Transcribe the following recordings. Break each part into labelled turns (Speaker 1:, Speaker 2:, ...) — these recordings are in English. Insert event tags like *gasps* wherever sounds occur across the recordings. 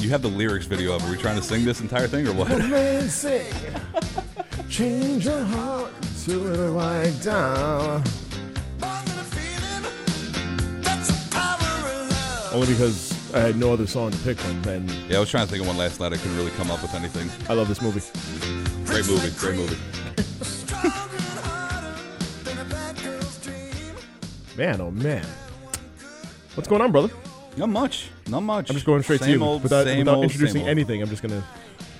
Speaker 1: You have the lyrics video up. Are we trying to sing this entire thing or
Speaker 2: *laughs*
Speaker 1: what?
Speaker 3: Man, sing. Change your heart to the right down.
Speaker 4: Oh.
Speaker 2: Only because I had no other song to pick from, and
Speaker 1: Yeah, I was trying to think of one last night. I couldn't really come up with anything.
Speaker 2: I love this movie.
Speaker 1: Great movie. Great movie.
Speaker 2: Man, oh man. What's going on, brother?
Speaker 1: Not much. Not much.
Speaker 2: I'm just going straight to you without,
Speaker 1: same
Speaker 2: without
Speaker 1: old,
Speaker 2: introducing
Speaker 1: same old.
Speaker 2: anything. I'm just gonna.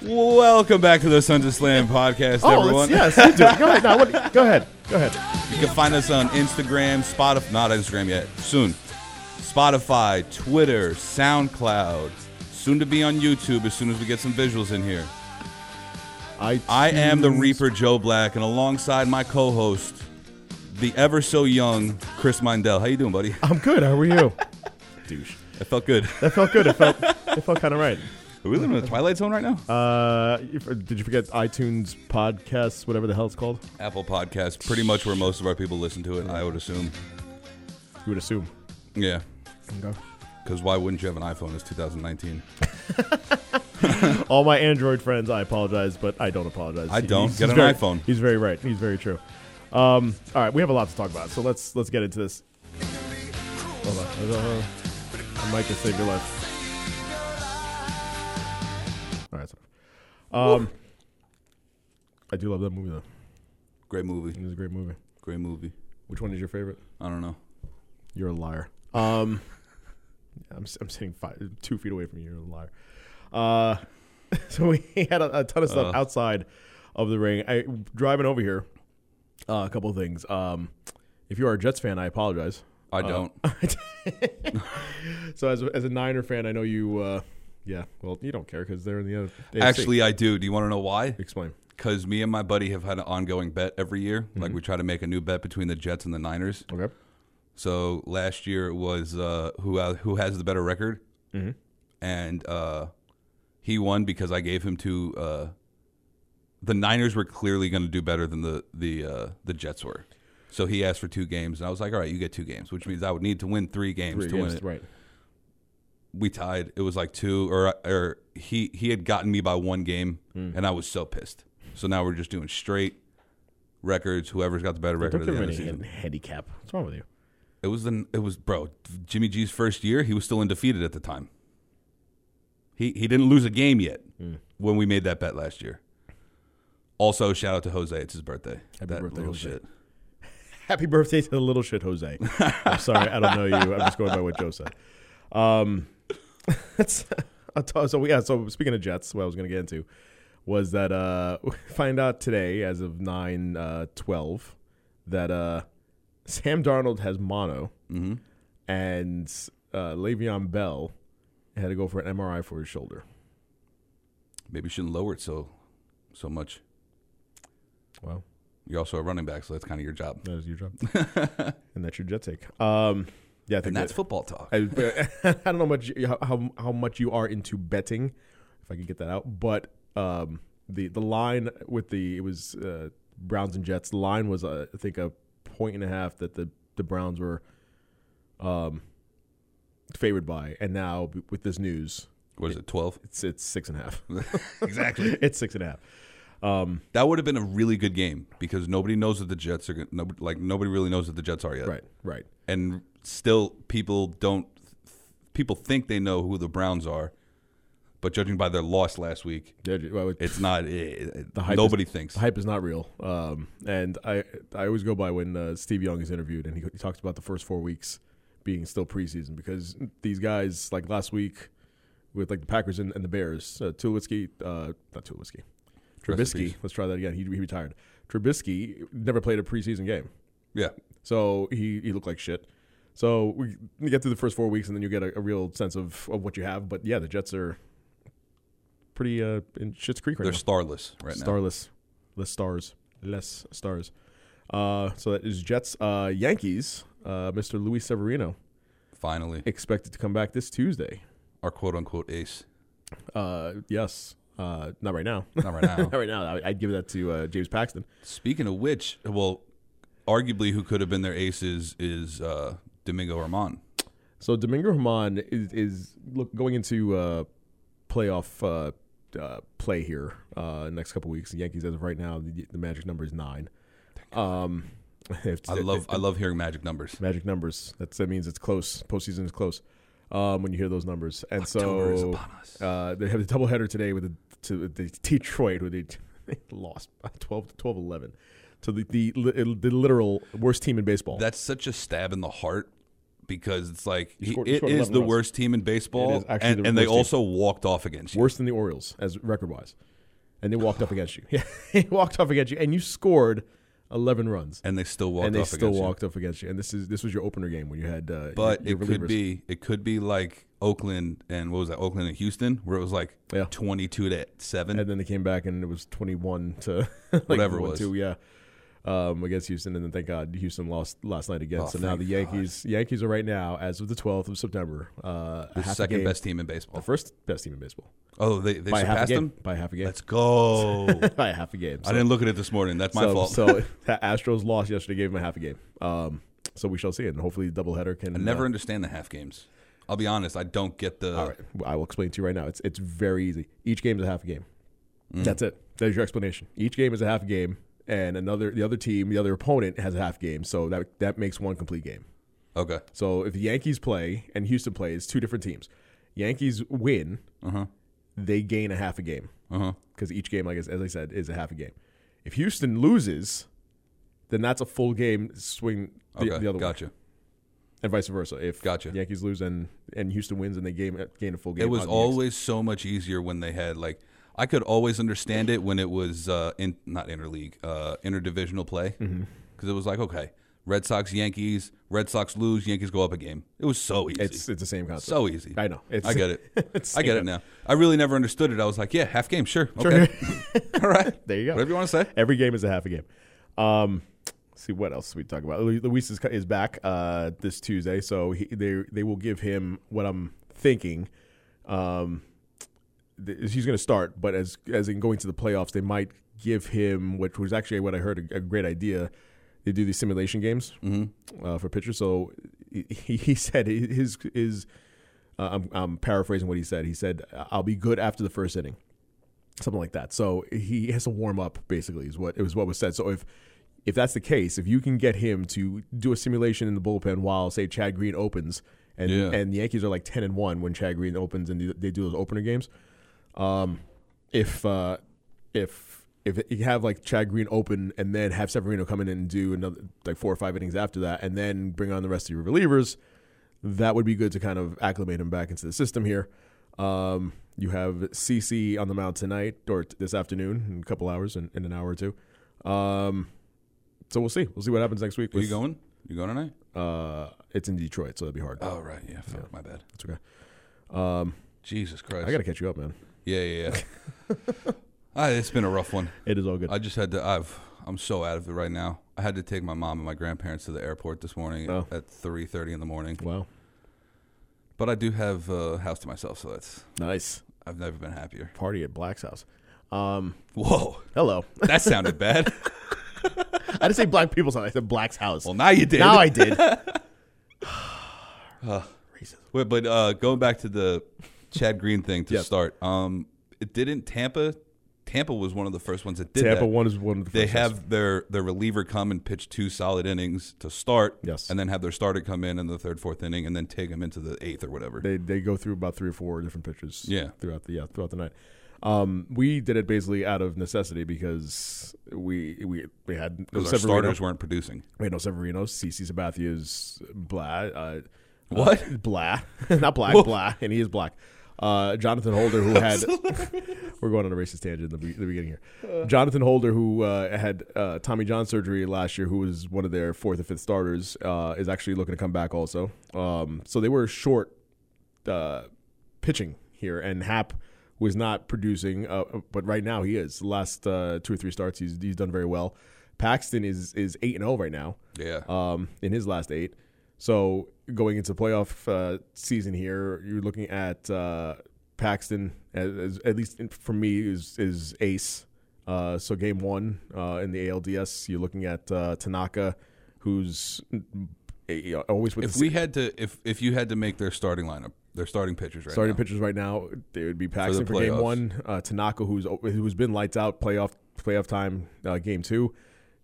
Speaker 1: Welcome back to the Sons of Slam podcast, everyone.
Speaker 2: Oh, let's- yes, let's do it. Go ahead. No, what, go ahead. Go ahead.
Speaker 1: You can find us on Instagram, Spotify, not Instagram yet, soon. Spotify, Twitter, SoundCloud, soon to be on YouTube as soon as we get some visuals in here.
Speaker 2: I
Speaker 1: I am the
Speaker 2: choose-
Speaker 1: Reaper Joe Black, and alongside my co-host, the ever so young Chris Mindell. How you doing, buddy?
Speaker 2: I'm good. How are you? Douche.
Speaker 1: It felt good.
Speaker 2: That felt good. It felt. it felt kind of right.
Speaker 1: Are we living in the Twilight Zone right now?
Speaker 2: Uh, you- did you forget iTunes podcasts, whatever the hell it's called?
Speaker 1: Apple Podcasts, pretty much where most of our people listen to it, I would assume.
Speaker 2: You would assume.
Speaker 1: Yeah,
Speaker 2: Okay.
Speaker 1: because why wouldn't you have an iPhone? It's 2019.
Speaker 2: All my Android friends, I apologize, but I don't apologize.
Speaker 1: I don't. Get an
Speaker 2: very-
Speaker 1: iPhone.
Speaker 2: He's very right. He's very true. Um, all right, we have a lot to talk about, so let's let's get into this. Hold on. Uh, the mic has saved your life. All right. so- Um, I do love that movie though.
Speaker 1: Great movie.
Speaker 2: It was a great movie.
Speaker 1: Great movie.
Speaker 2: Which one is your favorite?
Speaker 1: I don't know.
Speaker 2: You're
Speaker 1: *laughs*
Speaker 2: a liar. Um, I'm, s- I'm sitting five, two feet away from you. You're a liar. Uh, *laughs* so we *laughs* had a, a ton of
Speaker 1: Uh.
Speaker 2: stuff outside of the ring. I driving over here. Uh, a couple of things. Um, if you are a Jets fan, I apologize.
Speaker 1: I don't.
Speaker 2: So as a, as a Niner fan, I know you. Uh, yeah, well, you don't care because they're in the other. AFC.
Speaker 1: Actually, I do. Do you want to know why?
Speaker 2: explain.
Speaker 1: Because me and my buddy have had an ongoing bet every year. Like we try to make a new bet between the Jets and the Niners.
Speaker 2: Okay.
Speaker 1: So last year it was uh, who ha- who has the better record,
Speaker 2: Mm-hmm.
Speaker 1: and uh, he won because I gave him to. Uh, the Niners were clearly going to do better than the the uh, the Jets were, so he asked for two games, and I was like, "All right, you get two games," which means I would need to win three games
Speaker 2: Three
Speaker 1: to win
Speaker 2: games,
Speaker 1: it.
Speaker 2: right.
Speaker 1: We tied. It was like two, or or he he had gotten me by one game,
Speaker 2: Mm.
Speaker 1: and I was so pissed. So now we're just doing straight records. Whoever's got the better record at
Speaker 2: Don't give
Speaker 1: the end
Speaker 2: him
Speaker 1: of the
Speaker 2: any
Speaker 1: season.
Speaker 2: hand- handicap. What's wrong with you?
Speaker 1: It was the it was bro Jimmy G's first year. He was still undefeated at the time. He he didn't lose a game yet
Speaker 2: Hmm.
Speaker 1: when we made that bet last year. Also, shout out to Jose. It's his birthday.
Speaker 2: Happy
Speaker 1: that
Speaker 2: birthday,
Speaker 1: little
Speaker 2: Jose.
Speaker 1: shit.
Speaker 2: Happy birthday to the little shit Jose. I'm sorry, I don't know you. I'm just going by what Joe said. Um, *laughs* that's I'll tell- so yeah. So speaking of Jets, what I was going to get into was that uh, *laughs* we find out today, as of nine uh, twelve, that uh, Sam Darnold has mono, and uh, Le'Veon Bell had to go for an MRI for his shoulder.
Speaker 1: Maybe you shouldn't lower it so so much.
Speaker 2: Wow.
Speaker 1: You're also a running back, so that's kind of your job.
Speaker 2: That is your job, *laughs* and that's your jet take. Um, yeah, I think
Speaker 1: And that's
Speaker 2: that-
Speaker 1: football talk.
Speaker 2: I, *laughs* I don't know much how, how how much you are into betting, if I can get that out. But um, the the line with the it was uh, Browns and Jets. The line was uh, I think a point and a half that the the Browns were um favored by, and now with this news,
Speaker 1: What is it?
Speaker 2: *laughs*
Speaker 1: Twelve.
Speaker 2: it's it's six and a half.
Speaker 1: exactly.
Speaker 2: it's six and a half.
Speaker 1: That would have been a really good game because nobody knows that the Jets are gonna, nobody, like nobody really knows that the Jets are yet.
Speaker 2: Right, right.
Speaker 1: and still people don't people think they know who the Browns are, But judging by their loss last week,
Speaker 2: Did you- well,
Speaker 1: it's not. It, it-
Speaker 2: The hype
Speaker 1: nobody
Speaker 2: is,
Speaker 1: thinks.
Speaker 2: the hype is not real. Um, and I I always go by when uh, Steve Young is interviewed and he, he talks about the first four weeks being still preseason because these guys like last week with like the Packers and, and the Bears, uh, Tulowitzki, uh, not Tulowitzki,
Speaker 1: Rest in
Speaker 2: Trubisky.
Speaker 1: peace.
Speaker 2: Let's try that again. He, he retired. Trubisky never played a preseason game.
Speaker 1: Yeah,
Speaker 2: So he, he looked like shit. So we you get through the first four weeks, and then you get a, a real sense of, of what you have. But yeah, the Jets are pretty uh, in shit's creek right
Speaker 1: they're
Speaker 2: now.
Speaker 1: starless right now.
Speaker 2: Starless, less stars, less stars. Uh, so that is Jets. Uh, Yankees. Uh, Mr. Luis Severino
Speaker 1: Finally,
Speaker 2: expected to come back this Tuesday.
Speaker 1: our quote unquote ace.
Speaker 2: Uh, yes. Uh, not right now.
Speaker 1: Not right now.
Speaker 2: *laughs* not right now. I- I'd give that to uh, James Paxton.
Speaker 1: Speaking of which, well, arguably who could have been their aces is uh, Domingo Herman.
Speaker 2: So Domingo Herman is, is look going into uh, playoff uh, uh, play here uh, next couple weeks. The Yankees, as of right now, the, the magic number is nine. Um, *laughs* if-
Speaker 1: I love I love hearing magic numbers.
Speaker 2: magic numbers. That's, that means it's close. Postseason is close um, when you hear those numbers. And
Speaker 1: October is
Speaker 2: so
Speaker 1: upon us.
Speaker 2: Uh, they have the doubleheader today with the, to the Detroit, where they, *laughs* they lost by 12 to 12 11. So the, the li- uh, the literal worst team in baseball.
Speaker 1: That's such a stab in the heart because it's like he-
Speaker 2: scored- you
Speaker 1: it
Speaker 2: scored
Speaker 1: is
Speaker 2: 11
Speaker 1: the
Speaker 2: runs.
Speaker 1: worst team in
Speaker 2: It
Speaker 1: baseball,
Speaker 2: is actually
Speaker 1: and,
Speaker 2: the
Speaker 1: and they
Speaker 2: worst
Speaker 1: also
Speaker 2: team.
Speaker 1: walked off against you.
Speaker 2: worse than the Orioles as record wise, and they walked up against you. *laughs* Yeah, they walked off against you, and you scored eleven runs,
Speaker 1: and they still walked
Speaker 2: and they
Speaker 1: off
Speaker 2: still
Speaker 1: against you.
Speaker 2: walked up against you. And this is this was your opener game when you had, uh,
Speaker 1: But
Speaker 2: your,
Speaker 1: it
Speaker 2: your
Speaker 1: could
Speaker 2: relievers.
Speaker 1: be it could be like Oakland and what was that Oakland and Houston where it was like
Speaker 2: Yeah.
Speaker 1: twenty two to seven.
Speaker 2: and then they came back, and it was twenty-one to *laughs* like
Speaker 1: Whatever it was.
Speaker 2: 22, yeah. Um, against Houston, and then thank God Houston lost last night again.
Speaker 1: Oh,
Speaker 2: so now
Speaker 1: thank
Speaker 2: the Yankees, Yankees are right now as of the twelfth of September, uh, a
Speaker 1: the
Speaker 2: half a
Speaker 1: second
Speaker 2: game-
Speaker 1: best team in
Speaker 2: the
Speaker 1: baseball.
Speaker 2: first best team in baseball
Speaker 1: Oh, they, they
Speaker 2: by half a
Speaker 1: surpassed
Speaker 2: game.
Speaker 1: them.
Speaker 2: By half a game.
Speaker 1: Let's go.
Speaker 2: *laughs* by half a game.
Speaker 1: I
Speaker 2: So-
Speaker 1: didn't look at it this morning. That's my
Speaker 2: so, *laughs*
Speaker 1: fault.
Speaker 2: so the Astros lost yesterday, gave him a half a game. Um, so we shall see it, and hopefully the doubleheader can.
Speaker 1: I never
Speaker 2: Uh,
Speaker 1: understand the half games. I'll be honest. I don't get the.
Speaker 2: all right, I will explain to you right now. It's it's very easy. Each game is a half a game.
Speaker 1: Mm.
Speaker 2: That's it. There's your explanation. Each game is a half game, and another the other team, the other opponent has a half game. So that that makes one complete game.
Speaker 1: Okay.
Speaker 2: So if the Yankees play and Houston plays, two different teams. Yankees win,
Speaker 1: Uh-huh.
Speaker 2: they gain a half a game
Speaker 1: Uh huh.
Speaker 2: because each game, like I s- as I said, is a half a game. If Houston loses, then that's a full game swing the,
Speaker 1: Okay.
Speaker 2: the other way.
Speaker 1: gotcha.
Speaker 2: and vice versa. If
Speaker 1: Gotcha.
Speaker 2: Yankees lose and, and Houston wins and they game, gain a full game,
Speaker 1: It was
Speaker 2: on the Yankees.
Speaker 1: always so much easier when they had like I could always understand it when it was uh, in not interleague uh, interdivisional play because
Speaker 2: Mm-hmm.
Speaker 1: it was like okay Red Sox Yankees Red Sox lose Yankees go up a game it was so easy
Speaker 2: it's it's the same concept.
Speaker 1: so easy
Speaker 2: I know. It's,
Speaker 1: I get it
Speaker 2: *laughs* it's
Speaker 1: I get it now I really never understood it I was like yeah half game sure okay all right
Speaker 2: There you go.
Speaker 1: whatever you want to say
Speaker 2: Every game is a half a game. Um, let's see what else we talk about. Lu- Luis is, co- is back uh, this Tuesday, so he, they they will give him what I'm thinking. Um, th- he's going to start, but as as in going to the playoffs, they might give him, which was actually what I heard a, a great idea. They do these simulation games
Speaker 1: Mm-hmm.
Speaker 2: uh, for pitchers. So he, he said his his. Uh, I'm, I'm paraphrasing what he said. He said, "I'll be good after the first inning." something like that. So he has to warm up. Basically, is what it was what was said. So if if that's the case, if you can get him to do a simulation in the bullpen while say Chad Green opens, and
Speaker 1: Yeah.
Speaker 2: and the Yankees are like ten and one when Chad Green opens and they do those opener games. Um, if uh, if if you have like Chad Green open and then have Severino come in and do another like four or five innings after that, and then bring on the rest of your relievers, that would be good to kind of acclimate him back into the system here. Um, you have CC on the mound tonight or t- this afternoon in a couple hours, in, in an hour or two. Um, so we'll see. We'll see what happens next week.
Speaker 1: are you
Speaker 2: with-
Speaker 1: going you going tonight
Speaker 2: Uh, it's in Detroit, so that'd be hard.
Speaker 1: oh right yeah fuck my bad
Speaker 2: That's okay. Um,
Speaker 1: Jesus Christ
Speaker 2: I gotta catch you up, man.
Speaker 1: yeah yeah yeah
Speaker 2: *laughs*
Speaker 1: Ah, it's been a rough one.
Speaker 2: It is all good.
Speaker 1: I just had to. I've. I'm so out of it right now. I had to take my mom and my grandparents to the airport this morning
Speaker 2: Oh.
Speaker 1: at 3:30 in the morning.
Speaker 2: wow,
Speaker 1: But I do have a house to myself, so that's.
Speaker 2: nice
Speaker 1: I've never been happier.
Speaker 2: party at Black's house. Um,
Speaker 1: Whoa,
Speaker 2: hello.
Speaker 1: that sounded
Speaker 2: *laughs*
Speaker 1: bad.
Speaker 2: I didn't say black people's house. I said Black's house.
Speaker 1: Well, now you did.
Speaker 2: *laughs* now I did.
Speaker 1: Wait, but uh, going back to the Chad Green thing to
Speaker 2: Yes.
Speaker 1: start. Um, it didn't Tampa Tampa was one of the first ones that *laughs* did
Speaker 2: Tampa
Speaker 1: that.
Speaker 2: one is one. Of the
Speaker 1: They
Speaker 2: first ones.
Speaker 1: have their their reliever come and pitch two solid innings to start,
Speaker 2: Yes.
Speaker 1: and then have their starter come in in the third, fourth inning, and then take them into the eighth or whatever.
Speaker 2: they they go through about three or four different pitches.
Speaker 1: Yeah.
Speaker 2: throughout the yeah throughout the night. Um, we did it basically out of necessity because we we we had no
Speaker 1: Because our
Speaker 2: Severino,
Speaker 1: starters weren't producing.
Speaker 2: we had no Severino, CC Sabathia's blah uh,
Speaker 1: What?
Speaker 2: uh, blah not black blah and he is black. Uh, Jonathan Holder who had *laughs* we're going on a racist tangent in the, be- the beginning here. Jonathan Holder who uh, had uh, Tommy John surgery last year, who was one of their fourth and fifth starters, uh, is actually looking to come back also. Um, so they were short uh, pitching here, and Hap was not producing, uh, but right now he is. Last uh, two or three starts, he's he's done very well. Paxton is is eight and zero right now.
Speaker 1: Yeah.
Speaker 2: Um, in his last eight, so going into playoff uh, season here, you're looking at uh, Paxton as, as at least in- for me is is ace. Uh, so game one uh, in the ALDS, you're looking at uh, Tanaka, who's eh, always with
Speaker 1: if
Speaker 2: the
Speaker 1: we had to, if if you had to make their starting lineup, their starting pitchers right
Speaker 2: starting
Speaker 1: now,
Speaker 2: pitchers right now. They would be Paxton for, game
Speaker 1: playoffs.
Speaker 2: one, uh, Tanaka, who's who's been lights out playoff playoff time uh, game two.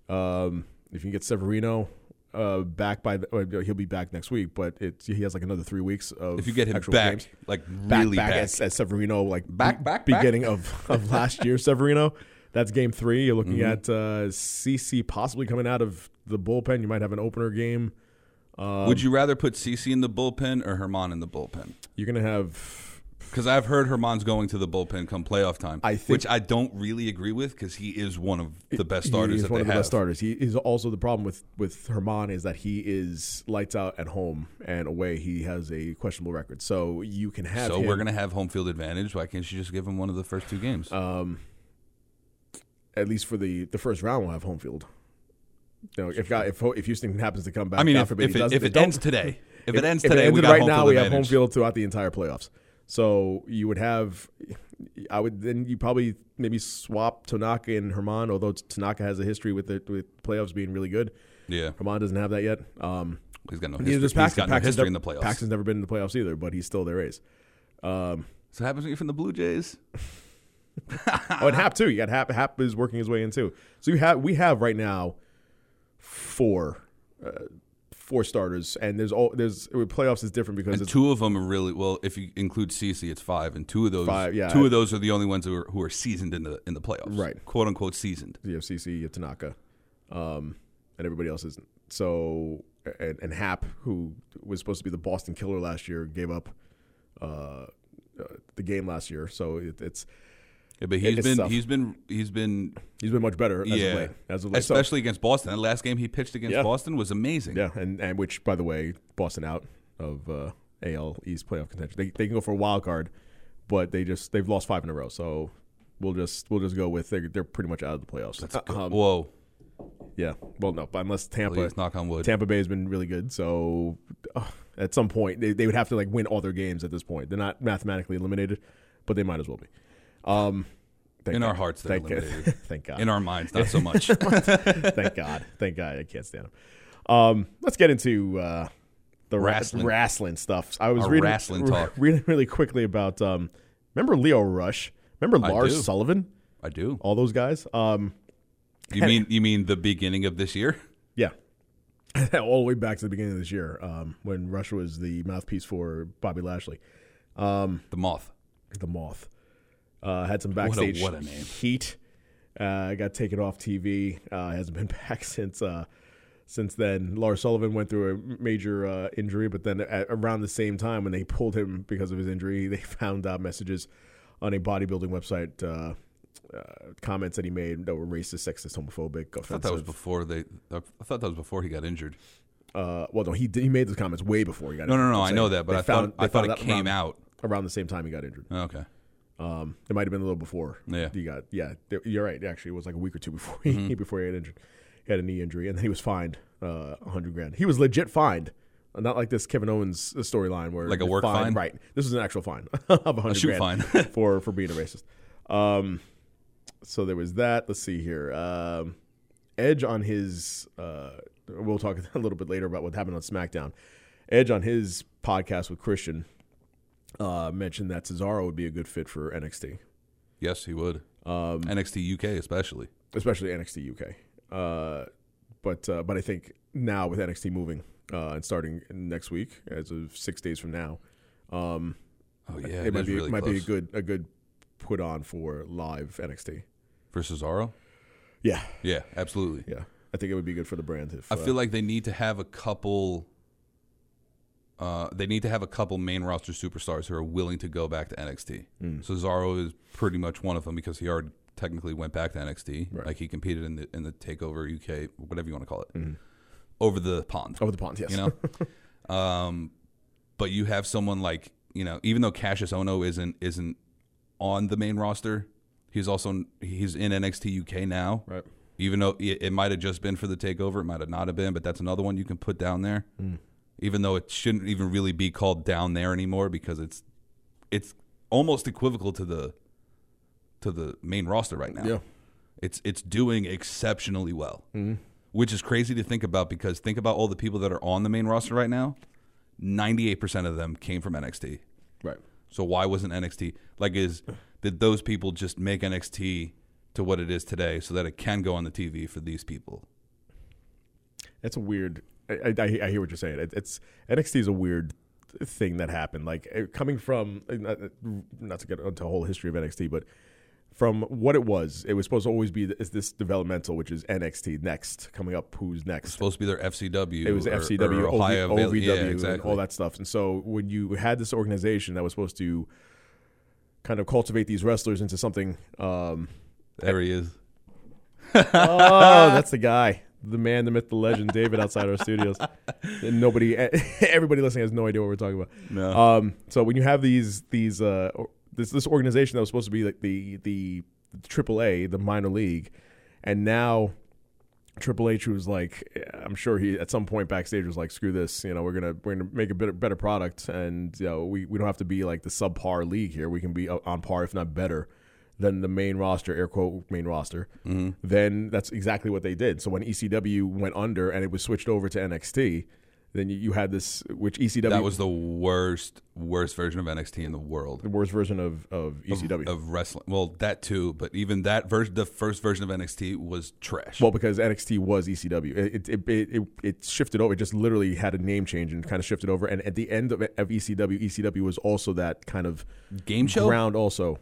Speaker 2: Um, if you can get Severino uh, back by the, uh, he'll be back next week, but it's he has like another three weeks of
Speaker 1: if you get him
Speaker 2: actual
Speaker 1: back,
Speaker 2: games.
Speaker 1: like
Speaker 2: back
Speaker 1: really
Speaker 2: back,
Speaker 1: back,
Speaker 2: As, as Severino like
Speaker 1: Back, back, back.
Speaker 2: beginning of
Speaker 1: *laughs*
Speaker 2: of last year Severino. That's game three. You're looking
Speaker 1: Mm-hmm.
Speaker 2: at uh, CC possibly coming out of the bullpen. You might have an opener game.
Speaker 1: would
Speaker 2: um,
Speaker 1: you rather put CC in the bullpen or Herman in the bullpen?
Speaker 2: You're gonna have
Speaker 1: Because I've heard Herman's going to the bullpen come playoff time,
Speaker 2: I think-
Speaker 1: which I don't really agree with because he is one of the best
Speaker 2: He
Speaker 1: starters
Speaker 2: is
Speaker 1: that
Speaker 2: one
Speaker 1: they
Speaker 2: of the
Speaker 1: have.
Speaker 2: best starters. He is also the problem with with Herman is that he is lights out at home and away. He has a questionable record, so you can have.
Speaker 1: So
Speaker 2: him-
Speaker 1: we're gonna have home field advantage. Why can't you just give him one of the first two games?
Speaker 2: Uh, at least for the the first round we'll have home field. You know, if God, if if Houston happens to come back,
Speaker 1: I mean,
Speaker 2: God
Speaker 1: if,
Speaker 2: forbid he
Speaker 1: if it,
Speaker 2: doesn't,
Speaker 1: if
Speaker 2: they
Speaker 1: it
Speaker 2: don't-
Speaker 1: ends today, if, it ends
Speaker 2: if
Speaker 1: today, we
Speaker 2: ended
Speaker 1: got
Speaker 2: right
Speaker 1: home
Speaker 2: now
Speaker 1: field
Speaker 2: we have
Speaker 1: advantage.
Speaker 2: home field throughout the entire playoffs. So you would have, I would then you probably maybe swap Tanaka and Herman, although Tanaka has a history with the with playoffs being really good.
Speaker 1: Yeah,
Speaker 2: Herman doesn't have that yet. Um,
Speaker 1: he's got no
Speaker 2: Neither
Speaker 1: history.
Speaker 2: does
Speaker 1: He's
Speaker 2: Paxton.
Speaker 1: got no
Speaker 2: Paxton's
Speaker 1: history in the
Speaker 2: never-
Speaker 1: playoffs.
Speaker 2: Paxton's never been in the playoffs either, but he's still their
Speaker 1: *laughs*
Speaker 2: ace.
Speaker 1: So happens when you're from the Blue Jays.
Speaker 2: Oh, and Hap too. You got Hap. Hap is working his way in too. So you have we have right now four uh, four starters, and there's all there's playoffs is different because
Speaker 1: And
Speaker 2: it's
Speaker 1: two of them are really well. If you include CC, it's five, and two of those,
Speaker 2: Five, yeah.
Speaker 1: two of those are the only ones who are, who are seasoned in the in the playoffs,
Speaker 2: Right.
Speaker 1: Quote unquote seasoned.
Speaker 2: you have CC, you have Tanaka, um, and everybody else isn't. So and, and Hap, who was supposed to be the Boston Killer last year, gave up uh, uh, the game last year. So it, it's
Speaker 1: Yeah, but
Speaker 2: It-
Speaker 1: he's
Speaker 2: it's
Speaker 1: been
Speaker 2: tough.
Speaker 1: he's been he's been
Speaker 2: he's been much better as
Speaker 1: yeah,
Speaker 2: of late. As of late. So-
Speaker 1: especially against Boston. That last game he pitched against
Speaker 2: Yeah.
Speaker 1: Boston was amazing.
Speaker 2: Yeah, and, and which, by the way, Boston out of uh, AL East playoff contention. They, they can go for a wild card, but they just they've lost five in a row. So we'll just we'll just go with they're, they're pretty much out of the playoffs.
Speaker 1: That's good.
Speaker 2: Um,
Speaker 1: Whoa,
Speaker 2: yeah. Well, no, but unless Tampa
Speaker 1: please knock on wood.
Speaker 2: Tampa Bay has been really good. So uh, at some point they, they would have to like win all their games at this point. They're not mathematically eliminated, but they might as well be. Um, thank
Speaker 1: In
Speaker 2: God.
Speaker 1: our hearts, they're
Speaker 2: thank God.
Speaker 1: eliminated.
Speaker 2: *laughs* thank God.
Speaker 1: in our minds, not so
Speaker 2: *laughs*
Speaker 1: much.
Speaker 2: Thank God. Thank God. I can't stand him. Um, let's get into uh, the ra-
Speaker 1: Wrestling.
Speaker 2: wrestling stuff. I was
Speaker 1: Our
Speaker 2: reading,
Speaker 1: wrestling
Speaker 2: re-
Speaker 1: talk.
Speaker 2: reading really quickly about. Um, remember Leo Rush? Remember
Speaker 1: I
Speaker 2: Lars
Speaker 1: do.
Speaker 2: Sullivan?
Speaker 1: I do.
Speaker 2: All those guys. Um,
Speaker 1: You mean you mean the beginning of this year?
Speaker 2: yeah, *laughs* all the way back to the beginning of this year um, when Rush was the mouthpiece for Bobby Lashley,
Speaker 1: The moth.
Speaker 2: the Moth. Uh, had some
Speaker 1: a-
Speaker 2: backstage
Speaker 1: what a name.
Speaker 2: heat. Uh, got taken off TV. Uh, hasn't been *laughs* back since. Uh, since then, Lars Sullivan went through a major uh, injury, but then at, around the same time when they *laughs* pulled him because of his injury, they *laughs* found out messages on a bodybuilding website uh, uh, comments that he made that were racist, sexist, homophobic,
Speaker 1: I
Speaker 2: offensive.
Speaker 1: thought that was before they. I thought that was before he got injured.
Speaker 2: uh, well, no, he did, he made those comments way before he got
Speaker 1: No,
Speaker 2: injured.
Speaker 1: no, no.
Speaker 2: I'm
Speaker 1: I
Speaker 2: saying
Speaker 1: know that, but
Speaker 2: they
Speaker 1: I
Speaker 2: found-
Speaker 1: thought I
Speaker 2: they
Speaker 1: thought
Speaker 2: found
Speaker 1: it came
Speaker 2: around-
Speaker 1: out.
Speaker 2: around the same time he got injured.
Speaker 1: Okay.
Speaker 2: Um, it might have been a little before.
Speaker 1: Yeah. Mm-hmm.
Speaker 2: he got yeah. th- You're right. Actually, it was like a week or two before he *laughs* before he had injured. He had a knee injury, and then he was fined uh, hundred grand. He was legit fined, not like this Kevin Owens uh, storyline where
Speaker 1: Like a
Speaker 2: the
Speaker 1: work fine?
Speaker 2: Right. This was an actual fine *laughs* of hundred
Speaker 1: shoot
Speaker 2: grand
Speaker 1: fine.
Speaker 2: *laughs* for for being a racist. Um, so there was that. Let's see here. Um, Edge on his. Uh, we'll talk *laughs* a little bit later about what happened on SmackDown. Edge on his podcast with Christian uh, mentioned that Cesaro would be a good fit for NXT.
Speaker 1: Yes, he would.
Speaker 2: Um,
Speaker 1: NXT UK especially.
Speaker 2: especially NXT UK. Uh, but uh, but I think now with NXT moving uh, and starting next week, as of six days from now, um,
Speaker 1: Oh yeah,
Speaker 2: it might
Speaker 1: is
Speaker 2: be
Speaker 1: really
Speaker 2: might be a
Speaker 1: close.
Speaker 2: good a good put on for live NXT.
Speaker 1: for Cesaro.
Speaker 2: Yeah,
Speaker 1: Yeah, absolutely.
Speaker 2: yeah. I think it would be good for the brand. If, uh,
Speaker 1: I feel like they need to have a couple. Uh, they need to have a couple main roster superstars who are willing to go back to NXT.
Speaker 2: Mm.
Speaker 1: Cesaro is pretty much one of them because he already technically went back to NXT.
Speaker 2: Right.
Speaker 1: Like he competed in the in the Takeover UK, whatever you want to call it, over the pond.
Speaker 2: Mm-hmm. over the pond. Yes,
Speaker 1: You know,
Speaker 2: *laughs*
Speaker 1: um, but you have someone like you know, even though Cassius Ono isn't isn't on the main roster, he's also he's in NXT UK now
Speaker 2: right.
Speaker 1: even though it, it might have just been for the takeover, it might have not have been, but that's another one you can put down there.
Speaker 2: Hmm.
Speaker 1: Even though it shouldn't even really be called down there anymore because it's it's almost equivocal to the to the main roster right now.
Speaker 2: Yeah. Hmm.
Speaker 1: It's it's doing exceptionally well. Which is crazy to think about because think about all the people that are on the main roster right now. 98% of them came from NXT.
Speaker 2: Right.
Speaker 1: So why wasn't NXT like is did those people just make NXT to what it is today so that it can go on the TV for these people?
Speaker 2: That's a weird. I, I, I hear what you're saying. It, it's NXT is a weird thing that happened. Like eh, coming from eh, not, eh, not to get into the whole history of NXT, but from what it was, it was supposed to always be th- is this developmental, which is NXT next coming up. Who's next?
Speaker 1: Supposed to be their FCW.
Speaker 2: It was
Speaker 1: or-
Speaker 2: FCW,
Speaker 1: or
Speaker 2: OV-
Speaker 1: Ohio, Valley-
Speaker 2: OVW,
Speaker 1: yeah,
Speaker 2: and
Speaker 1: exactly.
Speaker 2: all that stuff. And so when you had this organization that was supposed to kind of cultivate these wrestlers into something, um, *laughs*
Speaker 1: There he is.
Speaker 2: oh, that's the guy. The man, the myth, the legend, David outside our studios. And nobody, *laughs* everybody listening has no idea what we're talking about.
Speaker 1: No.
Speaker 2: Um, so when you have these, these, uh, or- this, this organization that was supposed to be like the, the AAA, the minor league, and now Triple H was like, I'm sure he at some point backstage was like, screw this, you know, we're gonna we're gonna make a better better product, and you know, we we don't have to be like the subpar league here. We can be o- on par, if not better, than the main roster, air quote main roster.
Speaker 1: Mm-hmm.
Speaker 2: Then that's exactly what they did. So when ECW went under and it was switched over to NXT, then you, you had this, which E ECW
Speaker 1: That was the worst, worst version of NXT in the world
Speaker 2: the worst version of of E ECW.
Speaker 1: of wrestling. Well, that too, but even that version, the first version of NXT was trash.
Speaker 2: Well, because NXT was ECW, it it, it it it shifted over. It just literally had a name change and kind of shifted over. And at the end of, of E ECW, ECW was also that kind of
Speaker 1: Game show.
Speaker 2: ground. Also,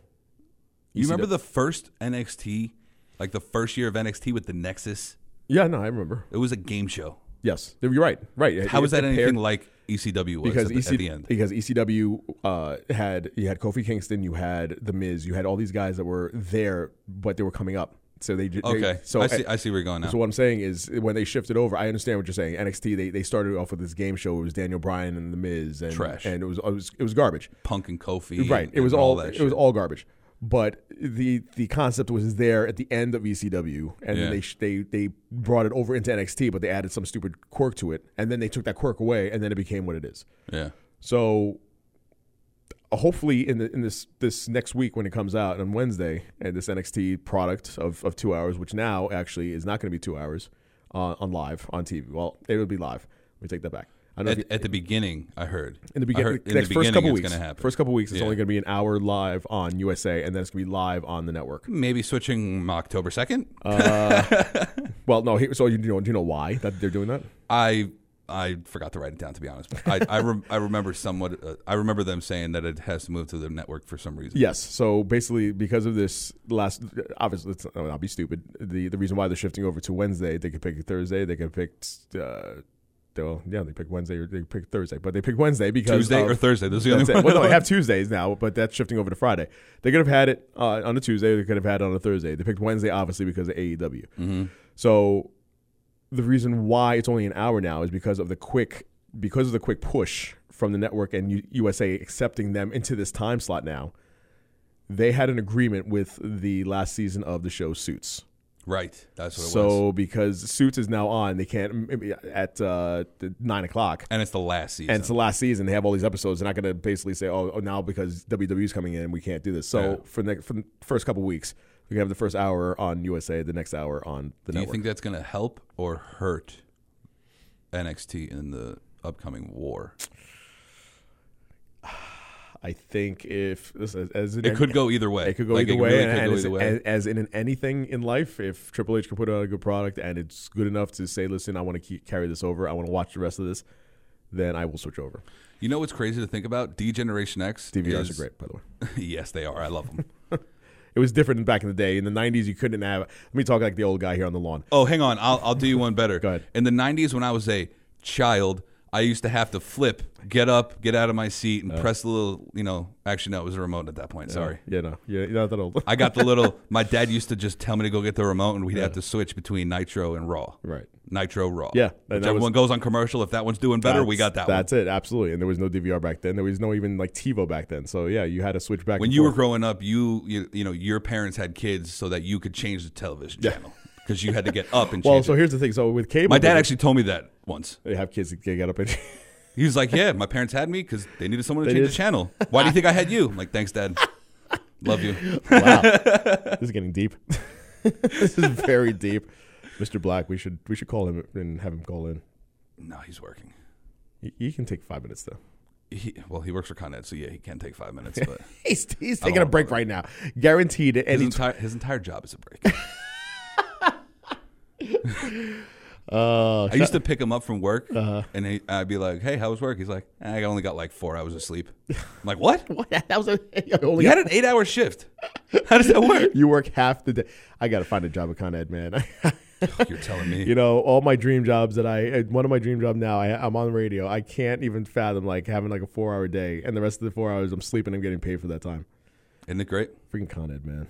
Speaker 1: you
Speaker 2: E
Speaker 1: remember the first NXT, like the first year of NXT with the Nexus?
Speaker 2: yeah, no, I remember.
Speaker 1: It was a game show.
Speaker 2: Yes, you're right. Right.
Speaker 1: How
Speaker 2: It-
Speaker 1: is that
Speaker 2: it
Speaker 1: anything
Speaker 2: paired-
Speaker 1: like ECW was
Speaker 2: because
Speaker 1: at,
Speaker 2: E
Speaker 1: the,
Speaker 2: EC
Speaker 1: at the end?
Speaker 2: because ECW uh, had you had Kofi Kingston, you had The Miz, you had all these guys that were there, but they were coming up. So they just
Speaker 1: Okay,
Speaker 2: so
Speaker 1: I see. I see where you're going now.
Speaker 2: So what I'm saying is, when they shifted over, I understand what you're saying. NXT they, they started off with this game show. It was Daniel Bryan and The Miz, and
Speaker 1: Trash.
Speaker 2: and it was it was, it was garbage.
Speaker 1: Punk and Kofi,
Speaker 2: Right,
Speaker 1: and-
Speaker 2: it was
Speaker 1: and
Speaker 2: all,
Speaker 1: that.
Speaker 2: it
Speaker 1: shit.
Speaker 2: was all garbage. But the the concept was there at the end of ECW, and
Speaker 1: Yeah.
Speaker 2: then they sh- they they brought it over into NXT, but they added some stupid quirk to it, and then they took that quirk away, and then it became what it is.
Speaker 1: yeah.
Speaker 2: So uh, hopefully in the in this this next week when it comes out on Wednesday and this NXT product of, of two hours, which now actually is not going to be two hours uh, on live on TV. Well, it'll be live. Let me take that back. I know
Speaker 1: At, at the beginning, I heard
Speaker 2: in
Speaker 1: I
Speaker 2: the beginning,
Speaker 1: heard
Speaker 2: the
Speaker 1: in
Speaker 2: next
Speaker 1: the
Speaker 2: first
Speaker 1: beginning
Speaker 2: couple
Speaker 1: it's
Speaker 2: weeks,
Speaker 1: gonna happen.
Speaker 2: first couple weeks, it's
Speaker 1: Yeah.
Speaker 2: only going to be an hour live on USA, and then it's going to be Uh, live on the network.
Speaker 1: maybe switching October second.
Speaker 2: Well, no, he, so you know, do you know why that they're doing that?
Speaker 1: I I forgot to write it down to be honest. I I, rem, I remember somewhat. Uh, I remember them saying that it has to move to the network for some reason.
Speaker 2: Yes. So basically, because of this last, obviously, it's, I'll be stupid. The the reason why they're shifting over to Wednesday, they could pick Thursday, they could pick, uh, well, yeah, they pick Wednesday or they pick Thursday, but they pick Wednesday because
Speaker 1: Tuesday
Speaker 2: of-
Speaker 1: or Thursday. Those are the
Speaker 2: That's
Speaker 1: only
Speaker 2: it. Well, no,
Speaker 1: one.
Speaker 2: they
Speaker 1: *laughs*
Speaker 2: have Tuesdays now, but that's shifting over to Friday. They could have had it uh, on a Tuesday. They could have had it on a Thursday. They picked Wednesday, obviously, because of AEW.
Speaker 1: Mm-hmm.
Speaker 2: So the reason why it's only an hour now is because of the quick because of the quick push from the network and U- USA accepting them into this time slot now. They had an agreement with the last season of the show Suits.
Speaker 1: right. That's what it was.
Speaker 2: So because Suits is now on, they can't at uh, the nine o'clock
Speaker 1: And it's the last season.
Speaker 2: and it's the last season. They have all these episodes. They're not going to basically say, "Oh, oh, now because WWE's coming in, we can't do this." So
Speaker 1: Yeah.
Speaker 2: for the for the first couple weeks, we can have the first hour on USA, the next hour on the
Speaker 1: Do you
Speaker 2: network.
Speaker 1: think that's going to help or hurt NXT in the upcoming war?
Speaker 2: I think if this is- as in
Speaker 1: It could go either way.
Speaker 2: It could go
Speaker 1: Like,
Speaker 2: either
Speaker 1: it
Speaker 2: way,
Speaker 1: really
Speaker 2: and,
Speaker 1: could
Speaker 2: and
Speaker 1: go
Speaker 2: as,
Speaker 1: either way.
Speaker 2: as- as in, in anything in life, if Triple H can put out a good product and it's good enough to say, "Listen, I want to keep, carry this over. I want to watch the rest of this," then I will switch over.
Speaker 1: You know what's crazy to think about? D Generation X. is-
Speaker 2: DVRs are great, by the way.
Speaker 1: *laughs* yes, they are. I love
Speaker 2: *laughs*
Speaker 1: them.
Speaker 2: It was different back in the day. In the '90s, you couldn't have. Let me talk like the old guy here on the lawn.
Speaker 1: oh, hang on. I'll, I'll do you one better.
Speaker 2: Go ahead.
Speaker 1: In the 90s, when I was a child, I used to have to flip, get up, get out of my seat, and press the little, you know, actually, no, it was a remote at that point.
Speaker 2: *laughs*
Speaker 1: Sorry.
Speaker 2: Oh. Yeah, no, yeah, you're not that old.
Speaker 1: I got the little, my dad used to just tell me to go get the remote, and we'd have to switch between Nitro and Raw.
Speaker 2: Right.
Speaker 1: Nitro Raw.
Speaker 2: Yeah, and that
Speaker 1: Whichever
Speaker 2: was-
Speaker 1: one goes on commercial, if that one's doing better, we got that one.
Speaker 2: That's it, absolutely. And there was no DVR back then. There was no even like TiVo back then. So yeah, you had to switch back.
Speaker 1: when
Speaker 2: and
Speaker 1: you were
Speaker 2: forth.
Speaker 1: growing up, you, you you know your parents had kids so that you could change the television channel because you had to
Speaker 2: *laughs*
Speaker 1: get up and change.
Speaker 2: well, so
Speaker 1: it.
Speaker 2: here's the thing. So with cable,
Speaker 1: my dad
Speaker 2: they-
Speaker 1: actually told me that once.
Speaker 2: they have kids that get
Speaker 1: *laughs*
Speaker 2: up and *laughs*
Speaker 1: He was like, "Yeah, my parents had me because they needed someone to
Speaker 2: They
Speaker 1: change the
Speaker 2: did.
Speaker 1: channel. Why do you think I had you?" I'm like, "Thanks,
Speaker 2: *laughs*
Speaker 1: Dad. Love you."
Speaker 2: wow, this is getting deep. *laughs* this is very deep, Mr. Black. We should we should call him and have him call in.
Speaker 1: No, he's working.
Speaker 2: He- He can take five minutes though.
Speaker 1: He, well, he works for Con Ed, so yeah, he can take five minutes. But
Speaker 2: *laughs* *laughs* He's, he's
Speaker 1: I don't
Speaker 2: taking a
Speaker 1: wanna
Speaker 2: break right now, guaranteed. at
Speaker 1: his,
Speaker 2: Any time.
Speaker 1: entire, his entire job is a break.
Speaker 2: Uh,
Speaker 1: I used to pick him up from work,
Speaker 2: Uh-huh.
Speaker 1: and he, I'd be like, "Hey, how was work?" He's like, "Eh, "I only got like four hours of
Speaker 2: *laughs*
Speaker 1: sleep." I'm like, "What?
Speaker 2: *laughs* what? That was a, *laughs* I only
Speaker 1: You had an eight-hour shift? How does that
Speaker 2: *laughs*
Speaker 1: work?"
Speaker 2: you work half the day. I gotta find a job at Con Ed, man. *laughs*
Speaker 1: You're telling me.
Speaker 2: you know, all my dream jobs that I uh, one of my dream job now. I, I'm on the radio. I can't even fathom like having like a four hour day, and the rest of the four hours I'm sleeping. I'm getting paid for that time.
Speaker 1: Isn't it great?
Speaker 2: Freaking Con Ed, man.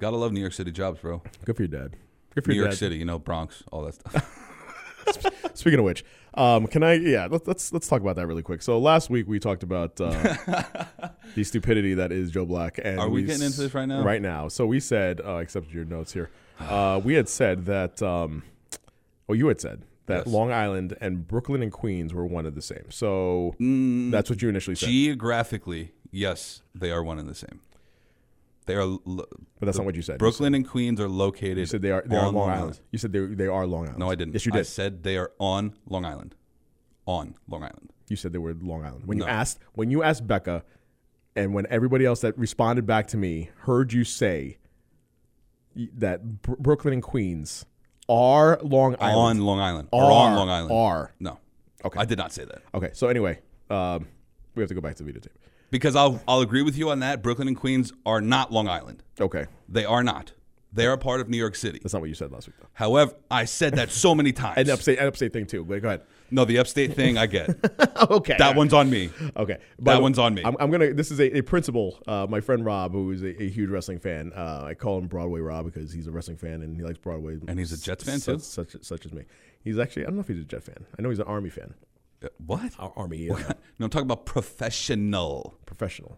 Speaker 1: Gotta love New York City jobs, bro.
Speaker 2: Good for your dad. Good for
Speaker 1: New
Speaker 2: your
Speaker 1: York
Speaker 2: dad.
Speaker 1: City, you know, Bronx, all that
Speaker 2: *laughs*
Speaker 1: stuff. *laughs*
Speaker 2: Speaking of which, um, can I? Yeah, let's, let's let's talk about that really quick. So last week we talked about
Speaker 1: *laughs*
Speaker 2: uh, the stupidity that is Joe Black. And
Speaker 1: Are we
Speaker 2: s-
Speaker 1: getting into this right now?
Speaker 2: Right now. So we said, uh, except your notes here, uh, we had said that. Um, well, you had said
Speaker 1: Yes.
Speaker 2: that Long Island and Brooklyn and Queens were one of the same. So
Speaker 1: Mm,
Speaker 2: that's what you initially said,
Speaker 1: Geographically, yes, they are one and the same. They are lo-
Speaker 2: but that's not what you said.
Speaker 1: Brooklyn and Queens are located.
Speaker 2: You said they are they are
Speaker 1: on
Speaker 2: Long, Island. You said they they are Long Island.
Speaker 1: No, I didn't.
Speaker 2: Yes, you
Speaker 1: I
Speaker 2: did.
Speaker 1: said they are on Long Island. On Long Island.
Speaker 2: You said they were Long Island. When
Speaker 1: No.
Speaker 2: you asked, when you asked Becca, and when everybody else that responded back to me heard you say y- that Br- Brooklyn and Queens are Long Island.
Speaker 1: On Long Island.
Speaker 2: Are,
Speaker 1: or on Long Island.
Speaker 2: are.
Speaker 1: No. Okay. I did not say that.
Speaker 2: Okay, so anyway, um, we have to go back to the videotape.
Speaker 1: Because I'll I'll agree with you on that. Brooklyn and Queens are not Long Island.
Speaker 2: Okay,
Speaker 1: They are not. They are part of New York City.
Speaker 2: that's not what you said last week though.
Speaker 1: However, I said that so many times.
Speaker 2: *laughs* And the upstate, and upstate thing too. But go ahead. *laughs*
Speaker 1: No, the upstate thing I get.
Speaker 2: Okay,
Speaker 1: That one's on me.
Speaker 2: Okay,
Speaker 1: That
Speaker 2: the-
Speaker 1: one's on me.
Speaker 2: I'm, I'm gonna. This is a, a principle. Uh, my friend Rob, who is a, a huge wrestling fan, uh, I call him Broadway Rob because he's a wrestling fan and he likes Broadway.
Speaker 1: And he's a Jets fan,
Speaker 2: such,
Speaker 1: too?
Speaker 2: Such such as me. He's actually. I don't know if he's a Jet fan. I know he's an Army fan.
Speaker 1: Uh, What?
Speaker 2: Ar- Army uh,
Speaker 1: *laughs* No, I'm talking about professional.
Speaker 2: *laughs* professional.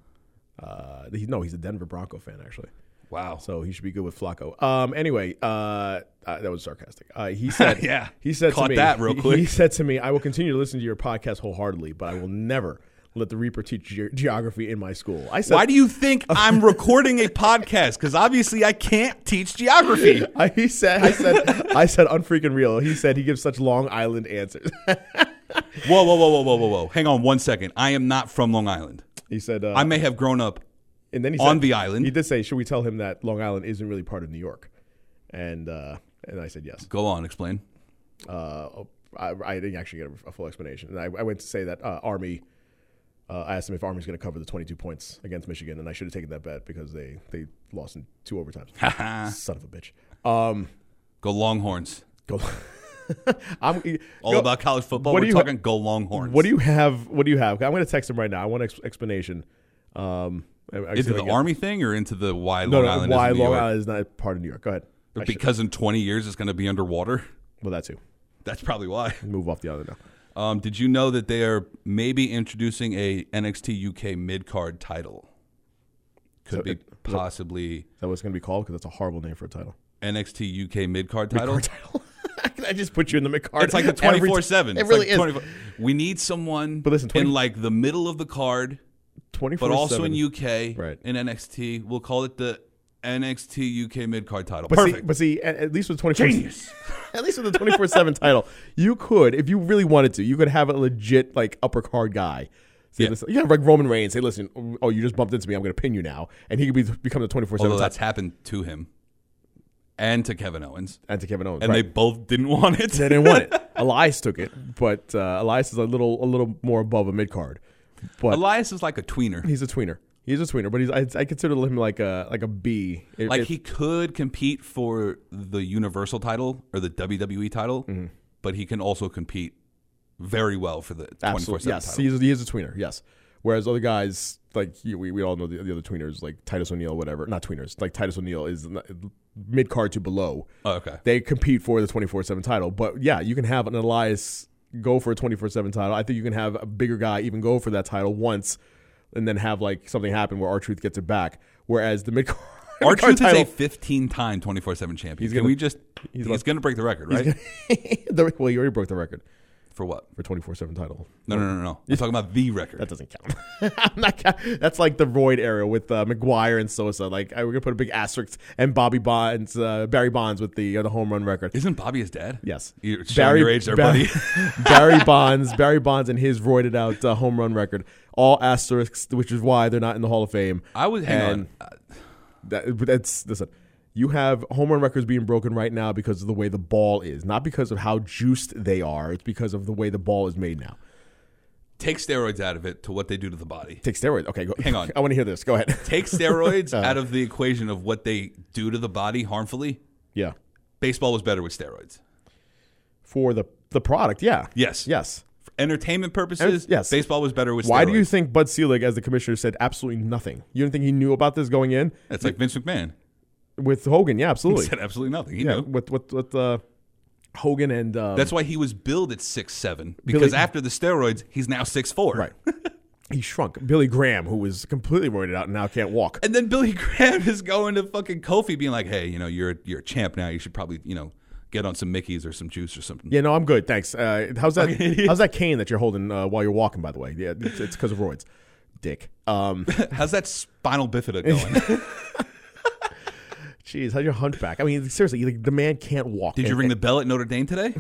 Speaker 2: Uh, he, no, he's a Denver Bronco fan actually.
Speaker 1: Wow.
Speaker 2: So he should be good with Flacco. Um, anyway, uh, uh, that was sarcastic. Uh,
Speaker 1: *laughs*
Speaker 2: he said,
Speaker 1: Yeah.
Speaker 2: he said
Speaker 1: Caught
Speaker 2: to me,
Speaker 1: that real
Speaker 2: he-
Speaker 1: quick.
Speaker 2: He said to me, I will continue to listen to your podcast wholeheartedly, but I will never let the Reaper teach ge- geography in my school. I said,
Speaker 1: Why do you
Speaker 2: *laughs*
Speaker 1: think I'm recording a podcast? Because obviously I can't teach
Speaker 2: *laughs*
Speaker 1: geography.
Speaker 2: I, he said, I said,
Speaker 1: *laughs*
Speaker 2: I said, unfreaking real. He said he gives such Long Island answers. *laughs*
Speaker 1: Whoa, whoa, whoa, whoa, whoa, whoa, whoa. Hang on one second. I am not from Long Island.
Speaker 2: he said, uh,
Speaker 1: I may have grown up.
Speaker 2: and then he
Speaker 1: on
Speaker 2: said-
Speaker 1: the island.
Speaker 2: He did say, should we tell him that Long Island isn't really part of New York? And uh, and I said yes.
Speaker 1: Go on, explain.
Speaker 2: Uh, I, I didn't actually get a, a full explanation. And I, I went to say that uh, Army. Uh, I asked him if Army's going to cover the 22 points against Michigan, and I should have taken that bet because they they lost in two
Speaker 1: *laughs*
Speaker 2: overtimes. Son of a bitch. Um,
Speaker 1: Go Longhorns.
Speaker 2: go. I'm
Speaker 1: All
Speaker 2: go-
Speaker 1: about college football.
Speaker 2: what do
Speaker 1: We're
Speaker 2: you-
Speaker 1: talking go Longhorns.
Speaker 2: What do you have? What do you have? I'm going to text him right now. I want an ex- explanation. Um, I- I
Speaker 1: Into
Speaker 2: see if I
Speaker 1: the
Speaker 2: can-
Speaker 1: Army thing or into the why
Speaker 2: No,
Speaker 1: Long
Speaker 2: no,
Speaker 1: Island
Speaker 2: why
Speaker 1: is New
Speaker 2: Long
Speaker 1: York?
Speaker 2: Island is not part of New York? Go ahead. I should-
Speaker 1: Because in 20 years it's going to be underwater. *laughs*
Speaker 2: well, that too.
Speaker 1: That's probably why.
Speaker 2: Move off the island now.
Speaker 1: Um, did you know that they are maybe introducing a NXT UK mid card title? Could
Speaker 2: So
Speaker 1: be
Speaker 2: it- so-
Speaker 1: possibly
Speaker 2: Is that what it's going to be called? Because that's a horrible name for a title. *laughs*
Speaker 1: NXT UK mid card title.
Speaker 2: Title. Can I just put you in the mid-card?
Speaker 1: It's like the
Speaker 2: *laughs* every
Speaker 1: twenty four seven.
Speaker 2: ti- It really is.
Speaker 1: We need someone,
Speaker 2: But listen, 20
Speaker 1: in like the middle of the card,
Speaker 2: 24
Speaker 1: but also in UK,
Speaker 2: Right.
Speaker 1: In NXT, we'll call it the NXT UK mid card title.
Speaker 2: But
Speaker 1: Perfect.
Speaker 2: see, but see, at, at least with 24 *laughs* at least with the 24 seven title, you could, if you really wanted to, you could have a legit like upper card guy Say,
Speaker 1: Yeah.
Speaker 2: listen, yeah, like Roman Reigns. Say, listen, oh, you just bumped into me. I'm going to pin you now, and he could be become the 24
Speaker 1: Although
Speaker 2: seven
Speaker 1: that's
Speaker 2: top
Speaker 1: happened to him and to Kevin Owens,
Speaker 2: and to Kevin Owens.
Speaker 1: and
Speaker 2: right.
Speaker 1: they both didn't *laughs* want it.
Speaker 2: *laughs* they didn't want it. Elias took it, but uh, Elias is a little a little more above a mid card.
Speaker 1: *laughs*
Speaker 2: But
Speaker 1: Elias is like a tweener.
Speaker 2: he's a tweener. He's a tweener, but he's I, I consider him like a like a B. It-
Speaker 1: Like
Speaker 2: it-
Speaker 1: he could compete for the Universal title or the WWE title,
Speaker 2: Mm-hmm.
Speaker 1: but he can also compete very well for the twenty four
Speaker 2: absolutely
Speaker 1: seven
Speaker 2: yes,
Speaker 1: title.
Speaker 2: he's, he is a tweener. Yes. Whereas other guys like he, we, we all know the, the other tweeners like Titus O'Neil, whatever, not tweeners like Titus O'Neil is mid card to below.
Speaker 1: Oh, okay.
Speaker 2: they compete for the 24-7 title but yeah you can have an elias go for a 24-7 title i think you can have a bigger guy even go for that title once and then have like something happen where r-truth gets it back whereas the mid-card *laughs*
Speaker 1: Our truth is
Speaker 2: title, *laughs*
Speaker 1: a 15 time 24 7 champion.
Speaker 2: He's
Speaker 1: Can
Speaker 2: gonna-
Speaker 1: we just. He's,
Speaker 2: like-
Speaker 1: going to break the record, right?
Speaker 2: *laughs* the, well you already broke the record
Speaker 1: For what?
Speaker 2: for 24-7 title
Speaker 1: No, no, no, no, no. I'm talking about the record.
Speaker 2: that doesn't count. *laughs* I'm not ca- that's like the Royd era with uh, McGuire and Sosa. Like I, we're gonna put a big asterisk and Bobby Bonds, uh, Barry Bonds with the uh, the home run record.
Speaker 1: Isn't Bobby his dad?
Speaker 2: Yes,
Speaker 1: You're Barry, your age there,
Speaker 2: Barry,
Speaker 1: buddy. *laughs*
Speaker 2: *laughs* Barry Bonds, Barry Bonds, and his roided out uh, home run record, all asterisks, which is why they're not in the Hall of Fame.
Speaker 1: I was. Hang
Speaker 2: And
Speaker 1: on. Uh,
Speaker 2: That, but that's listen. You have home run records being broken right now because of the way the ball is, not because of how juiced they are. It's because of the way the ball is made now.
Speaker 1: Take steroids out of it to what they do to the body.
Speaker 2: Take steroids. Okay, go,
Speaker 1: Hang on.
Speaker 2: *laughs* I want to hear this. Go ahead.
Speaker 1: Take steroids
Speaker 2: Uh.
Speaker 1: out of the equation of what they do to the body harmfully.
Speaker 2: *laughs* yeah,
Speaker 1: Baseball was better with steroids.
Speaker 2: for the the product. Yeah.
Speaker 1: Yes.
Speaker 2: Yes.
Speaker 1: For entertainment purposes,
Speaker 2: Ent- yes.
Speaker 1: baseball was better with steroids.
Speaker 2: Why do you think Bud Selig, as the commissioner, said absolutely nothing? You don't think he knew about this going in
Speaker 1: It's like Vince McMahon.
Speaker 2: with Hogan? Yeah,
Speaker 1: He
Speaker 2: absolutely.
Speaker 1: said absolutely nothing. He
Speaker 2: yeah,
Speaker 1: knew.
Speaker 2: with with with uh, Hogan and um,
Speaker 1: That's why he was billed at six seven because after the steroids, he's now six four.
Speaker 2: right. he shrunk. Billy Graham, who was completely roided out and now can't walk.
Speaker 1: And then Billy *laughs* Graham is going to fucking Kofi, being like, "Hey, you know, you're you're a champ now. You should probably, you know, get on some Mickey's or some juice or something."
Speaker 2: Yeah, no, I'm good, thanks. Uh, how's
Speaker 1: *laughs*
Speaker 2: that? how's that cane that you're holding uh, while you're walking? By the way, yeah, it's because of roids, dick. Um,
Speaker 1: How's that spinal bifida
Speaker 2: *laughs*
Speaker 1: going?
Speaker 2: jeez, how's your hunchback? I mean, seriously, like, the man can't walk.
Speaker 1: Did you
Speaker 2: And-
Speaker 1: ring the bell at Notre Dame today?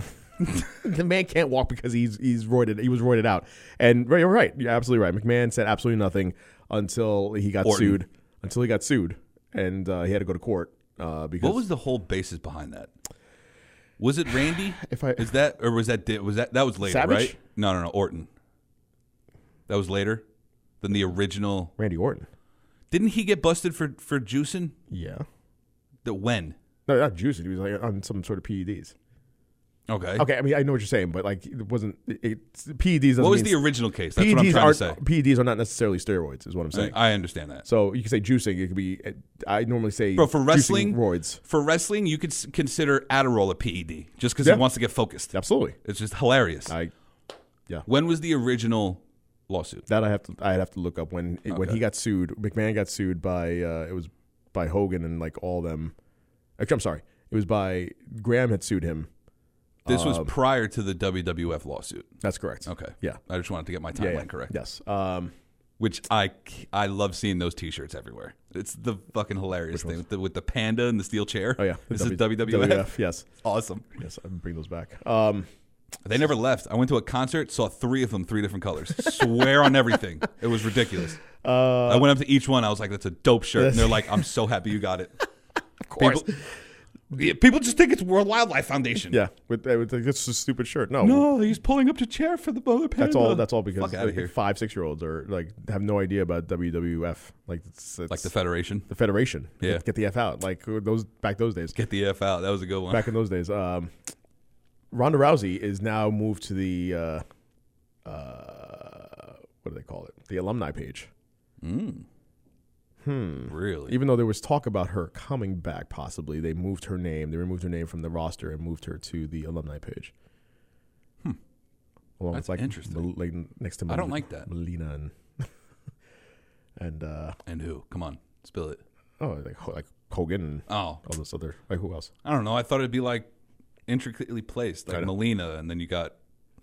Speaker 2: the man can't walk because he's he's roided. He was roided out. And right, you're right. You're absolutely right. McMahon said absolutely nothing until he got
Speaker 1: Orton.
Speaker 2: sued. Until he got sued, and uh, he had to go to court uh, because
Speaker 1: What was the whole basis behind that? Was it Randy?
Speaker 2: *sighs* If I-
Speaker 1: is that or was that was that that was later,
Speaker 2: Savage?
Speaker 1: right? No, no, no, Orton. That was later than the original.
Speaker 2: Randy Orton.
Speaker 1: Didn't he get busted for for juicing?
Speaker 2: Yeah.
Speaker 1: The when?
Speaker 2: No, not juicy. He was like on some sort of PEDs.
Speaker 1: Okay.
Speaker 2: Okay, I mean I know what you're saying, but like it wasn't it, it's- PEDs. Doesn't
Speaker 1: What was the
Speaker 2: mean, E
Speaker 1: original case? That's what I'm
Speaker 2: PEDs
Speaker 1: trying
Speaker 2: are
Speaker 1: to say.
Speaker 2: PEDs are not necessarily steroids, is what I'm saying.
Speaker 1: I I understand that.
Speaker 2: so you could say juicing. It could be. I normally say
Speaker 1: Bro, for
Speaker 2: juicing
Speaker 1: wrestling,
Speaker 2: roids.
Speaker 1: For wrestling, you could s- consider Adderall a PED just because
Speaker 2: Yeah.
Speaker 1: it wants to get focused.
Speaker 2: Absolutely.
Speaker 1: It's just hilarious.
Speaker 2: I
Speaker 1: when was the original lawsuit?
Speaker 2: That I have to I'd have to look up when when he got sued. McMahon got sued by uh, it was by Hogan and like all them. Actually, I'm sorry, it was by Graham had sued him.
Speaker 1: This was prior to the WWF lawsuit.
Speaker 2: That's correct.
Speaker 1: Okay.
Speaker 2: Um, Yeah.
Speaker 1: I just wanted to get my timeline
Speaker 2: Yeah, yeah.
Speaker 1: correct.
Speaker 2: Yes. Um,
Speaker 1: Which I c- I love seeing those T-shirts everywhere. It's the fucking hilarious thing with the, with the panda and the steel chair.
Speaker 2: oh yeah.
Speaker 1: This is
Speaker 2: W-
Speaker 1: WWF.
Speaker 2: Yes.
Speaker 1: Awesome.
Speaker 2: Yes. I bring those back. Um,
Speaker 1: They never left. I went to a concert, saw three of them, three different colors. Swear on everything. It was ridiculous.
Speaker 2: Uh,
Speaker 1: I went up to each one. I was like, "That's a dope shirt," and they're like, "I'm so happy you got it."
Speaker 2: *laughs*
Speaker 1: of
Speaker 2: course.
Speaker 1: People, Yeah, people just think it's World Wildlife Foundation.
Speaker 2: yeah. With, uh, with like, this is a stupid shirt. No.
Speaker 1: No, he's pulling up the chair for the mother panda.
Speaker 2: That's all. That's all because
Speaker 1: Fuck outta
Speaker 2: like,
Speaker 1: here.
Speaker 2: five, six year olds are like have no idea about WWF. Like it's, it's
Speaker 1: like the Federation.
Speaker 2: the Federation.
Speaker 1: Yeah.
Speaker 2: Get the f out. Like those back those days.
Speaker 1: Get the f out. That was a good one.
Speaker 2: back in those days. Um, Ronda Rousey is now moved to the uh, uh, what do they call it? The alumni page.
Speaker 1: really?
Speaker 2: Even though there was talk about her coming back, possibly they moved her name. They removed her name from the roster and moved her to the alumni page. Hmm. Along
Speaker 1: That's
Speaker 2: with like
Speaker 1: interesting.
Speaker 2: Mel- like next to
Speaker 1: I don't
Speaker 2: Mel-
Speaker 1: like that.
Speaker 2: Melina and *laughs* and uh,
Speaker 1: And who? Come on, spill it.
Speaker 2: oh like Ho- like Hogan and
Speaker 1: Oh,
Speaker 2: all those other like who else?
Speaker 1: I don't know. I thought it'd be like intricately placed, like
Speaker 2: Kinda.
Speaker 1: Melina, and then you got.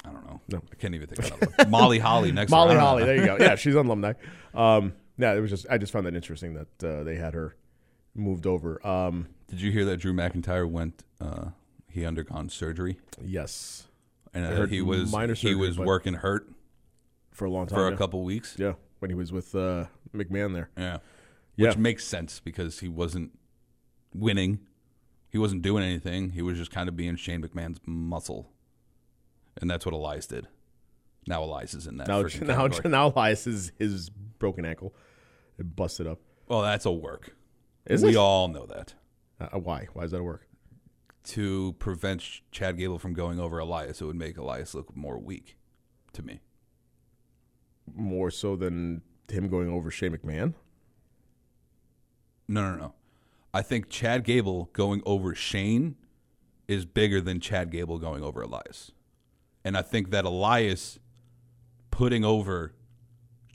Speaker 1: I don't know.
Speaker 2: No.
Speaker 1: I can't even think of that. Molly
Speaker 2: *laughs*
Speaker 1: Holly next. to her. I
Speaker 2: Molly
Speaker 1: don't know.
Speaker 2: Holly. There you go.
Speaker 1: *laughs*
Speaker 2: Yeah, she's an alumni. Um, yeah, it was just I just found that interesting that uh, they had her moved over. Um,
Speaker 1: Did you hear that Drew McIntyre went? Uh, he undergone surgery,
Speaker 2: yes,
Speaker 1: and uh,
Speaker 2: heard
Speaker 1: he was
Speaker 2: minor
Speaker 1: he
Speaker 2: surgery,
Speaker 1: was
Speaker 2: but-
Speaker 1: working hurt,
Speaker 2: for a long time.
Speaker 1: for a
Speaker 2: yeah.
Speaker 1: couple weeks.
Speaker 2: Yeah, when he was with uh, McMahon there.
Speaker 1: Yeah.
Speaker 2: Yeah.
Speaker 1: Which makes sense because he wasn't winning. He wasn't doing anything. He was just kind of being Shane McMahon's muscle. And that's what Elias did. Now Elias is in that.
Speaker 2: Now,
Speaker 1: freaking
Speaker 2: *laughs* now,
Speaker 1: category.
Speaker 2: now, Elias is his broken ankle, it busted up.
Speaker 1: well, that's a work.
Speaker 2: Is
Speaker 1: we
Speaker 2: it?
Speaker 1: all know that.
Speaker 2: Uh, why? Why does that work?
Speaker 1: To prevent Sh- Chad Gable from going over Elias, it would make Elias look more weak to me.
Speaker 2: More so than him going over Shane McMahon.
Speaker 1: No, no, no. I think Chad Gable going over Shane is bigger than Chad Gable going over Elias. And I think that Elias putting over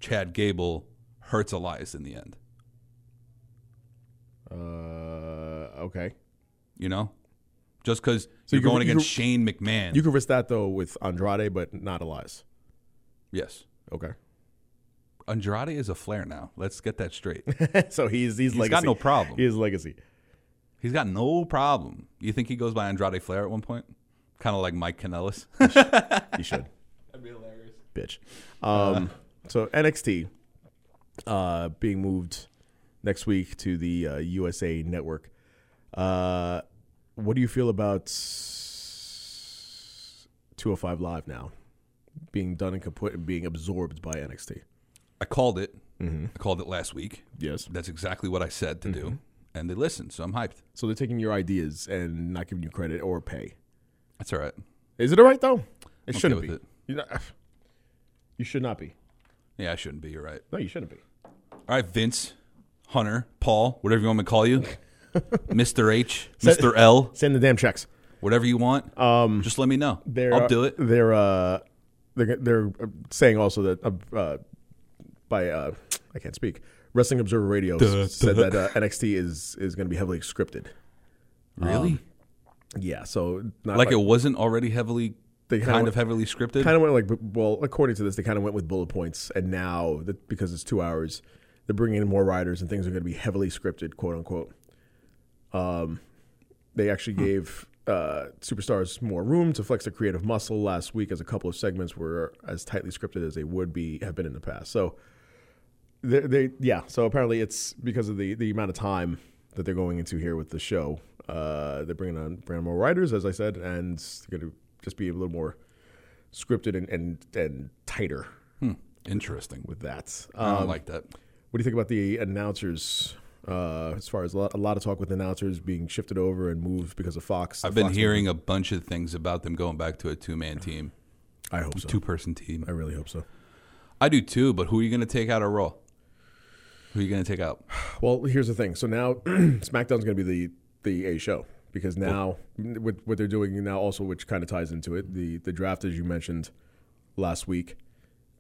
Speaker 1: Chad Gable hurts Elias in the end.
Speaker 2: Uh, okay.
Speaker 1: You know? Just because
Speaker 2: So
Speaker 1: you're
Speaker 2: you could-
Speaker 1: going
Speaker 2: you
Speaker 1: against
Speaker 2: could-
Speaker 1: Shane McMahon.
Speaker 2: You could risk that though with Andrade, but not Elias.
Speaker 1: yes.
Speaker 2: Okay. *laughs*
Speaker 1: Andrade is a flair now. Let's get that straight.
Speaker 2: so he's he's,
Speaker 1: He's
Speaker 2: legacy.
Speaker 1: got no problem.
Speaker 2: He is legacy.
Speaker 1: He's got no problem. You think he goes by Andrade Flair at one point? Kind of like Mike
Speaker 2: *laughs*
Speaker 1: Kanellis.
Speaker 2: He should. *laughs* That'd be hilarious. Bitch. *laughs* Um, so NXT uh, being moved next week to the uh, USA Network. Uh, what do you feel about 205 Live now being done and kaput and being absorbed by NXT?
Speaker 1: I called it.
Speaker 2: Mm-hmm.
Speaker 1: I called it last week.
Speaker 2: Yes.
Speaker 1: That's exactly what I said to do.
Speaker 2: Mm-hmm.
Speaker 1: And they listened, so I'm hyped.
Speaker 2: So they're taking your ideas and not giving you credit or pay.
Speaker 1: That's all right.
Speaker 2: Is it all right though? It
Speaker 1: okay
Speaker 2: shouldn't
Speaker 1: with
Speaker 2: be.
Speaker 1: it.
Speaker 2: You're not- *sighs* you should not be.
Speaker 1: Yeah, I shouldn't be. You're right.
Speaker 2: No, you shouldn't be.
Speaker 1: All right, Vince, Hunter, Paul, whatever you want me to call you,
Speaker 2: *laughs*
Speaker 1: Mr. H,
Speaker 2: Said-
Speaker 1: Mr. L,
Speaker 2: Send the damn checks.
Speaker 1: whatever you want. Um, just let me know.
Speaker 2: They're,
Speaker 1: I'll do it.
Speaker 2: They're uh, they're they're uh, saying also that uh, uh, by uh, I can't speak. Wrestling Observer Radio s- said that uh, NXT is is going to be heavily scripted.
Speaker 1: Really?
Speaker 2: Yeah, so not
Speaker 1: like it wasn't already heavily,
Speaker 2: They kinda
Speaker 1: kind
Speaker 2: went-
Speaker 1: of heavily scripted.
Speaker 2: kind of went like bu- well, according to this, they kind of went with bullet points, and now that because it's two hours, they're bringing in more riders, and things are going to be heavily scripted, quote unquote. Um, they actually gave uh, superstars more room to flex their creative muscle last week, as a couple of segments were as tightly scripted as they would be have been in the past. So they, they yeah. So apparently, it's because of the the amount of time that they're going into here with the show. Uh, they're bringing on, bringing on more writers, as I said, and they're going to just be a little more scripted and and, and tighter
Speaker 1: Hmm. Interesting.
Speaker 2: with that.
Speaker 1: I
Speaker 2: Um,
Speaker 1: don't like that.
Speaker 2: what do you think about the announcers? Uh, as far as a lot, a lot of talk with announcers being shifted over and moved because of Fox.
Speaker 1: I've been
Speaker 2: Fox-
Speaker 1: hearing a bunch of things about them going back to a two man team,
Speaker 2: I hope so.
Speaker 1: two person team.
Speaker 2: I really hope so.
Speaker 1: I do too, but who are you going to take out of Raw? Who are you going to take out? *sighs*
Speaker 2: Well, here's the thing. So now *clears throat* SmackDown's going to be the the A show because now with what they're doing now also, which kind of ties into it, the the draft as you mentioned last week,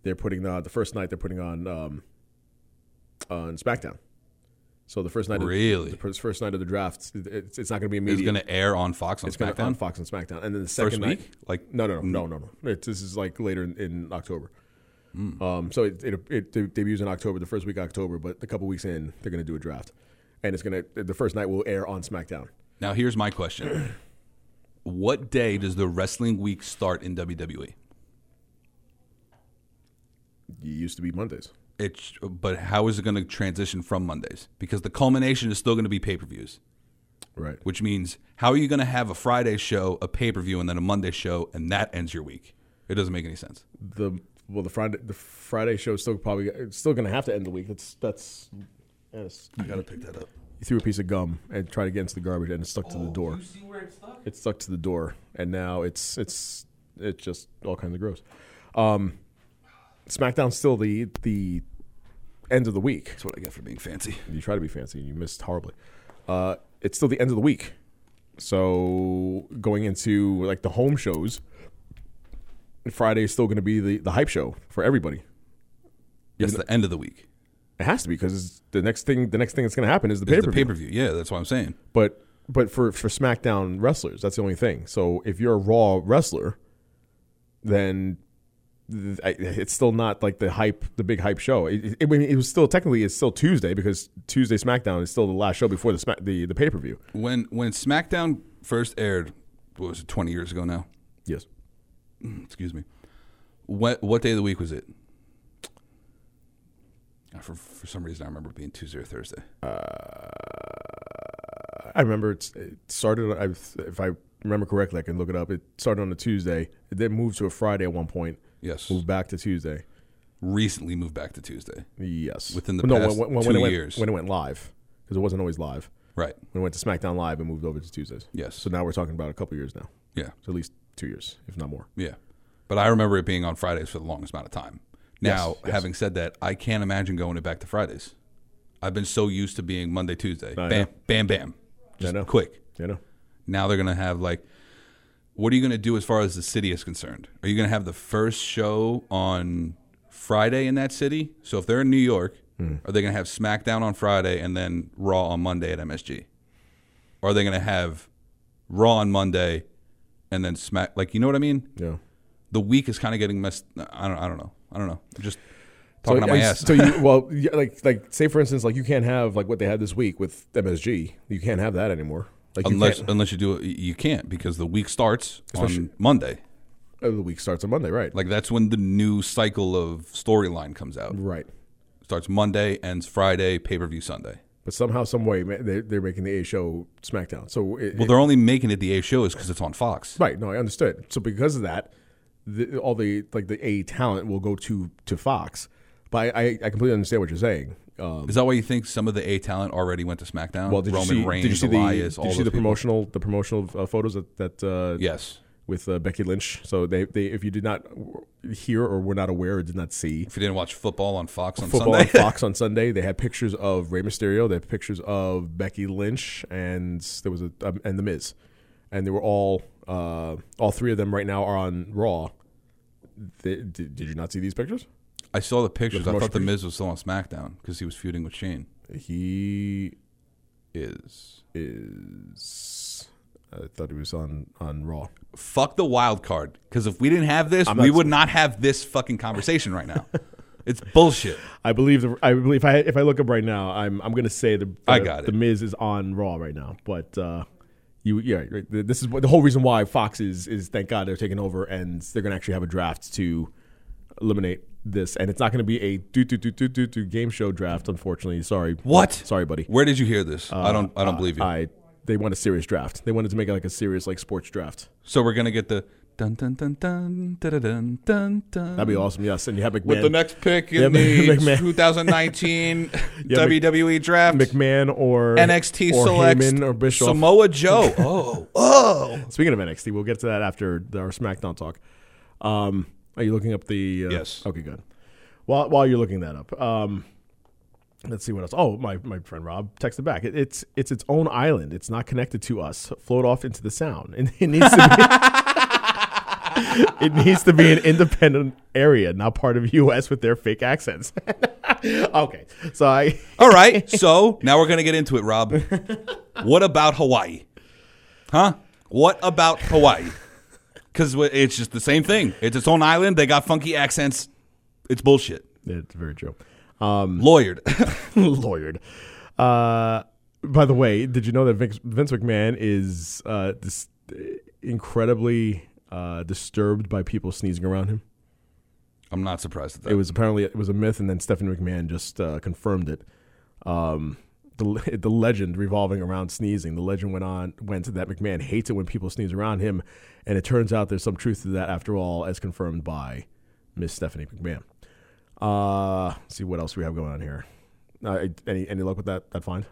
Speaker 2: they're putting uh, the first night they're putting on um, on SmackDown. So the first night,
Speaker 1: Really?
Speaker 2: of, the first- first night of the draft, it's, it's not going to be
Speaker 1: It's
Speaker 2: immediate.
Speaker 1: going to air on Fox on
Speaker 2: It's going
Speaker 1: SmackDown.
Speaker 2: to on Fox and SmackDown, and then the second
Speaker 1: First
Speaker 2: night,
Speaker 1: week? Like
Speaker 2: no, no, no, no, no, no. It's, this is like later in, in October. Um, so it, it, it de- debuts in October, the first week of October, but a couple weeks in, they're going to do a draft, and it's going to the first night will air on SmackDown.
Speaker 1: Now, here's my *clears throat* question What day does the wrestling week start in E? WWE?
Speaker 2: It used to be Mondays.
Speaker 1: It's, but how is it going to transition from Mondays? Because the culmination is still going to be pay per views,
Speaker 2: Right.
Speaker 1: which means how are you going to have a Friday show, a pay per view, and then a Monday show, and that ends your week? It doesn't make any sense.
Speaker 2: The well, the Friday the Friday show is still probably it's still going to have to end the week. That's that's. Yes. You
Speaker 1: got to pick that up.
Speaker 2: threw a piece of gum and tried against the garbage, and it stuck to the door.
Speaker 1: Oh, see where it's stuck?
Speaker 2: it stuck to the door, and now it's it's it's just all kinds of gross. Um, SmackDown's still the the end of the week.
Speaker 1: That's what I get for being fancy.
Speaker 2: You try to be fancy, and you missed horribly. Uh, it's still the end of the week, so going into like the home shows, Friday is still going to be the the hype show for everybody.
Speaker 1: It's the end of the week.
Speaker 2: It has to be because the next thing the next thing that's going to happen is the pay
Speaker 1: It's
Speaker 2: per
Speaker 1: the pay
Speaker 2: view.
Speaker 1: per view. Yeah, that's what I'm saying.
Speaker 2: But but for for SmackDown wrestlers, that's the only thing. So if you're a Raw wrestler, then th- I- it's still not like the hype, the big hype show. It, it, I mean, it was still technically it's still Tuesday because Tuesday SmackDown is still the last show before the Smack, the, the pay per view.
Speaker 1: When when SmackDown first aired, what was it, 20 years ago now?
Speaker 2: Yes,
Speaker 1: Excuse me. What what day of the week was it? Uh, For, for some reason, I remember it being Tuesday or Thursday.
Speaker 2: I remember it's, it started. I, if I remember correctly, I can look it up. It started on a Tuesday. It then moved to a Friday at one point.
Speaker 1: Yes.
Speaker 2: Moved back to Tuesday.
Speaker 1: Recently moved back to Tuesday.
Speaker 2: Yes.
Speaker 1: Within the past
Speaker 2: when
Speaker 1: two
Speaker 2: it went,
Speaker 1: years.
Speaker 2: When it went live, because it wasn't always live.
Speaker 1: Right.
Speaker 2: When it went to SmackDown Live and moved over to Tuesdays.
Speaker 1: Yes.
Speaker 2: So now we're talking about a couple years now.
Speaker 1: Yeah.
Speaker 2: So at least two years, if not more.
Speaker 1: Yeah. But I remember it being on Fridays for the longest amount of time. Now,
Speaker 2: yes.
Speaker 1: having said that, I can't imagine going it back to Fridays. I've been so used to being Monday, Tuesday.
Speaker 2: I
Speaker 1: bam,
Speaker 2: know.
Speaker 1: bam, bam. Just
Speaker 2: know.
Speaker 1: quick.
Speaker 2: You know.
Speaker 1: Now they're going to have like, what are you going to do as far as the city is concerned? Are you going to have the first show on Friday in that city? So if they're in New York,
Speaker 2: Hmm.
Speaker 1: are they going to have SmackDown on Friday and then Raw on Monday at MSG? Or are they going to have Raw on Monday and then Smack? Like, you know what I mean?
Speaker 2: Yeah.
Speaker 1: the week is kind of getting messed. I don't. I don't know. I don't know. I'm just talking
Speaker 2: so,
Speaker 1: out my
Speaker 2: I-
Speaker 1: ass. *laughs*
Speaker 2: so you well, yeah, like like say for instance, like you can't have like what they had this week with MSG. You can't have that anymore. Like you
Speaker 1: unless
Speaker 2: can't-
Speaker 1: unless you do it, you can't because the week starts on Monday.
Speaker 2: oh, the week starts on Monday, right?
Speaker 1: Like that's when the new cycle of storyline comes out.
Speaker 2: right.
Speaker 1: Starts Monday, ends Friday, pay per view Sunday.
Speaker 2: But somehow, some way, ma- they're, they're making the A show SmackDown. So it,
Speaker 1: Well, they're only making it the A show is because it's on Fox.
Speaker 2: Right. No, I understood. So because of that, the, all the like the A talent will go to to Fox. But I, I, I completely understand what you're saying. Um,
Speaker 1: Is that why you think some of the A talent already went to SmackDown?
Speaker 2: well, did
Speaker 1: Roman
Speaker 2: you see,
Speaker 1: Reigns,
Speaker 2: did you see
Speaker 1: Elias,
Speaker 2: the
Speaker 1: all
Speaker 2: did you
Speaker 1: those
Speaker 2: see the
Speaker 1: people.
Speaker 2: promotional the promotional uh, photos that that uh,
Speaker 1: Yes.
Speaker 2: with uh, Becky Lynch? So they, they if you did not w- hear or were not aware or did not see
Speaker 1: If you didn't watch football on Fox on
Speaker 2: football on
Speaker 1: Sunday, *laughs*
Speaker 2: Fox on Sunday, they had pictures of Rey Mysterio, they had pictures of Becky Lynch, and there was a um, and the Miz, and they were all uh, all three of them right now are on Raw. They, did, did you not see these pictures?
Speaker 1: I saw the pictures. I
Speaker 2: promotion
Speaker 1: thought the
Speaker 2: pictures.
Speaker 1: Miz was still on SmackDown because he was feuding with Shane.
Speaker 2: He
Speaker 1: Is
Speaker 2: is. I thought he was on on Raw.
Speaker 1: fuck the wild card because if we didn't have this,
Speaker 2: I'm
Speaker 1: we
Speaker 2: not-
Speaker 1: would not have this fucking conversation right now. it's bullshit.
Speaker 2: I believe the I believe if I if I look up right now, I'm I'm gonna say the
Speaker 1: I got
Speaker 2: the
Speaker 1: it.
Speaker 2: Miz is on Raw right now, but. uh you, yeah, right. Th- this is what, the whole reason why Fox is is thank God they're taking over and they're gonna actually have a draft to eliminate this, and it's not gonna be a do do do do do do game show draft. Unfortunately, sorry.
Speaker 1: What?
Speaker 2: Sorry, buddy.
Speaker 1: Where did you hear this? I don't. I don't believe you.
Speaker 2: Uh, I they want a serious draft. They wanted to make it like a serious like sports draft.
Speaker 1: so we're gonna get the dun dun dun dun dun dun dun. dun.
Speaker 2: That'd be awesome. Yes, and you have McMahon
Speaker 1: With the next pick
Speaker 2: Yeah,
Speaker 1: in the
Speaker 2: *laughs* Mc- McMahon.
Speaker 1: 2019
Speaker 2: *laughs* Yeah, Mc-
Speaker 1: WWE E draft,
Speaker 2: McMahon or
Speaker 1: NXT
Speaker 2: or
Speaker 1: selects
Speaker 2: Heyman or Bischoff.
Speaker 1: Samoa Joe.
Speaker 2: *laughs*
Speaker 1: Oh, oh.
Speaker 2: Speaking of NXT, we'll get to that after the- our SmackDown talk. Um, are you looking up the? Uh,
Speaker 1: Yes.
Speaker 2: Okay, good. While while you're looking that up, um, let's see what else. Oh, my my friend Rob texted back. It, it's it's its own island. It's not connected to us. Float off into the sound. *laughs* It, it needs to be. it needs to be an independent area, not part of U.S. with their fake accents. *laughs* okay, so I.
Speaker 1: All right. So now we're going to get into it, Rob.
Speaker 2: *laughs*
Speaker 1: What about Hawaii? Huh? What about Hawaii? Because it's just the same thing. It's its own island. They got funky accents. It's bullshit.
Speaker 2: It's very true.
Speaker 1: Lawyered. *laughs*
Speaker 2: *laughs* lawyered. Uh, by the way, did you know that Vince, Vince McMahon is uh, dis- incredibly uh, disturbed by people sneezing around him?
Speaker 1: I'm not surprised at that.
Speaker 2: It was apparently it was a myth, and then Stephanie McMahon just uh, confirmed it. Um, the, le- the *laughs* legend revolving around sneezing. The legend went on went that McMahon hates it when people sneeze around him, and it turns out there's some truth to that after all, as confirmed by Miss Stephanie McMahon. Uh, let's see what else we have going on here. Uh, any any luck with that that find?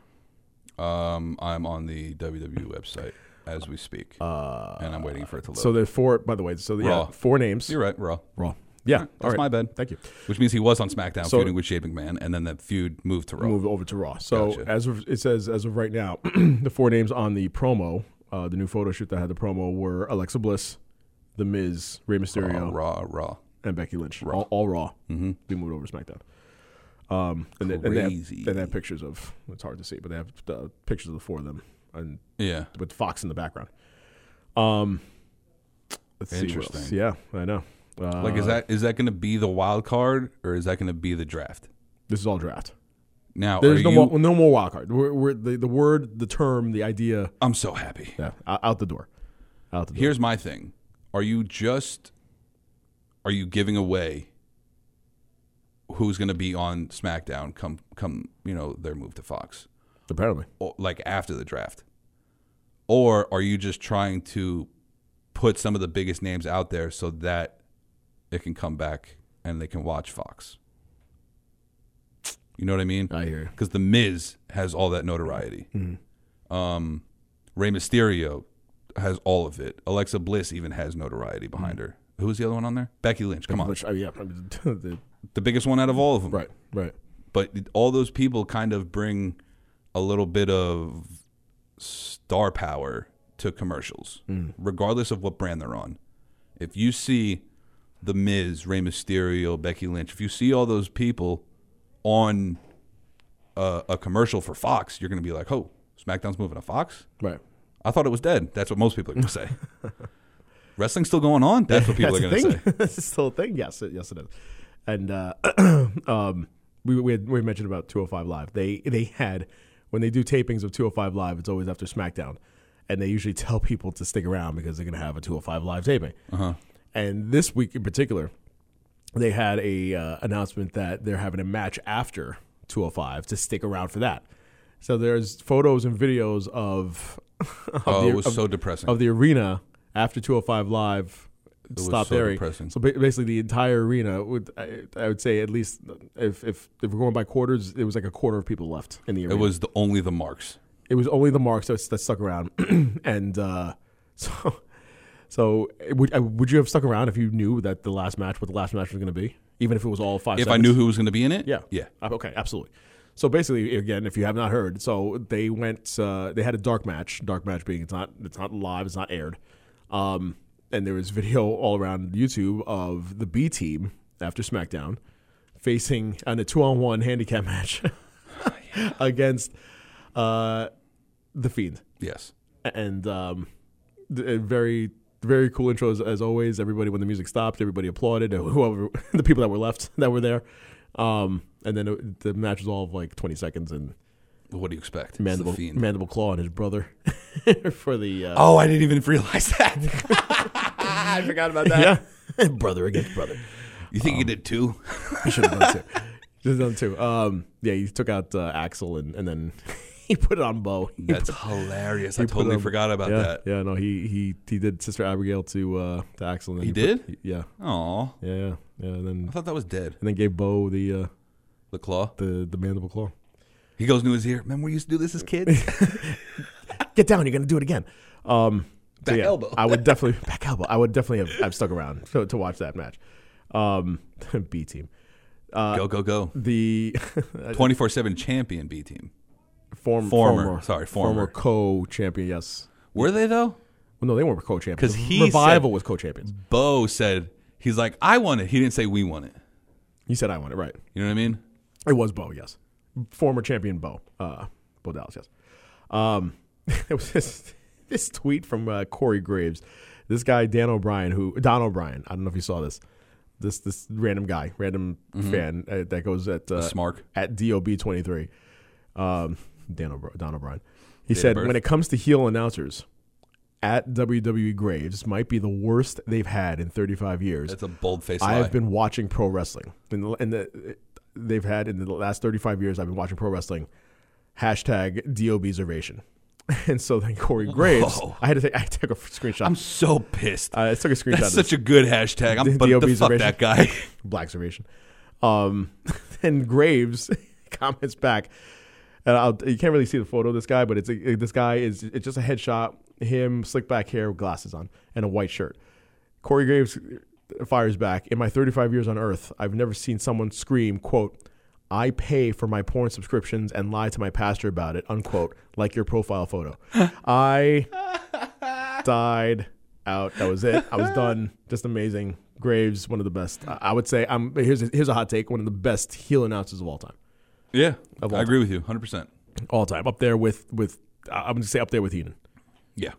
Speaker 1: um, I'm on the WWE website as we speak, and I'm waiting for it to load.
Speaker 2: Uh, So there's four. By the way, so the, yeah,
Speaker 1: Raw.
Speaker 2: four names.
Speaker 1: You're right, Raw.
Speaker 2: Raw. Yeah,
Speaker 1: That's my bad.
Speaker 2: Thank you.
Speaker 1: Which means he was on SmackDown
Speaker 2: So-
Speaker 1: feuding with Shane McMahon, and then that feud moved to Raw.
Speaker 2: Move over to Raw. So
Speaker 1: Gotcha.
Speaker 2: as of, it says, as of right now, *clears throat* the four names on the promo, uh, the new photo shoot that had the promo were Alexa Bliss, The Miz, Rey
Speaker 1: Raw,
Speaker 2: Mysterio,
Speaker 1: Oh, Raw, Raw.
Speaker 2: and Becky Lynch. All, all Raw. Mm-hmm. Be moved over to SmackDown. Um, and, they, and, they have,
Speaker 1: Crazy.
Speaker 2: and they have pictures of. It's hard to see, but they have uh, pictures of the four of them, and
Speaker 1: Yeah.
Speaker 2: with Fox in the background. Um, let's see what else.
Speaker 1: Interesting.
Speaker 2: Yeah, I know. Uh,
Speaker 1: Like, is that is that going to be the wild card, or is that going to be the draft?
Speaker 2: this is all draft.
Speaker 1: Now, are
Speaker 2: There's no
Speaker 1: you-
Speaker 2: more, no more wild card. We're, we're the, the word, the term, the idea,
Speaker 1: I'm so happy.
Speaker 2: yeah, o- out the door, out the door.
Speaker 1: Here's my thing. Are you just are you giving away who's going to be on SmackDown come come you know their move to Fox,
Speaker 2: Apparently.
Speaker 1: or, like after the draft, or are you just trying to put some of the biggest names out there so that it can come back and they can watch Fox? You know what I mean?
Speaker 2: I hear you.
Speaker 1: because the Miz has all that notoriety. Um, Rey Mysterio has all of it. Alexa Bliss even has notoriety behind her. Who was the other one on there? Mm-hmm. Becky Lynch. Come on,
Speaker 2: Which, uh, yeah, I mean, *laughs* the-
Speaker 1: the biggest one out of all of them.
Speaker 2: right, right.
Speaker 1: But all those people kind of bring a little bit of star power to commercials,
Speaker 2: Hmm.
Speaker 1: regardless of what brand they're on. If you see the Miz, Rey Mysterio, Becky Lynch, if you see all those people on uh, a, a commercial for Fox, you're going to be like, "Oh, SmackDown's moving to Fox."
Speaker 2: Right.
Speaker 1: I thought it was dead. That's what most people are going to
Speaker 2: *laughs*
Speaker 1: say. Wrestling's still going on. That's what people are going
Speaker 2: That's
Speaker 1: to
Speaker 2: a
Speaker 1: say.
Speaker 2: thing. *laughs* That's still a thing. Yes, it, yes, it is. And uh, *clears throat* um, we we, had, we mentioned about 205 Live. They they had when they do tapings of 205 Live, it's always after SmackDown, and they usually *laughs* tell people to stick around because they're going to have a 205 Live taping. Uh-huh. And this week in particular, they had a uh, announcement that they're having a match after 205 to stick around for that. So there's photos and videos of. *laughs* of
Speaker 1: Oh,
Speaker 2: the-
Speaker 1: it was
Speaker 2: of-
Speaker 1: so depressing.
Speaker 2: of the arena after 205 Live
Speaker 1: was
Speaker 2: stopped
Speaker 1: so
Speaker 2: airing.
Speaker 1: depressing.
Speaker 2: So ba- basically, the entire arena would I, I would say at least if, if if we're going by quarters, it was like a quarter of people left in the arena.
Speaker 1: it was the, only the marks.
Speaker 2: It was only the marks that, that stuck around, *clears throat* and uh, *laughs* so so would uh, would you have stuck around if you knew that the last match what the last match was going to be, even if it was all five?
Speaker 1: If I
Speaker 2: seconds?
Speaker 1: knew who was going to be in it,
Speaker 2: Yeah.
Speaker 1: yeah.
Speaker 2: Uh, Okay. Absolutely. So basically, again, if you have not heard, so they went, uh, they had a dark match. Dark match being it's not, it's not live, it's not aired. Um, and there was *laughs* video all around YouTube of the B team after SmackDown facing on a two-on-one handicap *laughs* match against uh, the Fiend
Speaker 1: Yes.
Speaker 2: and um, th- uh, very very cool intro as, as always. Everybody when the music stopped, everybody applauded. and *laughs* Whoever the people that were left *laughs* that were there, um, and then it, the match was all of like twenty seconds and
Speaker 1: What do you expect? It's the
Speaker 2: mandible
Speaker 1: Fiend.
Speaker 2: mandible claw and his brother *laughs* for the uh,
Speaker 1: Oh, I didn't even realize
Speaker 2: *laughs*
Speaker 1: that. I forgot about Oh, that.
Speaker 2: yeah brother against brother. Um,
Speaker 1: You think you did too?
Speaker 2: He should have done two. Should have done two. Um, yeah, he took out uh, Axel and, and then *laughs* he put it on Bo. He
Speaker 1: That's hilarious. I
Speaker 2: put
Speaker 1: totally
Speaker 2: on-
Speaker 1: forgot about
Speaker 2: yeah,
Speaker 1: that.
Speaker 2: Yeah, no, he he he did Sister Abigail to uh, to Axel. And then
Speaker 1: He
Speaker 2: put-
Speaker 1: did?
Speaker 2: yeah,
Speaker 1: Oh,
Speaker 2: yeah, yeah, yeah. And then
Speaker 1: I thought that was dead.
Speaker 2: and then gave Bo the uh,
Speaker 1: The claw.
Speaker 2: the the mandible claw.
Speaker 1: He goes into his ear. Remember we used to do this as
Speaker 2: *laughs*
Speaker 1: kids?
Speaker 2: Get down! You're gonna do it again. Um, so
Speaker 1: Back
Speaker 2: yeah,
Speaker 1: elbow. *laughs*
Speaker 2: I would definitely back elbow. I would definitely have, have stuck around to, to watch that match. Um, *laughs* B team. Uh,
Speaker 1: go go go.
Speaker 2: The *laughs*
Speaker 1: Twenty four seven champion B team.
Speaker 2: form,
Speaker 1: Former. Sorry, former.
Speaker 2: co-champion. Yes.
Speaker 1: Were they though?
Speaker 2: Well, no, they weren't co-champions.
Speaker 1: 'Cause he
Speaker 2: revival
Speaker 1: said-
Speaker 2: was co-champions.
Speaker 1: Bo said he's like I won it. He didn't say we won it.
Speaker 2: You said I won it, right?
Speaker 1: You know what I mean?
Speaker 2: It was Bo, yes. Former champion Bo, uh, Bo Dallas, yes. Um, *laughs* it was this, this tweet from uh, Corey Graves. This guy Dan O'Brien, who Don O'Brien, I don't know if you saw this. This this random guy, random fan uh, that goes at uh,
Speaker 1: Mm-hmm. smark.
Speaker 2: at dob twenty three. Um, Dan O'Br- Don O'Brien. He said,
Speaker 1: birth.
Speaker 2: when it comes to heel announcers, at WWE Graves might be the worst they've had in thirty five years.
Speaker 1: That's a bold faced
Speaker 2: I
Speaker 1: lie.
Speaker 2: have been watching pro wrestling, and the, and the, they've had in the last thirty five years. I've been watching pro wrestling. Hashtag dobservation, *laughs* and so then Corey Graves.
Speaker 1: Whoa.
Speaker 2: I had to take. I took a screenshot. Uh,
Speaker 1: I'm so pissed.
Speaker 2: I took a screenshot.
Speaker 1: That's
Speaker 2: of this
Speaker 1: such a good hashtag. I'm but
Speaker 2: DOB
Speaker 1: the
Speaker 2: 's
Speaker 1: fuck
Speaker 2: original.
Speaker 1: that guy. *laughs*
Speaker 2: *laughs* black observation. Um, *laughs* and Graves *laughs* comments back, and I'll, you can't really see the photo of this guy, but it's a, this guy is it's just a headshot, him slick back hair, with glasses on, and a white shirt. Corey Graves fires back. In my 35 years on Earth, I've never seen someone scream, "quote I pay for my porn subscriptions and lie to my pastor about it," unquote, like your profile photo. I died out. That was it.
Speaker 1: *laughs*
Speaker 2: I was done. Just amazing. Graves, one of the best. I, I would say. I'm here's a, here's a hot take. One of the best heel announcers of all time.
Speaker 1: yeah,
Speaker 2: Of all
Speaker 1: I agree with you 100. percent
Speaker 2: All time, up there with with. I- I'm gonna say up there with Heenan.
Speaker 1: Yeah.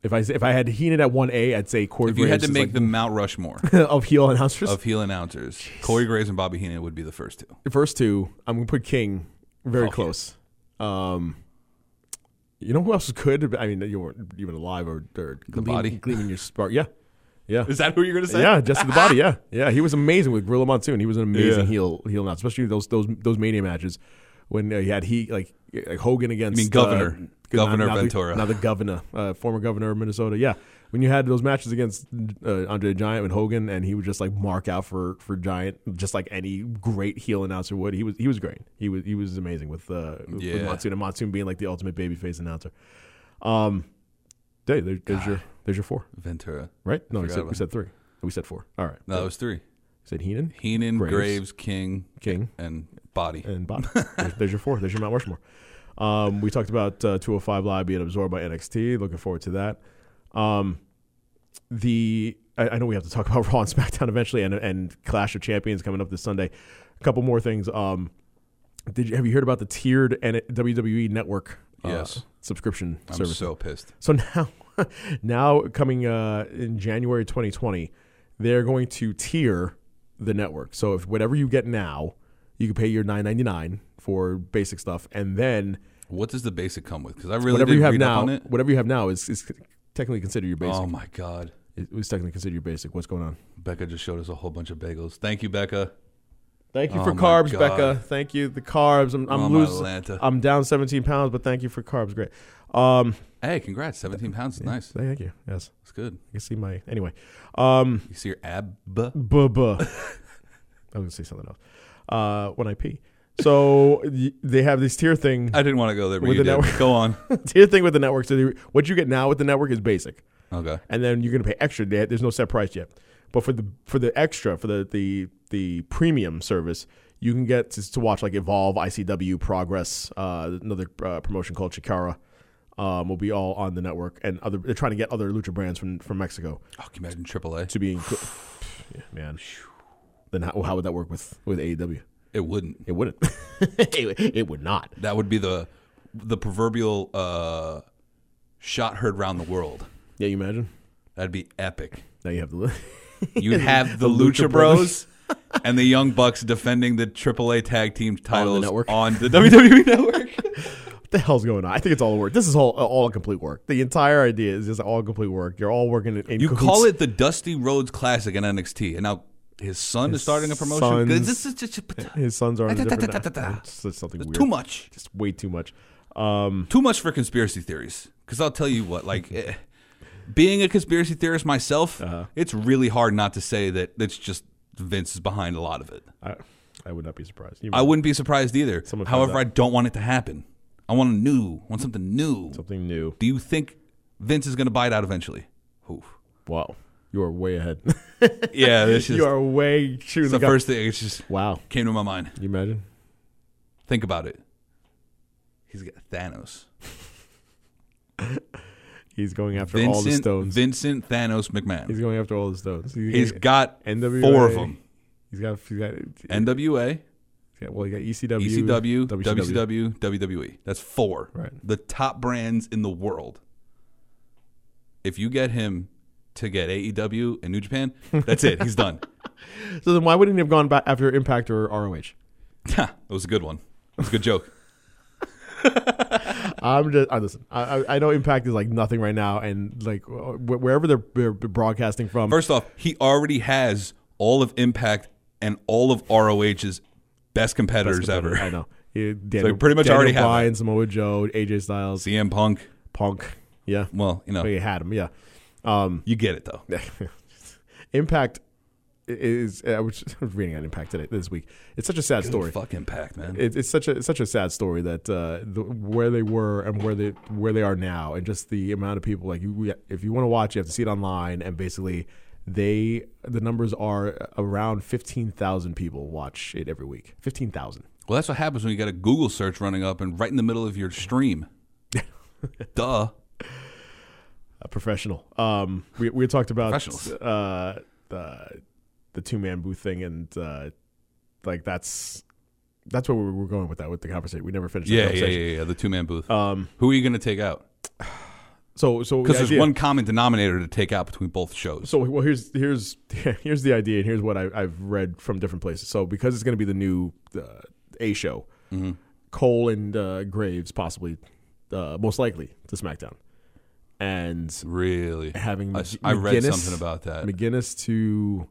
Speaker 2: If I if I had Heenan at one A, I'd say Corey.
Speaker 1: If you had
Speaker 2: Graves
Speaker 1: to
Speaker 2: is
Speaker 1: make
Speaker 2: like-
Speaker 1: the Mount
Speaker 2: *laughs*
Speaker 1: Rushmore
Speaker 2: of heel announcers,
Speaker 1: of heel announcers, Corey Graves and Bobby Heenan would be the first two.
Speaker 2: the first two, I'm gonna put King very close. Um, you know who else could? I mean, you weren't even alive or, or the
Speaker 1: body.
Speaker 2: gleaming your spark. Yeah, Yeah.
Speaker 1: Is that who you're going to say?
Speaker 2: Yeah, Jesse the Body. Yeah, *laughs* yeah. He was amazing with Gorilla Monsoon. He was an amazing
Speaker 1: Yeah.
Speaker 2: heel heel now, especially those those those Mania matches when uh, he had he like, like Hogan against uh,
Speaker 1: mean Governor. Governor
Speaker 2: now the-
Speaker 1: Ventura.
Speaker 2: now the governor, uh, former governor of Minnesota. Yeah, when you had those matches against uh, Andre the Giant and Hogan, and he would just like mark out for for Giant, just like any great heel announcer would. He was he was great. He was he was amazing with uh, with
Speaker 1: Yeah.
Speaker 2: Monsoon and Monsoon being like the ultimate babyface announcer. Um, hey, there, there's your there's your four,
Speaker 1: Ventura.
Speaker 2: right? No, we
Speaker 1: forgot
Speaker 2: said,
Speaker 1: about
Speaker 2: we said three. We said four. All right.
Speaker 1: No, it was three.
Speaker 2: Said Heenan,
Speaker 1: Heenan,
Speaker 2: Graves.
Speaker 1: Graves, King,
Speaker 2: King,
Speaker 1: and Body.
Speaker 2: and Bob.
Speaker 1: *laughs*
Speaker 2: there's, there's your four. There's your Mount Rushmore. Um, we talked about uh, 205 Live being absorbed by NXT. Looking forward to that. Um, the I, I know we have to talk *laughs* about Raw and SmackDown eventually, and and Clash of Champions coming up this Sunday. A couple more things. Um, did you have you heard about the tiered N- WWE Network? uh,
Speaker 1: Yes.
Speaker 2: subscription
Speaker 1: I'm
Speaker 2: service.
Speaker 1: so pissed.
Speaker 2: So *laughs* now, now coming uh, in January 2020, they're going to tier the network. So if whatever you get now, you can pay your 9.99 for basic stuff, and then
Speaker 1: What does the basic come with? Because I really
Speaker 2: whatever
Speaker 1: did
Speaker 2: you have
Speaker 1: read up
Speaker 2: now,
Speaker 1: on it.
Speaker 2: whatever you have now is, is technically considered your basic.
Speaker 1: Oh my god,
Speaker 2: It was technically considered your basic. What's going on?
Speaker 1: Becca just showed us a whole bunch of bagels. Thank you, Becca.
Speaker 2: Thank you
Speaker 1: Oh
Speaker 2: for
Speaker 1: my
Speaker 2: carbs,
Speaker 1: God.
Speaker 2: Becca. Thank you. The carbs. I'm, I'm
Speaker 1: Oh, my
Speaker 2: losing.
Speaker 1: Lanta.
Speaker 2: I'm down 17 pounds, but thank you for carbs. Great. Um,
Speaker 1: Hey, congrats. 17 pounds is nice.
Speaker 2: thank you. Yes,
Speaker 1: That's good.
Speaker 2: I can see my anyway. Um,
Speaker 1: You see your ab?
Speaker 2: buh, buh. *laughs* I was gonna say something else. Uh, when I pee, so y- they have this tier thing,
Speaker 1: I didn't want to go there, but
Speaker 2: With
Speaker 1: you
Speaker 2: the
Speaker 1: did.
Speaker 2: network.
Speaker 1: Go on.
Speaker 2: *laughs* tier thing with the network. So they, what you get now with the network is basic,
Speaker 1: Okay.
Speaker 2: and then you're gonna pay extra. They, there's no set price yet, but for the for the extra for the the the premium service, you can get to, to watch like Evolve, ICW, Progress, uh, another uh, promotion called Chikara. Um, will be all on the network, and other they're trying to get other lucha brands from from Mexico.
Speaker 1: Oh, can you imagine AAA?
Speaker 2: to be included. *sighs* yeah, man. Then how, how would that work with with E AEW?
Speaker 1: It wouldn't. *laughs*
Speaker 2: It wouldn't. it, it would not.
Speaker 1: That would be the the proverbial uh, shot heard round the world.
Speaker 2: Yeah, you imagine.
Speaker 1: That'd be epic.
Speaker 2: Now you have the.
Speaker 1: *laughs* You'd have the, Lucha, Bros and the Young Bucks defending the AAA tag team titles
Speaker 2: network.
Speaker 1: on *laughs* the WWE network.
Speaker 2: *laughs* what the hell's going on? I think it's all work. This is all uh, all complete work. The entire idea is just all complete work. You're all working in. in
Speaker 1: You
Speaker 2: cahoots.
Speaker 1: call it the Dusty Rhodes Classic in NXT, and now his son is starting a promotion. 'Cause
Speaker 2: son's-
Speaker 1: This is just,
Speaker 2: *laughs* His sons are on a different.
Speaker 1: Da-da-da-da-da-da.
Speaker 2: It's just something weird.
Speaker 1: too much.
Speaker 2: Just way too much. Um,
Speaker 1: Too much for conspiracy theories. Because I'll tell you what, like eh, being a conspiracy theorist myself, it's really hard not to say that it's just Vince is behind a lot of it.
Speaker 2: I, I would not be surprised.
Speaker 1: I wouldn't be surprised either.
Speaker 2: Someone found
Speaker 1: However,
Speaker 2: out.
Speaker 1: I don't want it to happen. I want a new, want something new.
Speaker 2: something new.
Speaker 1: Do you think Vince is going to buy it out eventually?
Speaker 2: *laughs*
Speaker 1: Oof.
Speaker 2: Wow, you are way ahead. *laughs*
Speaker 1: Yeah, this is
Speaker 2: you are way shooting
Speaker 1: it's the
Speaker 2: gun.
Speaker 1: first thing. It just
Speaker 2: Wow,
Speaker 1: came to my mind.
Speaker 2: Can you imagine?
Speaker 1: Think about it. He's got Thanos.
Speaker 2: He's going after all the
Speaker 1: Vincent,
Speaker 2: stones.
Speaker 1: Vincent Thanos McMahon.
Speaker 2: He's going after all the stones.
Speaker 1: he's got
Speaker 2: NWA.
Speaker 1: four of them.
Speaker 2: He's got. He's got.
Speaker 1: NWA,
Speaker 2: yeah, well, he got E ECW,
Speaker 1: E ECW, WCW, WWE. E. That's four.
Speaker 2: Right.
Speaker 1: The top brands in the world. If you get him to get AEW and New Japan, that's it. He's
Speaker 2: *laughs*
Speaker 1: done. *laughs*
Speaker 2: So then, why wouldn't he have gone back after Impact or ROH?
Speaker 1: Ha, that was a good one. That was a good joke.
Speaker 2: I'm just. I listen. I, I- I know Impact is like nothing right now, and like uh, wh- wherever they're, they're broadcasting from.
Speaker 1: First off, he already has all of Impact and all of ROH's best competitors ever. *laughs*
Speaker 2: I know. He, Daniel,
Speaker 1: pretty much
Speaker 2: Daniel
Speaker 1: already have
Speaker 2: Bryan, Samoa Joe, AJ Styles,
Speaker 1: CM Punk.
Speaker 2: Punk. Yeah.
Speaker 1: Well, you know,
Speaker 2: But he had him. Yeah. *laughs*
Speaker 1: you get it though.
Speaker 2: Impact is. I *laughs* was reading on Impact today this week. It's such a sad story.
Speaker 1: Fuck Impact, man.
Speaker 2: it, it's such a it's such a sad story that uh, the, where they were and where they where they are now, and just the amount of people like you. we- If you want to watch, you have to see it online, and basically, they the numbers are around fifteen thousand people watch it every week. Fifteen thousand.
Speaker 1: well, that's what happens when you got a Google search running up and right in the middle of your
Speaker 2: *laughs*
Speaker 1: stream. Duh.
Speaker 2: a professional. Um, we we had talked about
Speaker 1: Professionals.
Speaker 2: uh, the the two man booth thing, and uh, like that's that's where we were going with that with the conversation. We never finished.
Speaker 1: Yeah, yeah,
Speaker 2: that
Speaker 1: yeah,
Speaker 2: conversation.
Speaker 1: yeah. The two man booth. Um, Who are you going to take out?
Speaker 2: So so
Speaker 1: Because
Speaker 2: the
Speaker 1: there's
Speaker 2: idea-
Speaker 1: one common denominator to take out between both shows.
Speaker 2: So well, here's here's *laughs* here's the idea, and here's what I, I've read from different places. So because it's going to be the new uh, A show,
Speaker 1: Mm-hmm.
Speaker 2: Cole and uh, Graves possibly, uh, most likely to SmackDown. and
Speaker 1: Really,
Speaker 2: having
Speaker 1: I,
Speaker 2: Mc-
Speaker 1: s- I read
Speaker 2: McGinnis-
Speaker 1: something about that.
Speaker 2: McGinnis to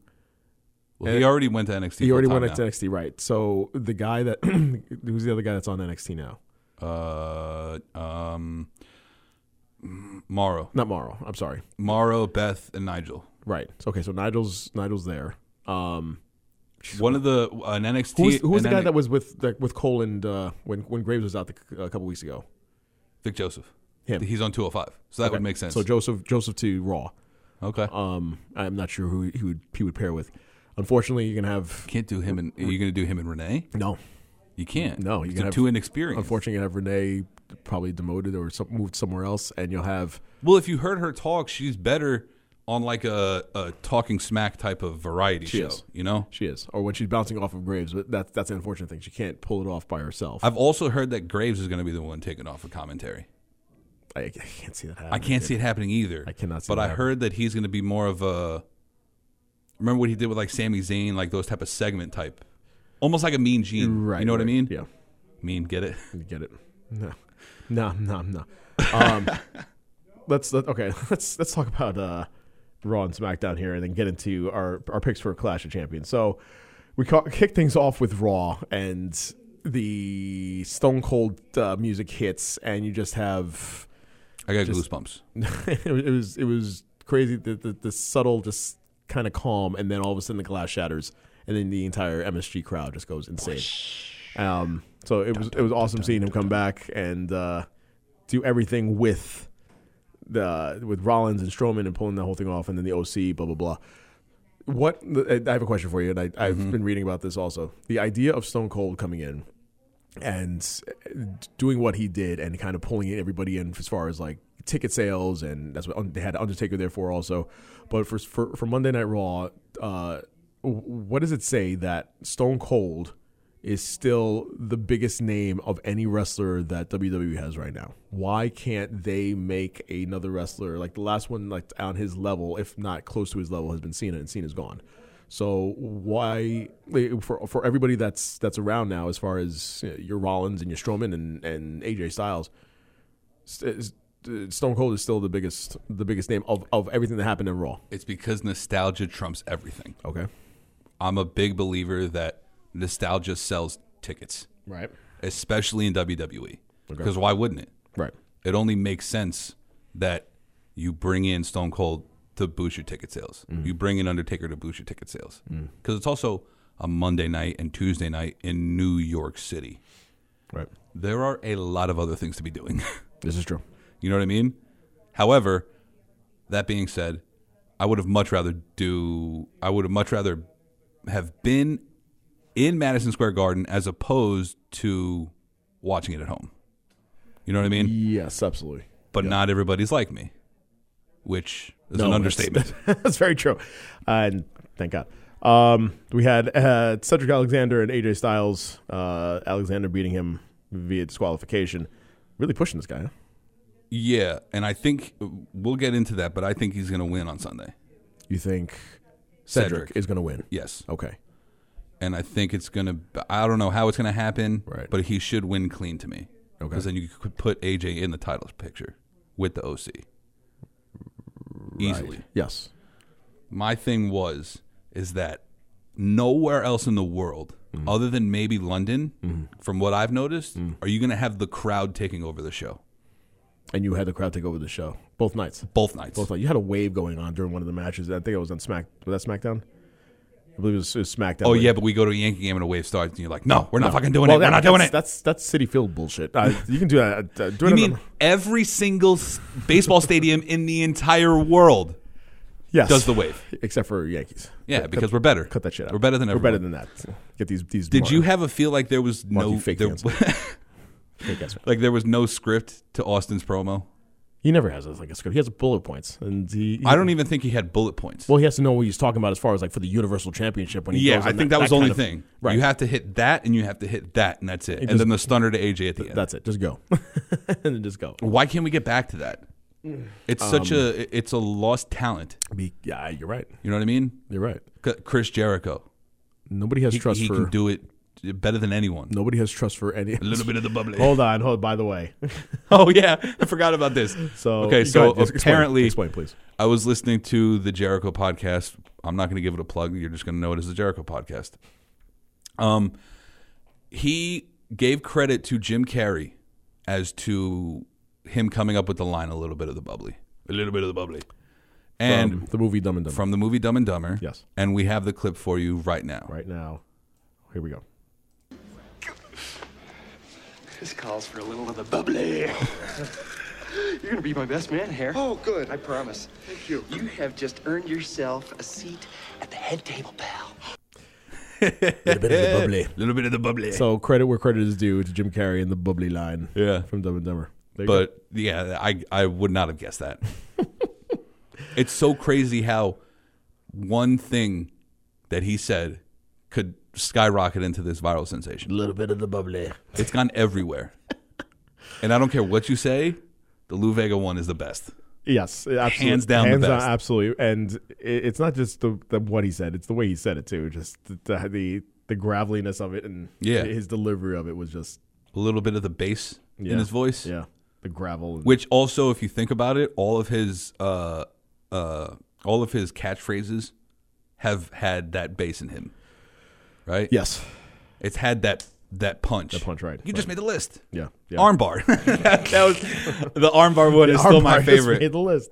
Speaker 1: well, he already went to NXT.
Speaker 2: uh, he
Speaker 1: full
Speaker 2: already
Speaker 1: time
Speaker 2: went to
Speaker 1: now.
Speaker 2: NXT, right? So the guy that *clears throat* who's the other guy that's on NXT now?
Speaker 1: Uh, um, Morrow,
Speaker 2: Not Morrow. I'm sorry.
Speaker 1: Morrow, Beth, and Nigel.
Speaker 2: Right. So, okay. So Nigel's Nigel's there. Um,
Speaker 1: One of the an NXT.
Speaker 2: who was, who was
Speaker 1: an
Speaker 2: the guy
Speaker 1: N-
Speaker 2: that was with like, with Cole and uh, when when Graves was out the, c- a couple weeks ago?
Speaker 1: Vic Joseph?
Speaker 2: Him.
Speaker 1: He's on 205, so that would make sense.
Speaker 2: So Joseph Joseph to Raw.
Speaker 1: okay,
Speaker 2: Um, I'm not sure who he would he would pair with. Unfortunately, you can have
Speaker 1: can't do him and you're going to do him and Renee.
Speaker 2: no.
Speaker 1: You can't.
Speaker 2: No, you
Speaker 1: They're
Speaker 2: can have-
Speaker 1: too inexperienced.
Speaker 2: Unfortunately, you can have Renee probably demoted or some, moved somewhere else, and you'll have
Speaker 1: Well, if you heard her talk, she's better on like a, a talking smack type of variety
Speaker 2: She
Speaker 1: show.
Speaker 2: is.
Speaker 1: You know,
Speaker 2: she is or when she's bouncing off of Graves. But that's that's the unfortunate thing. She can't pull it off by herself.
Speaker 1: I've also heard that Graves is going to be the one taking off for commentary.
Speaker 2: I, I can't see that happening.
Speaker 1: I can't see it happening either.
Speaker 2: I cannot see
Speaker 1: But
Speaker 2: that
Speaker 1: I
Speaker 2: happening.
Speaker 1: heard that he's going to be more of a. Remember what he did with like Sami Zayn, like those type of segment type, almost like a Mean Gene.
Speaker 2: Right.
Speaker 1: You know what I
Speaker 2: right.
Speaker 1: mean?
Speaker 2: Yeah.
Speaker 1: Mean. Get it?
Speaker 2: You get it. No, no, no, no. Um, *laughs* let's let, okay. *laughs* Let's let's talk about uh, Raw and SmackDown here, and then get into our our picks for Clash of Champions. So we ca- kick things off with Raw, and the Stone Cold uh, music hits, and you just have
Speaker 1: I got goosebumps.
Speaker 2: *laughs* it was it was crazy the the, the subtle just kind of calm, and then all of a sudden the glass shatters, and then the entire MSG crowd just goes insane. Um, so it was it was awesome seeing him come back and uh, do everything with the with Rollins and Strowman and pulling the whole thing off, and then the OC blah blah blah. What I have a question for you, and I, I've been reading about this also. The idea of Stone Cold coming in and doing what he did and kind of pulling everybody in as far as like ticket sales and that's what they had Undertaker there for also. But for for, for Monday Night Raw, uh, what does it say that Stone Cold is still the biggest name of any wrestler that WWE has right now? Why can't they make another wrestler like the last one like on his level, if not close to his level, has been Cena and Cena's gone. So why for for everybody that's that's around now, as far as you know, your Rollins and your Strowman and, and AJ Styles, st- is- uh, Stone Cold is still the biggest the biggest name of, of everything that happened in Raw.
Speaker 1: It's because nostalgia trumps everything.
Speaker 2: Okay,
Speaker 1: I'm a big believer that nostalgia sells tickets,
Speaker 2: right,
Speaker 1: especially in WWE. Because why wouldn't it?
Speaker 2: right,
Speaker 1: It only makes sense that you bring in Stone Cold to boost your ticket sales. You bring in Undertaker to boost your ticket sales. Because it's also a Monday night and Tuesday night in New York City.
Speaker 2: right.
Speaker 1: There are a lot of other things to be doing. *laughs*
Speaker 2: This is true.
Speaker 1: you know what I mean? However, that being said, I would have much rather do I would have much rather have been in Madison Square Garden as opposed to watching it at home. You know what I mean?
Speaker 2: Yes, absolutely.
Speaker 1: but not everybody's like me, which is
Speaker 2: No,
Speaker 1: an
Speaker 2: that's-
Speaker 1: *laughs*
Speaker 2: *laughs*
Speaker 1: understatement.
Speaker 2: That's very true, and thank God. Um, we had uh, Cedric Alexander and AJ Styles. Uh, Alexander beating him via disqualification. Really pushing this guy. Huh?
Speaker 1: yeah, and I think we'll get into that, but I think he's going to win on Sunday.
Speaker 2: You think Cedric,
Speaker 1: Cedric.
Speaker 2: is going to win?
Speaker 1: Yes,
Speaker 2: Okay.
Speaker 1: and I think it's going to. I don't know how it's going to happen,
Speaker 2: Right.
Speaker 1: but he should win clean to me.
Speaker 2: Okay.
Speaker 1: because then you could put AJ in the title picture with the OC easily.
Speaker 2: Yes.
Speaker 1: my thing was is that nowhere else in the world
Speaker 2: Mm.
Speaker 1: other than maybe london from what i've noticed are you going to have the crowd taking over the show
Speaker 2: And you had the crowd take over the show both nights.
Speaker 1: both nights
Speaker 2: Both nights. You had a wave going on during one of the matches. I think it was on Smack. Was that SmackDown? I believe it was, it was SmackDown.
Speaker 1: oh
Speaker 2: where-
Speaker 1: yeah but we go to a yankee game and a wave starts and you're like no we're not fucking doing
Speaker 2: Well,
Speaker 1: it we're
Speaker 2: that-
Speaker 1: not doing
Speaker 2: that's-
Speaker 1: it
Speaker 2: That's that's City Field bullshit. Uh, you can do that. Uh, do
Speaker 1: *laughs*
Speaker 2: it
Speaker 1: you
Speaker 2: on
Speaker 1: mean
Speaker 2: the-
Speaker 1: every single s- baseball stadium in the entire world
Speaker 2: yes.
Speaker 1: does the wave
Speaker 2: *laughs* except for Yankees?
Speaker 1: yeah
Speaker 2: Cut-
Speaker 1: because
Speaker 2: cut-
Speaker 1: we're better
Speaker 2: cut that shit out.
Speaker 1: we're better than
Speaker 2: we're better
Speaker 1: everyone.
Speaker 2: than that. Get these these.
Speaker 1: did you
Speaker 2: Mar-
Speaker 1: have a feel like there was
Speaker 2: Mark,
Speaker 1: no
Speaker 2: you fake
Speaker 1: there,
Speaker 2: fans. *laughs* fake ass-
Speaker 1: like there was no script to austin's promo
Speaker 2: He never has like a script. He has bullet points, and he, he-
Speaker 1: i don't e- even think he had bullet points
Speaker 2: Well, he has to know what he's talking about as far as like for the Universal Championship when he
Speaker 1: Yeah,
Speaker 2: goes
Speaker 1: I
Speaker 2: on
Speaker 1: think that, was the only
Speaker 2: kind of-
Speaker 1: thing.
Speaker 2: Right.
Speaker 1: You have to hit that and you have to hit that and that's it. and
Speaker 2: just-
Speaker 1: then the stunner to AJ at the end.
Speaker 2: That's it. Just go. *laughs* and then just go.
Speaker 1: Why can't we get back to that? It's such
Speaker 2: Um,
Speaker 1: a it's a lost talent.
Speaker 2: Be, yeah, you're right.
Speaker 1: You know what I mean?
Speaker 2: You're right.
Speaker 1: C- Chris Jericho.
Speaker 2: Nobody has
Speaker 1: He,
Speaker 2: trust
Speaker 1: he
Speaker 2: for
Speaker 1: can do it better than anyone.
Speaker 2: Nobody has trust for any.
Speaker 1: A little bit of the bubbly. *laughs*
Speaker 2: *laughs* Hold on, hold. By the way,
Speaker 1: Oh yeah, I forgot about this.
Speaker 2: so
Speaker 1: okay,
Speaker 2: you
Speaker 1: so
Speaker 2: go ahead, explain-
Speaker 1: apparently,
Speaker 2: explain, please.
Speaker 1: I was listening to the Jericho podcast. I'm not going to give it a plug. You're just going to know it as the Jericho podcast. Um, he gave credit to Jim Carrey as to him coming up with the line a little bit of the bubbly, a little bit of the bubbly, and
Speaker 2: From the movie Dumb and Dumber.
Speaker 1: from the movie Dumb and Dumber.
Speaker 2: Yes.
Speaker 1: and we have the clip for you right now.
Speaker 2: right now, here we go.
Speaker 5: This calls for a little of the bubbly.
Speaker 6: *laughs* You're gonna be my best man, Hare.
Speaker 5: Oh, good.
Speaker 6: I promise.
Speaker 5: Thank you.
Speaker 6: You have just earned yourself a seat at the head table, pal.
Speaker 2: *laughs*
Speaker 1: A little bit of the bubbly.
Speaker 2: So credit where credit is due to Jim Carrey and the bubbly line.
Speaker 1: Yeah.
Speaker 2: from Dumb and Dumber. There you go.
Speaker 1: But yeah, I I would not have guessed
Speaker 2: *laughs*
Speaker 1: that. it's so crazy how one thing that he said could skyrocket into this viral sensation. A little bit of the bubbly. It's gone
Speaker 2: *laughs*
Speaker 1: everywhere. and I don't care what you say, the Lou Vega one is the best.
Speaker 2: Yes, absolutely.
Speaker 1: Hands down the
Speaker 2: hands
Speaker 1: best.
Speaker 2: Down, absolutely. And i- it's not just the, the what he said; it's the way he said it too. Just the the, the, the graveliness of it, and
Speaker 1: Yeah.
Speaker 2: his delivery of it was just
Speaker 1: A little bit of the bass
Speaker 2: yeah.
Speaker 1: in his voice.
Speaker 2: Yeah, the gravel. and-
Speaker 1: Which also, if you think about it, all of his uh uh all of his catchphrases have had that bass in him. Right?
Speaker 2: yes,
Speaker 1: It's had that that punch. That
Speaker 2: punch, right,
Speaker 1: You just
Speaker 2: right.
Speaker 1: made the list.
Speaker 2: yeah, yeah.
Speaker 1: *laughs* Armbar. that was the armbar one is still my
Speaker 2: Armbar just
Speaker 1: favorite.
Speaker 2: Made the list.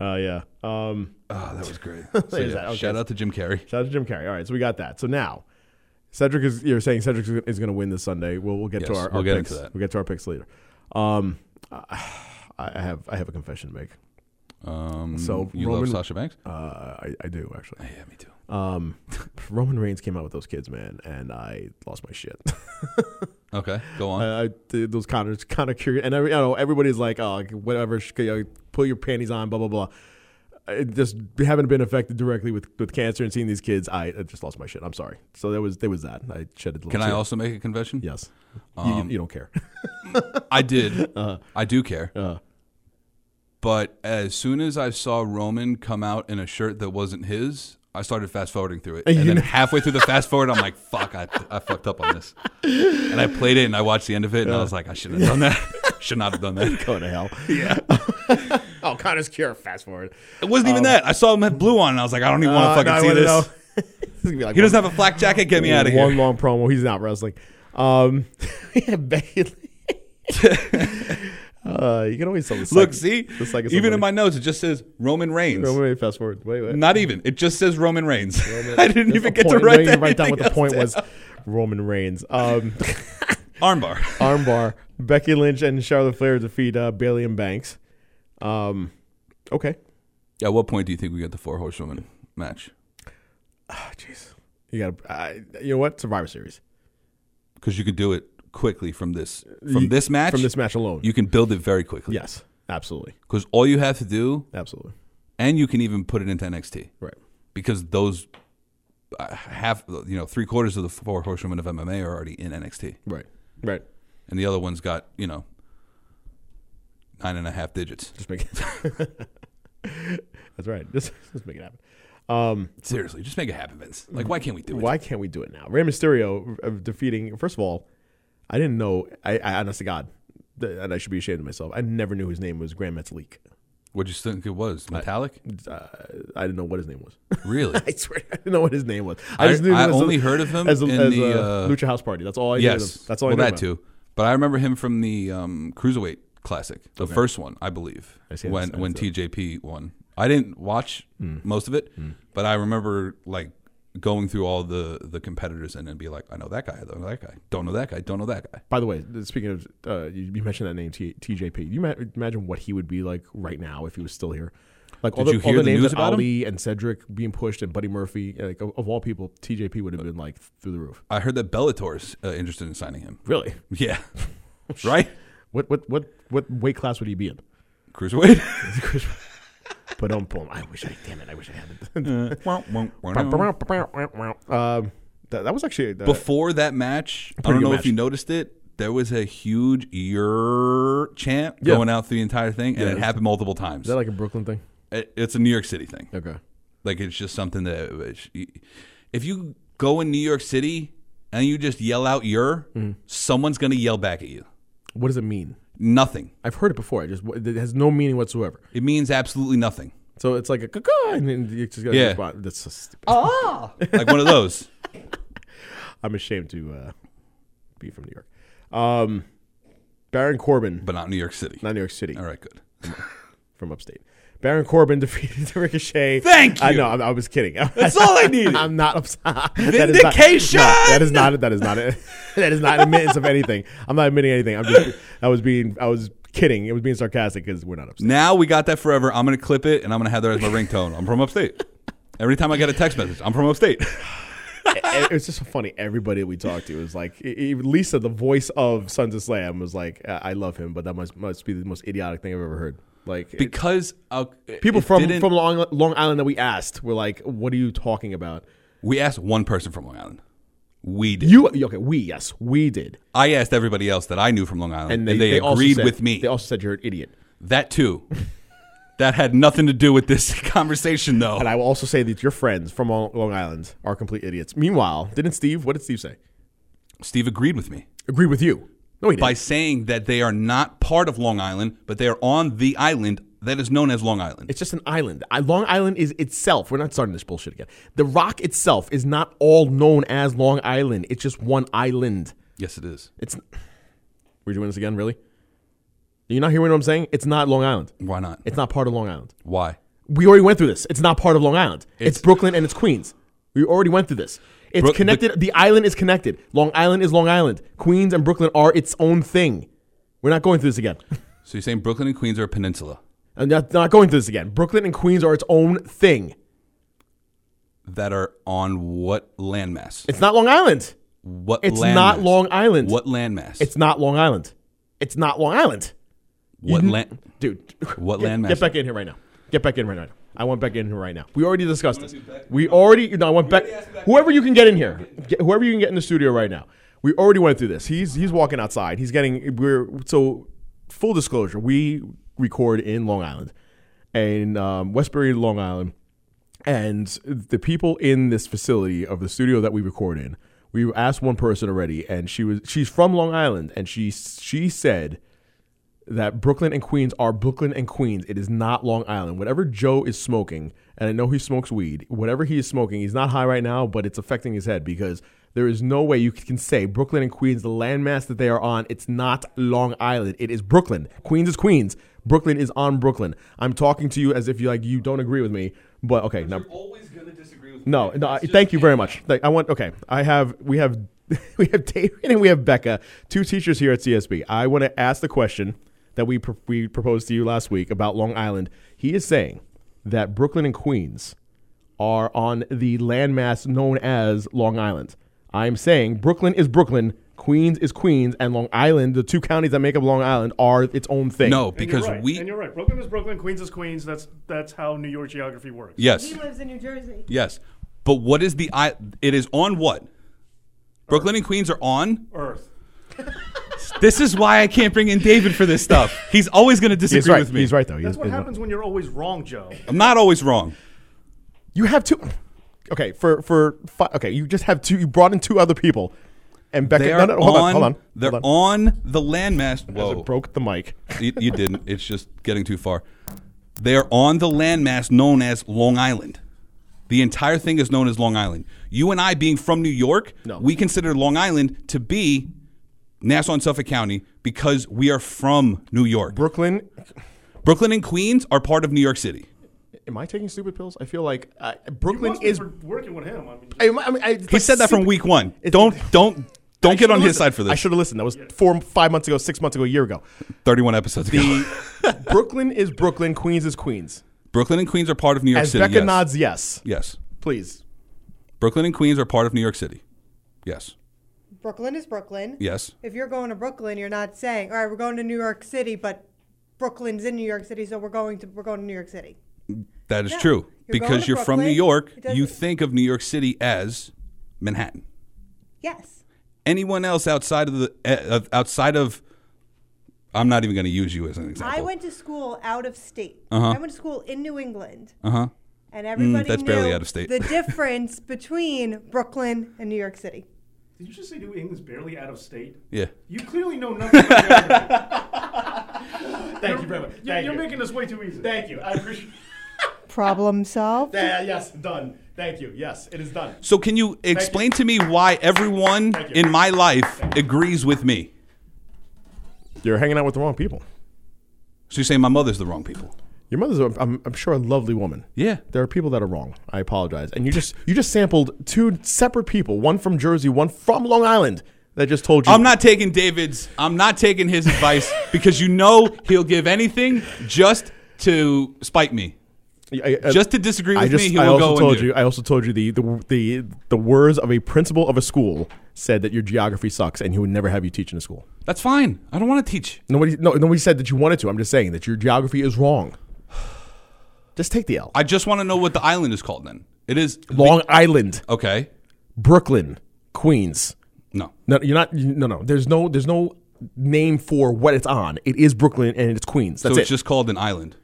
Speaker 2: Uh, yeah. Um,
Speaker 1: Oh, that was great. So,
Speaker 2: Is
Speaker 1: yeah,
Speaker 2: that- okay.
Speaker 1: Shout out to Jim Carrey.
Speaker 2: shout out to Jim Carrey. All right, so we got that. So now, Cedric is you're saying Cedric is- is going to win this Sunday. We'll we'll get to
Speaker 1: Yes,
Speaker 2: our, our
Speaker 1: we'll get
Speaker 2: picks.
Speaker 1: into that.
Speaker 2: We'll get to our picks later. Um, I I have I have a confession to make.
Speaker 1: Um,
Speaker 2: So,
Speaker 1: you
Speaker 2: Roman-
Speaker 1: love Sasha Banks?
Speaker 2: Uh, I, I do actually.
Speaker 1: Oh, yeah, me too.
Speaker 2: Um, *laughs* Roman Reigns came out with those kids, man, and I lost my shit. *laughs*
Speaker 1: Okay, go on.
Speaker 2: I, I did those kind of kind of curious, and every, you know everybody's like, oh, whatever, sh- you know, put your panties on, blah blah blah. I just haven't been affected directly with, with cancer and seeing these kids. I, I just lost my shit. I'm sorry. So there was there was that. I shed a little.
Speaker 1: Can I
Speaker 2: tear.
Speaker 1: also Um, make a confession?
Speaker 2: Yes. You- you, you don't care. *laughs*
Speaker 1: I *laughs* did. I do care. but as soon as I saw Roman come out in a shirt that wasn't his, I started fast forwarding *laughs* through it. And
Speaker 2: you
Speaker 1: then
Speaker 2: know-
Speaker 1: halfway through the fast forward, I'm like, fuck, I, I fucked up on this. And I played it and I watched the end of it and I was like, I shouldn't have done that. *laughs* Should not have done that.
Speaker 2: Go
Speaker 1: *laughs*
Speaker 2: to hell. Yeah. oh, Connor's cure. Fast forward.
Speaker 1: It wasn't even that. I saw him had blue on, and I was like, I don't even
Speaker 2: Um, Uh,
Speaker 1: want to
Speaker 2: no, I
Speaker 1: fucking see
Speaker 2: wanna
Speaker 1: this.
Speaker 2: know. *laughs* This is gonna be like
Speaker 1: He
Speaker 2: one-
Speaker 1: doesn't have a flak jacket. Get me out of
Speaker 2: One
Speaker 1: here.
Speaker 2: long promo. He's not wrestling. Um, *laughs*
Speaker 1: *laughs*
Speaker 2: yeah, Bailey. *laughs* uh, you can always tell the
Speaker 1: *laughs*
Speaker 2: psych-
Speaker 1: Look, see,
Speaker 2: the psych is
Speaker 1: even
Speaker 2: somebody.
Speaker 1: in my notes, it just says Roman Reigns.
Speaker 2: Wait, wait, fast forward. Wait, wait.
Speaker 1: Not even. It just says Roman Reigns. *laughs* I didn't
Speaker 2: There's
Speaker 1: even
Speaker 2: a
Speaker 1: get
Speaker 2: point.
Speaker 1: to write
Speaker 2: Don't
Speaker 1: that.
Speaker 2: even write down *laughs* what the point was. Roman Reigns. *laughs* Um,
Speaker 1: Armbar.
Speaker 2: armbar. Becky Lynch and Charlotte Flair defeat uh, Bailey and Banks. Um, okay.
Speaker 1: At what point do you think we get the four horsewoman match?
Speaker 2: Ah, Jeez, you got. Uh, you know what? Survivor Series
Speaker 1: Because you could do it quickly from this from
Speaker 2: You-
Speaker 1: this match.
Speaker 2: from this match alone.
Speaker 1: you can build it very quickly.
Speaker 2: yes, absolutely,
Speaker 1: Because all you have to do,
Speaker 2: absolutely.
Speaker 1: and you can even put it into NXT.
Speaker 2: Right.
Speaker 1: Because those uh, half, you know, three quarters of the four horsewomen of MMA are already in NXT.
Speaker 2: Right. Right.
Speaker 1: and the other one's got you know nine and a half digits.
Speaker 2: Just make it. *laughs* That's right. Just, just make it happen. Um,
Speaker 1: Seriously, just make it happen, Vince. Like, why can't we do it?
Speaker 2: why can't we do it now? Rey Mysterio uh, defeating. First of all, I didn't know. I, I honest to God, th- and I should be ashamed of myself. I never knew his name was Grand Metalik.
Speaker 1: What'd you think it was? Metallic?
Speaker 2: Uh, I didn't know what his name was. *laughs*
Speaker 1: really?
Speaker 2: I swear, I didn't know what his name was.
Speaker 1: I-
Speaker 2: knew
Speaker 1: I
Speaker 2: him as
Speaker 1: only heard of him
Speaker 2: as a,
Speaker 1: in
Speaker 2: as
Speaker 1: the,
Speaker 2: a
Speaker 1: uh,
Speaker 2: Lucha House Party. That's all I knew. of
Speaker 1: yes.
Speaker 2: him. That's all
Speaker 1: well,
Speaker 2: I knew
Speaker 1: that
Speaker 2: about him.
Speaker 1: too. But I remember him from the um, cruiserweight classic, the first one, I believe,
Speaker 2: I see. I
Speaker 1: when
Speaker 2: see. Mm. I
Speaker 1: when
Speaker 2: see.
Speaker 1: TJP won. I didn't watch most of it, but I remember like going through all the the competitors and then be like, I know that guy, I know that guy, don't know that guy, don't know that guy.
Speaker 2: By the way, th- speaking of, uh, you, you mentioned that name T- TJP. You ma- imagine what he would be like right now if he was still here. Like all
Speaker 1: Did
Speaker 2: the,
Speaker 1: you
Speaker 2: all
Speaker 1: hear
Speaker 2: the
Speaker 1: the
Speaker 2: names
Speaker 1: news
Speaker 2: that
Speaker 1: about him?
Speaker 2: Ali and Cedric being pushed and Buddy Murphy, uh, like of, of all people, TJP would have been like through the roof.
Speaker 1: I heard that Bellator's uh, interested in signing him. *laughs*
Speaker 2: Really? *laughs*
Speaker 1: Yeah, right.
Speaker 2: What what what what weight class would he be in? *laughs*
Speaker 1: Cruiserweight. *laughs* Uh,
Speaker 2: But um, boom. I wish I damn it. I wish I had it.
Speaker 1: Before
Speaker 2: um, that, that was actually uh,
Speaker 1: that match, I
Speaker 2: Pretty
Speaker 1: don't
Speaker 2: good
Speaker 1: know
Speaker 2: match.
Speaker 1: if you noticed it, there was a huge "your" chant
Speaker 2: Yeah.
Speaker 1: going out through the entire thing, and it happened multiple times.
Speaker 2: is that like a Brooklyn thing?
Speaker 1: It- it's a New York City thing.
Speaker 2: Okay.
Speaker 1: Like it's just something that it's- if you go in New York City and you just yell out your,
Speaker 2: Mm-hmm.
Speaker 1: someone's going to yell back at you.
Speaker 2: What does it mean?
Speaker 1: Nothing.
Speaker 2: I've heard it before. I just it has no meaning whatsoever.
Speaker 1: It means absolutely nothing.
Speaker 2: So it's like a caca, and then you just gotta
Speaker 1: Yeah.
Speaker 2: respond. That's so stupid. Oh.
Speaker 1: Like one of
Speaker 2: *laughs*
Speaker 1: those.
Speaker 2: I'm ashamed to uh, be from New York. Um, Baron Corbin,
Speaker 1: But not New York City.
Speaker 2: not New York City,
Speaker 1: All right, good.
Speaker 2: from upstate. Baron Corbin *laughs* defeated Ricochet.
Speaker 1: Thank
Speaker 2: I
Speaker 1: you.
Speaker 2: know. I, I was kidding. *laughs*
Speaker 1: That's all I needed.
Speaker 2: I'm not *laughs* upset.
Speaker 1: Vindication!
Speaker 2: That is not. That is not. That is not, *laughs* that is not admittance of anything. I'm not admitting anything. I'm just. I was being. I was kidding. It was being sarcastic because we're not
Speaker 1: *laughs*
Speaker 2: upset.
Speaker 1: Now we got that forever. I'm going to clip it and I'm going to have that as my ringtone. I'm from upstate. Every time I get a text message, I'm from upstate.
Speaker 2: it was just so funny. Everybody we talked to was like, e- e- Lisa, the voice of Sons of Slam, was like, I I love him, but that must must be the most idiotic thing I've ever heard. Like it-
Speaker 1: Because uh,
Speaker 2: people
Speaker 1: it
Speaker 2: from
Speaker 1: didn't-
Speaker 2: from Long, Long Island that we asked were like, what are you talking about?
Speaker 1: We asked one person from Long Island. We did.
Speaker 2: You okay? We yes, we did,
Speaker 1: I asked everybody else that I knew from Long Island, and they,
Speaker 2: also
Speaker 1: agreed
Speaker 2: said-
Speaker 1: with me.
Speaker 2: They also said you're an idiot.
Speaker 1: that
Speaker 2: *laughs*
Speaker 1: too. that had nothing to do with this *laughs* conversation, though.
Speaker 2: And I will also say that your friends from Long Long Island are complete idiots. Meanwhile, didn't Steve? What did Steve say?
Speaker 1: Steve agreed with me
Speaker 2: Agree with you? No, Oh, he didn't.
Speaker 1: by saying that they are not part of Long Island, but they are on the island that is known as Long Island.
Speaker 2: It's just an island. I, Long Island is itself. We're not starting this bullshit again. The Rock itself is not all known as Long Island. It's just one island.
Speaker 1: yes, it is.
Speaker 2: It's. We're doing this again, really? Do you not hear what I'm saying? It's not Long Island.
Speaker 1: Why not?
Speaker 2: It's not part of Long Island.
Speaker 1: Why?
Speaker 2: We already went through this. It's not part of Long Island. It's,
Speaker 1: It's-
Speaker 2: Brooklyn and it's Queens. We already went through this. It's
Speaker 1: Brook- the-
Speaker 2: connected. the island is connected. Long Island is Long Island. Queens and Brooklyn are its own thing. We're not going through this again.
Speaker 1: So you're saying Brooklyn and Queens are a peninsula?
Speaker 2: I'm not, not going through this again. Brooklyn and Queens are its own thing.
Speaker 1: that are on what landmass?
Speaker 2: It's not Long Island.
Speaker 1: What?
Speaker 2: It's
Speaker 1: landmass?
Speaker 2: not Long Island.
Speaker 1: What landmass?
Speaker 2: It's not Long Island. It's not Long Island.
Speaker 1: what land?
Speaker 2: Dude.
Speaker 1: What
Speaker 2: get,
Speaker 1: landmass?
Speaker 2: Get back in here right now. Get back in right now. I want back in here right now. We already discussed this. We already no, I went back. Whoever you can get in here. Get- whoever you can get in the studio right now. We already went through this. He's he's walking outside. He's getting we're so full disclosure, we record in Long Island. And um, Westbury, Long Island. And the people in this facility of the studio that we record in, we asked one person already, and she was she's from Long Island, and she she said that Brooklyn and Queens are Brooklyn and Queens. It is not Long Island. Whatever Joe is smoking, and I know he smokes weed, whatever he is smoking, he's not high right now, but it's affecting his head because there is no way you can say Brooklyn and Queens, the landmass that they are on, it's not Long Island. It is Brooklyn. Queens is Queens. Brooklyn is on Brooklyn. I'm talking to you as if you like you don't agree with me, but okay, now
Speaker 1: always gonna disagree with
Speaker 2: no, no. I, thank you very much. Like, I want. Okay, I have. We have. *laughs* We have David and we have Becca, two teachers here at CSB. I want to ask the question that we pr- we proposed to you last week about Long Island. He is saying that Brooklyn and Queens are on the landmass known as Long Island. I'm saying Brooklyn is Brooklyn, Queens is Queens, and Long Island, the two counties that make up Long Island, are its own thing.
Speaker 1: No,
Speaker 7: And you're
Speaker 1: because
Speaker 7: right,
Speaker 1: we
Speaker 7: and you're right. Brooklyn is Brooklyn, Queens is Queens. That's that's how New York geography works.
Speaker 1: yes
Speaker 8: He lives in New Jersey.
Speaker 1: yes. But what is the I? It is on what? Brooklyn and Queens are on.
Speaker 7: Earth.
Speaker 1: This is why I can't bring in David for this stuff. He's always gonna disagree
Speaker 2: he's right.
Speaker 1: with me.
Speaker 2: He's right though. He
Speaker 7: That's
Speaker 2: is-
Speaker 7: what
Speaker 2: he's right.
Speaker 7: happens when you're always wrong, Joe.
Speaker 1: I'm not always wrong.
Speaker 2: You have two. Okay, for for fi- okay, you just have two. You brought in two other people, and Becca.
Speaker 1: They
Speaker 2: No,
Speaker 1: are
Speaker 2: no, hold
Speaker 1: on.
Speaker 2: on, hold on.
Speaker 1: They're
Speaker 2: hold
Speaker 1: on the landmass.
Speaker 2: As
Speaker 1: Whoa.
Speaker 2: It broke the mic.
Speaker 1: you, you didn't. It's just getting too far. They are on the landmass known as Long Island. The entire thing is known as Long Island. You and I, being from New York,
Speaker 2: No.
Speaker 1: we consider Long Island to be Nassau and Suffolk County because we are from New York.
Speaker 2: Brooklyn.
Speaker 1: Brooklyn and Queens are part of New York City.
Speaker 2: Am I taking stupid pills? I feel like uh,
Speaker 7: You
Speaker 2: Brooklyn
Speaker 7: must be
Speaker 2: is.
Speaker 7: for working with him. I mean,
Speaker 2: I, I mean, I, it's
Speaker 1: He
Speaker 2: like
Speaker 1: said that from
Speaker 2: stupid-
Speaker 1: week one.
Speaker 2: It's-
Speaker 1: Don't don't
Speaker 2: I
Speaker 1: don't get
Speaker 2: should've
Speaker 1: on his
Speaker 2: listened.
Speaker 1: side for
Speaker 2: I
Speaker 1: this.
Speaker 2: should have listened. That was four, five months ago, six months ago, a year ago.
Speaker 1: Thirty-one episodes ago. *laughs*
Speaker 2: The Brooklyn is Brooklyn, Queens is Queens.
Speaker 1: Brooklyn and Queens are part of New York
Speaker 2: As
Speaker 1: City.
Speaker 2: Becca
Speaker 1: yes.
Speaker 2: nods yes,
Speaker 1: yes.
Speaker 2: please.
Speaker 1: Brooklyn and Queens are part of New York City. Yes.
Speaker 8: Brooklyn is Brooklyn.
Speaker 1: Yes.
Speaker 8: If you're going to Brooklyn, you're not saying, "All right, we're going to New York City," but Brooklyn's in New York City, so we're going to we're going to New York City.
Speaker 1: That is
Speaker 8: No.
Speaker 1: true.
Speaker 8: You're going
Speaker 1: because
Speaker 8: to
Speaker 1: you're from New
Speaker 8: Brooklyn.
Speaker 1: York,
Speaker 8: It doesn't-
Speaker 1: you think of New York City as Manhattan.
Speaker 8: Yes.
Speaker 1: Anyone else outside of the uh, of- outside of I'm not even going to use you as an example.
Speaker 8: I went to school out of state. I went to school in New England.
Speaker 1: Uh-huh.
Speaker 8: And everybody
Speaker 1: that's
Speaker 8: knew
Speaker 1: *laughs* barely out of state.
Speaker 8: the difference between Brooklyn and New York City.
Speaker 7: Did you just say New England's barely out of state?
Speaker 1: Yeah.
Speaker 7: You clearly know nothing. About New
Speaker 2: *laughs* Thank you, brother.
Speaker 7: England. you're, you're making this way too easy.
Speaker 2: Thank you. I appreciate.
Speaker 8: Problem solved.
Speaker 2: Yeah, yes, done. Thank you. Yes, it is done.
Speaker 1: So can you explain to me why everyone
Speaker 2: you.
Speaker 1: in my life agrees with me?
Speaker 2: You're hanging out with the wrong people.
Speaker 1: So you're saying my mother's the wrong people?
Speaker 2: Your mother's, a, I'm, I'm sure, a lovely woman.
Speaker 1: Yeah.
Speaker 2: There are people that are wrong. I apologize. And you just you just sampled two separate people, one from Jersey, one from Long Island, that just told you.
Speaker 1: I'm not taking David's. I'm not taking his *laughs* advice because you know he'll give anything just to spite me,
Speaker 2: I- I-
Speaker 1: just to disagree with
Speaker 2: I just
Speaker 1: me. He
Speaker 2: I
Speaker 1: will go
Speaker 2: also
Speaker 1: and
Speaker 2: told
Speaker 1: do it.
Speaker 2: you. I also told you the, the the the words of a principal of a school said that your geography sucks, and he would never have you teach in a school.
Speaker 1: That's fine. I don't want to teach.
Speaker 2: Nobody, no, nobody said that you wanted to. I'm just saying that your geography is wrong. Just take the L.
Speaker 1: I just want to know what the island is called. Then it is
Speaker 2: Long Island,
Speaker 1: okay.
Speaker 2: Brooklyn, Queens.
Speaker 1: No,
Speaker 2: No, you're not. you- No, no. There's no. There's no name for what it's on. It is Brooklyn and it's Queens. That's
Speaker 1: so it's
Speaker 2: it.
Speaker 1: just called an island.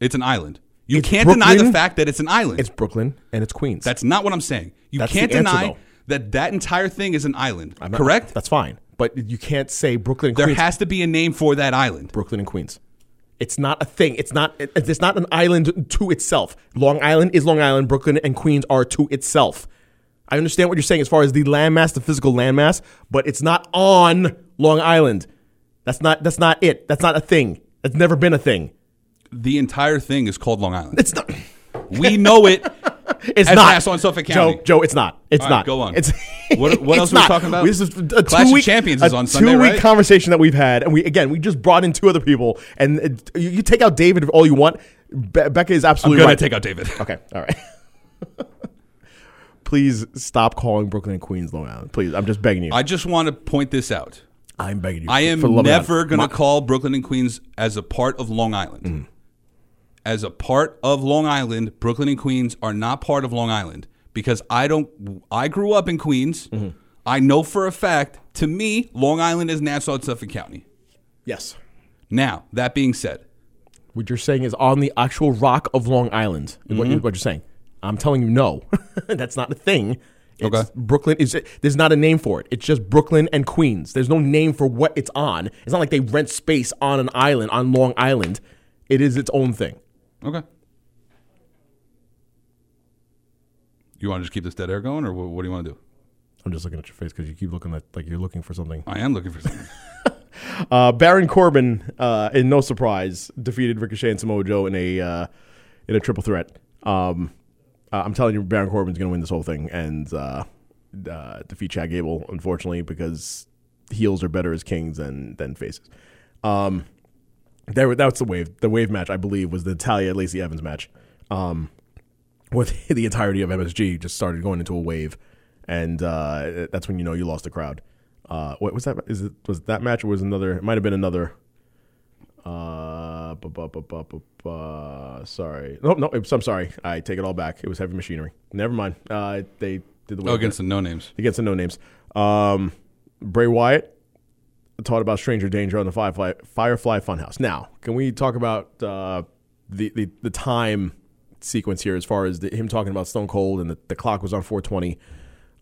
Speaker 1: It's an island. You
Speaker 2: It's
Speaker 1: can't deny the
Speaker 2: Brooklyn.
Speaker 1: fact that it's an island.
Speaker 2: it's Brooklyn and it's Queens.
Speaker 1: That's not what I'm saying. You
Speaker 2: That's the
Speaker 1: can't
Speaker 2: answer,
Speaker 1: deny
Speaker 2: though.
Speaker 1: that that entire thing is an island.
Speaker 2: I'm not-
Speaker 1: correct?
Speaker 2: That's fine. But you can't say Brooklyn. And
Speaker 1: there
Speaker 2: Queens.
Speaker 1: has to be a name for that island.
Speaker 2: Brooklyn and Queens. It's not a thing. It's not. it- It's not an island to itself. Long Island is Long Island. Brooklyn and Queens are to itself. I understand what you're saying as far as the landmass, the physical landmass, but it's not on Long Island. That's not. That's not it. That's not a thing. That's never been a thing.
Speaker 1: The entire thing is called Long Island.
Speaker 2: It's not.
Speaker 1: we know
Speaker 2: *laughs*
Speaker 1: it.
Speaker 2: It's
Speaker 1: As
Speaker 2: not.
Speaker 1: last on Suffolk County.
Speaker 2: Joe, Joe, it's not. It's
Speaker 1: All right,
Speaker 2: not.
Speaker 1: go on.
Speaker 2: It's,
Speaker 1: *laughs* What- what else
Speaker 2: it's
Speaker 1: are we
Speaker 2: not.
Speaker 1: talking about?
Speaker 2: This is a
Speaker 1: Clash of
Speaker 2: two-week-
Speaker 1: Champions
Speaker 2: a
Speaker 1: is on Sunday,
Speaker 2: two-week
Speaker 1: right?
Speaker 2: conversation that we've had, and we again we just brought in two other people, and it, you, you take out David all you want. Be- Becca is
Speaker 1: I'm
Speaker 2: absolutely
Speaker 1: gonna
Speaker 2: right.
Speaker 1: take out
Speaker 2: *laughs*
Speaker 1: David.
Speaker 2: Okay, all right. Please stop calling Brooklyn and Queens Long Island. Please, I'm just begging you.
Speaker 1: I just want to point this out.
Speaker 2: I, am begging you.
Speaker 1: I
Speaker 2: for-
Speaker 1: am
Speaker 2: for the love of God.
Speaker 1: never going
Speaker 2: My- Mm.
Speaker 1: to call Brooklyn and Queens as a part of Long Island. As a part of Long Island, Brooklyn and Queens are not part of Long Island because I don't. I grew up in Queens.
Speaker 2: Mm-hmm.
Speaker 1: I know for a fact. To me, Long Island is Nassau and Suffolk County.
Speaker 2: Yes,
Speaker 1: Now, that being said,
Speaker 2: what you're saying is on the actual rock of Long Island. is What, you, what you're saying? I'm telling you, no, *laughs* that's not a thing. It's
Speaker 1: Okay.
Speaker 2: Brooklyn is there's not a name for it. It's just Brooklyn and Queens. There's no name for what it's on. It's not like they rent space on an island on Long Island. It is its own thing.
Speaker 1: okay. You want to just keep this dead air going, or what, what do you want to do?
Speaker 2: I'm just looking at your face because you keep looking at like you're looking for something.
Speaker 1: I am looking for
Speaker 2: *laughs*
Speaker 1: something.
Speaker 2: Uh, Baron Corbin, uh, in no surprise, defeated Ricochet and Samoa Joe in a uh, in a triple threat. Um, uh, I'm telling you, Baron Corbin's going to win this whole thing and uh, uh, defeat Chad Gable, unfortunately, because heels are better as kings than than faces. Um, there, were- that's the wave. The wave match, I believe, was the Talia Lacey Evans match. Um, with *laughs* the entirety of MSG just started going into a wave, and uh, that's when you know you lost the crowd. Uh, what was that? Is it was it that match or was it another? It might have been another. Uh, bu- bu- bu- bu- bu- bu- sorry. No, no. It was, I'm sorry. I take it all back. It was Heavy Machinery. Never mind. Uh, they did the
Speaker 1: oh,
Speaker 2: wave
Speaker 1: against the no names.
Speaker 2: against the no names. Um, Bray Wyatt taught about Stranger Danger on the Firefly, Firefly Funhouse. Now, can we talk about uh, the, the the time sequence here as far as the, him talking about Stone Cold and the, the clock was on 420?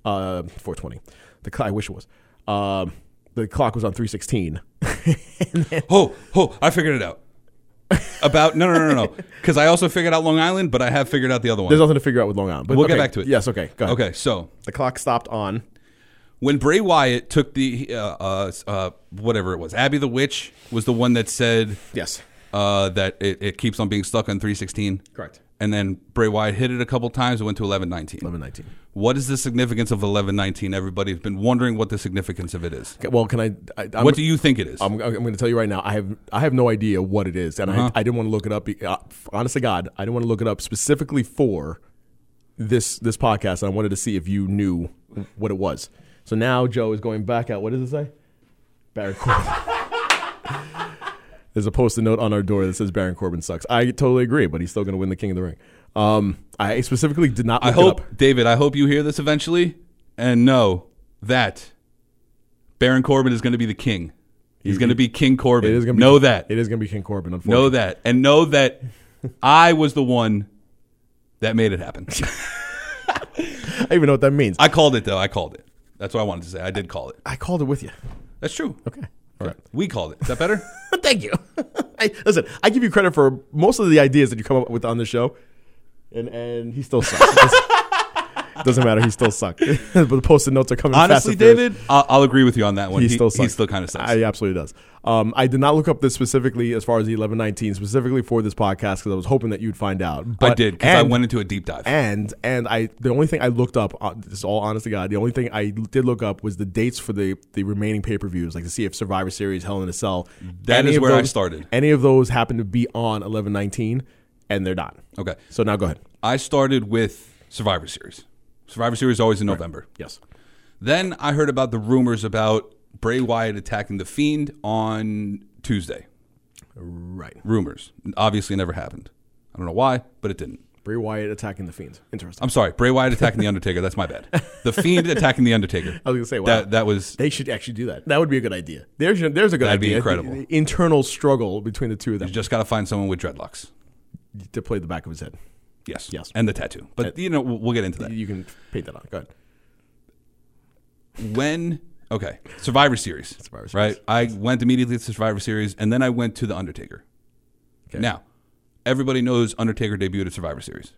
Speaker 2: Uh, 420. The cl- I wish it was. Um, the clock was on *laughs* 316.
Speaker 1: Oh, oh, I figured it out. About no, no, no,
Speaker 2: *laughs*
Speaker 1: no, no. Because I also figured out Long Island, but I have figured out the other one.
Speaker 2: There's nothing to figure out with Long Island. But
Speaker 1: We'll get
Speaker 2: okay.
Speaker 1: back to it.
Speaker 2: Yes, okay. Go ahead.
Speaker 1: Okay, so
Speaker 2: The clock stopped on.
Speaker 1: when Bray Wyatt took the uh, uh, uh, whatever it was, Abby the Witch was the one that said
Speaker 2: Yes.
Speaker 1: uh, that it, it keeps on being stuck on 316.
Speaker 2: Correct.
Speaker 1: And then Bray Wyatt hit it a couple times. It went to 1119.
Speaker 2: 1119.
Speaker 1: What is the significance of 1119? Everybody's been wondering what the significance of it is.
Speaker 2: Okay, well, can I? I I'm-
Speaker 1: what do you think it is?
Speaker 2: I'm, I'm going to tell you right now. I have I have no idea what it is, and
Speaker 1: Uh-huh.
Speaker 2: I, I didn't want to look it up. Uh, honest to God, I didn't want to look it up specifically for this this podcast, and I wanted to see if you knew what it was. So now Joe is going back out. What does it say? Baron Corbin. *laughs* There's a post-it note on our door that says Baron Corbin sucks. I totally agree, but he's still going to win the King of the Ring. Um, I specifically did not.
Speaker 1: I
Speaker 2: Look
Speaker 1: hope,
Speaker 2: It up.
Speaker 1: David, I hope you hear this eventually and know that Baron Corbin is going to be the king. He's going to be King Corbin.
Speaker 2: It is going to
Speaker 1: know that.
Speaker 2: It is going to be King Corbin. Unfortunately,
Speaker 1: know that. And know that I was the one that made it happen.
Speaker 2: *laughs* I don't even know what that means.
Speaker 1: I called it, though. I called it. That's what I wanted to say. I did call it.
Speaker 2: I called it with you.
Speaker 1: That's true.
Speaker 2: Okay. All right.
Speaker 1: We called it. Is that
Speaker 2: *laughs*
Speaker 1: better?
Speaker 2: Thank you. I, listen, I give you credit for most of the ideas that you come up with on the show, and and he still sucks. Doesn't *laughs* matter. He still sucks. but the post-it notes are coming. fast
Speaker 1: Honestly,
Speaker 2: and furious.
Speaker 1: David, I'll, I'll agree with you on that one.
Speaker 2: he, still sucks.
Speaker 1: he still kind of sucks.
Speaker 2: I uh, absolutely does. Um, I did not look up this specifically as far as the eleven nineteen specifically for this podcast because I was hoping that you'd find out.
Speaker 1: I
Speaker 2: But-
Speaker 1: did because I
Speaker 2: and-
Speaker 1: went into a deep dive.
Speaker 2: and and I the only thing I looked up uh, this is all honest to God the only thing I did look up was the dates for the the remaining pay per views like to see if Survivor Series Hell in a Cell
Speaker 1: That
Speaker 2: That is
Speaker 1: is where I started.
Speaker 2: any of those happen to be on eleven nineteen and they're not
Speaker 1: Okay.
Speaker 2: so now go ahead
Speaker 1: I started with Survivor Series. Survivor Series is always in November.
Speaker 2: yes
Speaker 1: Then I heard about the rumors about Bray Wyatt attacking the Fiend on Tuesday.
Speaker 2: right
Speaker 1: Rumors. Obviously, never happened. I don't know why, but it didn't.
Speaker 2: Bray Wyatt attacking the Fiend interesting
Speaker 1: I'm sorry, Bray Wyatt attacking the Undertaker. That's my bad. The Fiend attacking the Undertaker.
Speaker 2: I was gonna say, wow.
Speaker 1: that that was
Speaker 2: they should actually do that that would be a good idea there's a- there's a good
Speaker 1: That'd be
Speaker 2: idea
Speaker 1: incredible.
Speaker 2: The- the internal struggle between the two of them
Speaker 1: you just got to find someone with dreadlocks.
Speaker 2: to play the back of his head
Speaker 1: Yes,
Speaker 2: Yes.
Speaker 1: and the tattoo. But you know, we'll we'll get into that.
Speaker 2: you can paint that on go ahead
Speaker 1: when okay survivor series
Speaker 2: Survivor Series.
Speaker 1: right i went immediately to survivor series and then i went to the undertaker now everybody knows undertaker debuted at survivor series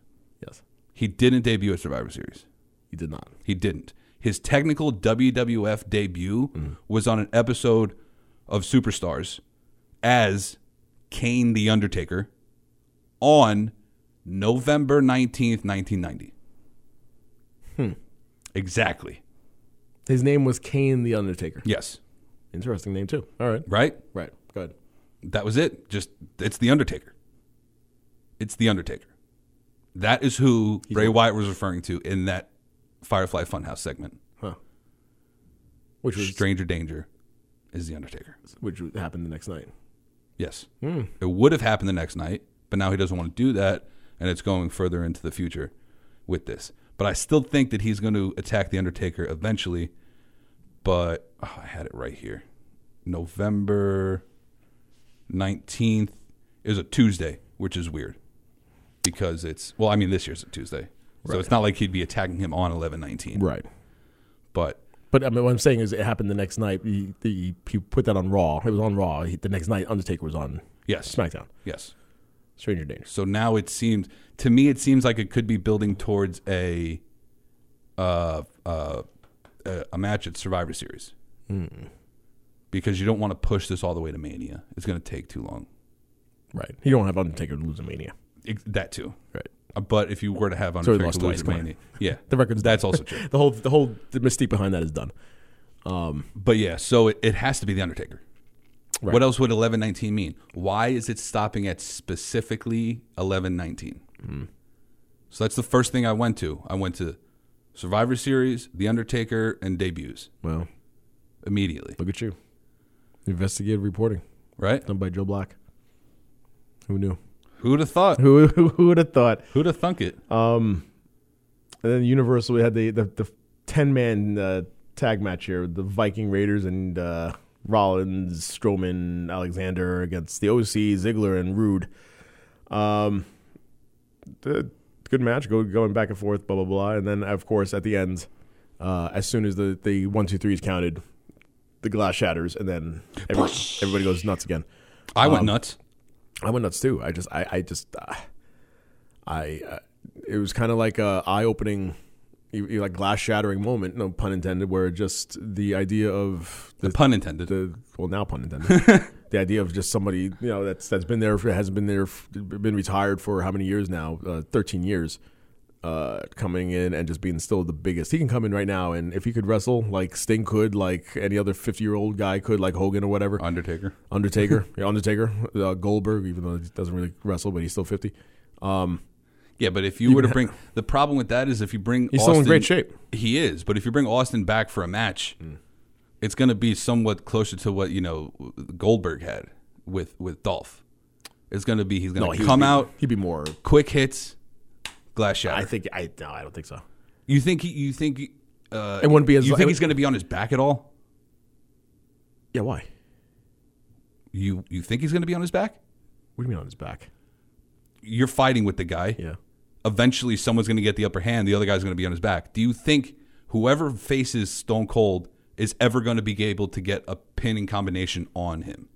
Speaker 2: yes
Speaker 1: he didn't debut at survivor series
Speaker 2: he did not
Speaker 1: he didn't his technical wwf debut
Speaker 2: Mm.
Speaker 1: was on an episode of superstars as kane the undertaker on november 19th 1990 hmm
Speaker 2: Hmm.
Speaker 1: exactly
Speaker 2: his name was Kane the Undertaker
Speaker 1: yes
Speaker 2: Interesting name too. All right.
Speaker 1: right
Speaker 2: Right. Go ahead.
Speaker 1: That was it. Just it's the Undertaker. It's the Undertaker. That is who Bray Wyatt was referring to in that Firefly Funhouse segment.
Speaker 2: Which was
Speaker 1: Stranger danger is the Undertaker.
Speaker 2: which happened the next night.
Speaker 1: Yes, it would have happened the next night, but now he doesn't want to do that, and it's going further into the future with this. But I still think that he's going to attack the Undertaker eventually. But oh, I had it right here, November nineteenth is a Tuesday, which is weird because it's well, I mean this year's a Tuesday, so it's not like he'd be attacking him on eleven nineteen,
Speaker 2: Right.
Speaker 1: But
Speaker 2: But I mean, what I'm saying is, it happened the next night. He, the, he put that on Raw. It was on Raw. He, the next night, Undertaker was on
Speaker 1: yes,
Speaker 2: SmackDown.
Speaker 1: yes,
Speaker 2: Stranger Danger.
Speaker 1: So now it seems to me it seems like it could be building towards a uh, uh, a a match at Survivor Series.
Speaker 2: Hmm.
Speaker 1: Because you don't want to push this all the way to Mania. It's going to take too long.
Speaker 2: Right. You don't have Undertaker losing Mania.
Speaker 1: Ex- that too.
Speaker 2: Right.
Speaker 1: Uh, But if you were to have
Speaker 2: already
Speaker 1: Undertaker
Speaker 2: lost
Speaker 1: lose
Speaker 2: twice,
Speaker 1: to
Speaker 2: come on.
Speaker 1: Mania, yeah,
Speaker 2: *laughs* The record's
Speaker 1: that's also true.
Speaker 2: The whole the whole the mystique behind that is done.
Speaker 1: But yeah, so it, it has to be the Undertaker.
Speaker 2: Right.
Speaker 1: What else would eleven nineteen mean? Why is it stopping at specifically eleven nineteen?
Speaker 2: Hmm.
Speaker 1: So that's the first thing I went to. I went to Survivor Series, The Undertaker, and debuts
Speaker 2: Well,
Speaker 1: immediately.
Speaker 2: look at you. Investigative reporting
Speaker 1: Right?
Speaker 2: done by Joe Black. Who knew?
Speaker 1: Who'd have thought?
Speaker 2: Who uh, who, who would have thought?
Speaker 1: Who'd have thunk it?
Speaker 2: And then Universal we had the the, the ten man uh, tag match here: the Viking Raiders and uh, Rollins, Strowman, Alexander against the OC, Ziggler, and Rude. Um, the- good match, go, going back and forth, blah blah blah. And then of course at the end, uh, as soon as the the one two three is counted, the glass shatters, and then every, everybody goes nuts again.
Speaker 1: I
Speaker 2: um,
Speaker 1: went nuts.
Speaker 2: I went nuts too. I just, I, I just, uh, I, uh, it was kind of like a eye-opening, you, you like glass-shattering moment, no pun intended, where just the idea of
Speaker 1: The
Speaker 2: the,
Speaker 1: pun intended.
Speaker 2: the well, now pun intended, the idea of just somebody, you know, that's that's been there, for, hasn't been there, f- been retired for how many years now? Uh, Thirteen years. Uh, coming in and just being still the biggest. He can come in right now, and if he could wrestle like Sting could, like any other fifty-year-old guy could, like Hogan or whatever,
Speaker 1: Undertaker.
Speaker 2: Undertaker, *laughs* yeah, Undertaker, uh, Goldberg, even though he doesn't really wrestle, but he's still fifty. Um,
Speaker 1: Yeah, but if you, were to bring the problem with that is if you bring
Speaker 2: He's
Speaker 1: Austin,
Speaker 2: still in great shape. Mm.
Speaker 1: He is, but if you bring Austin back for a match, it's going to be somewhat closer to what you know Goldberg had with with Dolph. It's going to be he's going to
Speaker 2: he'd
Speaker 1: come
Speaker 2: be-
Speaker 1: out
Speaker 2: He'd be more.
Speaker 1: quick hits, glass shatter.
Speaker 2: I think. I no, I don't think so.
Speaker 1: you think he, you think uh,
Speaker 2: It wouldn't be as-
Speaker 1: you
Speaker 2: it
Speaker 1: think he's
Speaker 2: would-
Speaker 1: going to be on his back at all?
Speaker 2: Yeah, why?
Speaker 1: You you think he's going to be on his back?
Speaker 2: What do you mean on his back?
Speaker 1: You're fighting with the guy.
Speaker 2: Yeah,
Speaker 1: Eventually, someone's going to get the upper hand. The other guy's going to be on his back. Do you think whoever faces Stone Cold is ever going to be able to get a pinning combination on him.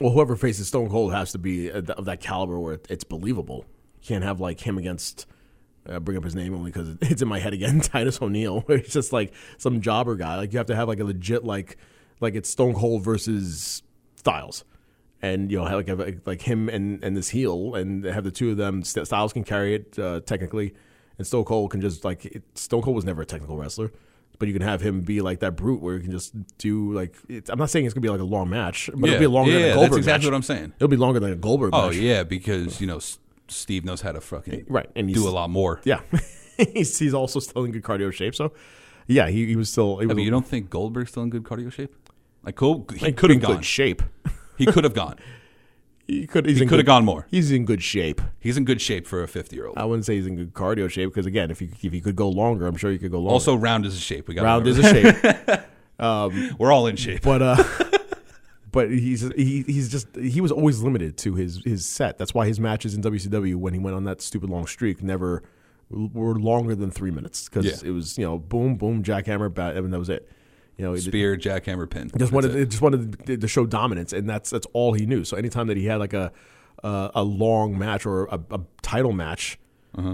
Speaker 2: Well, whoever faces Stone Cold has to be uh, th- of that caliber where it- it's believable. You can't have like him against. Uh, bring up his name only because *laughs* it's in my head again. Titus O'Neil, *laughs* where it's just like some jobber guy. Like you have to have like a legit like, like it's Stone Cold versus Styles, and you know have, like have, like- like him and and this heel, and have the two of them. St- Styles can carry it uh, technically, and Stone Cold can just like it, Stone Cold was never a technical wrestler, but you can have him be like that brute where you can just do like. It's, I'm not saying it's gonna be like a long match, but it'll be longer
Speaker 1: yeah,
Speaker 2: than a
Speaker 1: that's
Speaker 2: Goldberg
Speaker 1: exactly
Speaker 2: match.
Speaker 1: what I'm saying.
Speaker 2: It'll be longer than a Goldberg.
Speaker 1: Oh
Speaker 2: match.
Speaker 1: yeah, because you know S- Steve knows how to fucking
Speaker 2: Right, and he's-
Speaker 1: do a lot more.
Speaker 2: yeah. *laughs* he's, he's also still in good cardio shape, so yeah, he, he was still. He
Speaker 1: I
Speaker 2: was,
Speaker 1: mean, you don't think Goldberg's still in good cardio shape? Like, cool, he
Speaker 2: like,
Speaker 1: could
Speaker 2: in
Speaker 1: have gone.
Speaker 2: good shape. *laughs*
Speaker 1: He could have gone.
Speaker 2: He could. He
Speaker 1: could have gone more.
Speaker 2: He's in good shape.
Speaker 1: He's in good shape for a 50 year old.
Speaker 2: I wouldn't say he's in good cardio shape because again, if you if he could go longer, I'm sure he could go longer.
Speaker 1: Also, round is a shape. We got
Speaker 2: round
Speaker 1: *laughs*
Speaker 2: is a shape.
Speaker 1: We're all in shape.
Speaker 2: but uh *laughs* but he's he, he's just he was always limited to his his set that's why his matches in WCW when he went on that stupid long streak never were longer than 3 minutes cuz
Speaker 1: Yeah.
Speaker 2: it was you know boom boom jackhammer bat and that was it you know he did-
Speaker 1: Spear, jackhammer, pin.
Speaker 2: just
Speaker 1: That's
Speaker 2: wanted
Speaker 1: it.
Speaker 2: it. just wanted to- to show dominance and that's that's all he knew so anytime that he had like a uh, a long match or a, a title match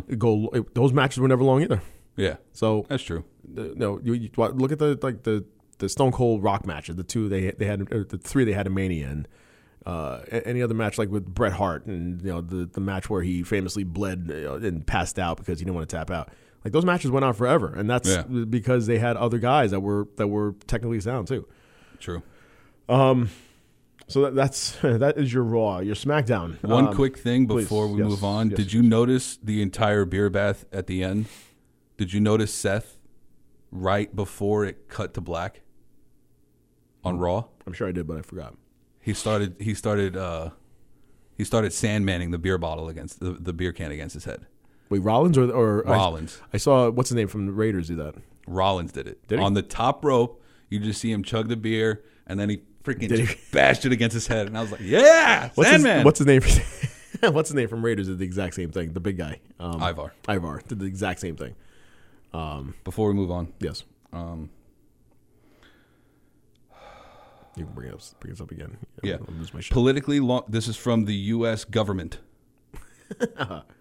Speaker 2: it go it- those matches were never long either
Speaker 1: Yeah,
Speaker 2: so
Speaker 1: Uh-huh. that's true.
Speaker 2: the- no, you, you what- look at the like the the Stone Cold Rock matches. The two they they had or the three they had in Mania and uh, a- any other match like with Bret Hart and you know the the match where he famously bled you know, and passed out because he didn't want to tap out. Like those matches went on forever, and that's
Speaker 1: Yeah.
Speaker 2: because they had other guys that were that were technically sound too.
Speaker 1: True.
Speaker 2: So that, that's *laughs* that is your Raw, your SmackDown.
Speaker 1: One
Speaker 2: Um,
Speaker 1: quick thing
Speaker 2: please,
Speaker 1: before we
Speaker 2: yes,
Speaker 1: move on.
Speaker 2: yes,
Speaker 1: Did you notice the entire beer bath at the end? Did you notice Seth right before it cut to black on Raw?
Speaker 2: I'm sure I did, but I forgot.
Speaker 1: He started. He started. uh He started sandmanning the beer bottle against the, the beer can against his head.
Speaker 2: Wait, Rollins or or I-
Speaker 1: Rollins.
Speaker 2: I, saw what's his name from the Raiders do that.
Speaker 1: Rollins did it
Speaker 2: Did he?
Speaker 1: on the top rope. You just see him chug the beer, and then he freaking just bashed it against his head. And I was like, "Yeah,
Speaker 2: What's
Speaker 1: Sandman."
Speaker 2: His, what's his
Speaker 9: *laughs*
Speaker 2: name? *laughs* what's his name from Raiders did the exact same thing. The big guy, um,
Speaker 1: Ivar?
Speaker 2: Ivar, did the exact same thing.
Speaker 1: Before we move on,
Speaker 2: Yes. Um, you can bring it up, bring this up again.
Speaker 1: Yeah.
Speaker 2: I'll lose my shit.
Speaker 1: Politically, lo- this is from the U.S.
Speaker 2: *laughs*
Speaker 1: government.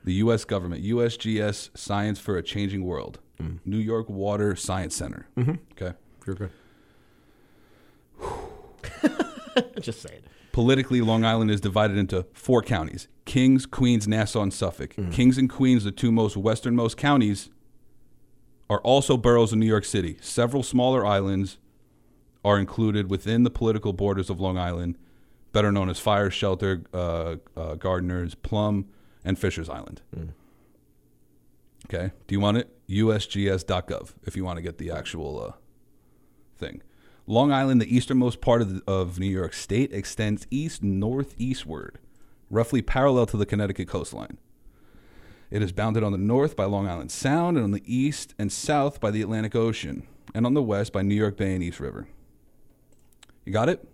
Speaker 1: the U.S. government, USGS Science for a Changing World,
Speaker 2: Mm.
Speaker 1: New York Water Science Center.
Speaker 2: Mm-hmm.
Speaker 1: Okay.
Speaker 2: You're good. Just say it.
Speaker 1: Politically, Long Island is divided into four counties Kings, Queens, Nassau, and Suffolk. Kings and Queens, the two most westernmost counties, are also boroughs of New York City. Several smaller islands are included within the political borders of Long Island, better known as Fire Shelter, uh, uh, Gardeners, Plum, and Fisher's Island. Okay. Do you want it? USGS.gov if you want to get the actual uh, thing. Long Island, the easternmost part of, of New York State, extends east northeastward, roughly parallel to the Connecticut coastline. It is bounded on the north by Long Island Sound, and on the east and south by the Atlantic Ocean, and on the west by New York Bay and East River. You got it?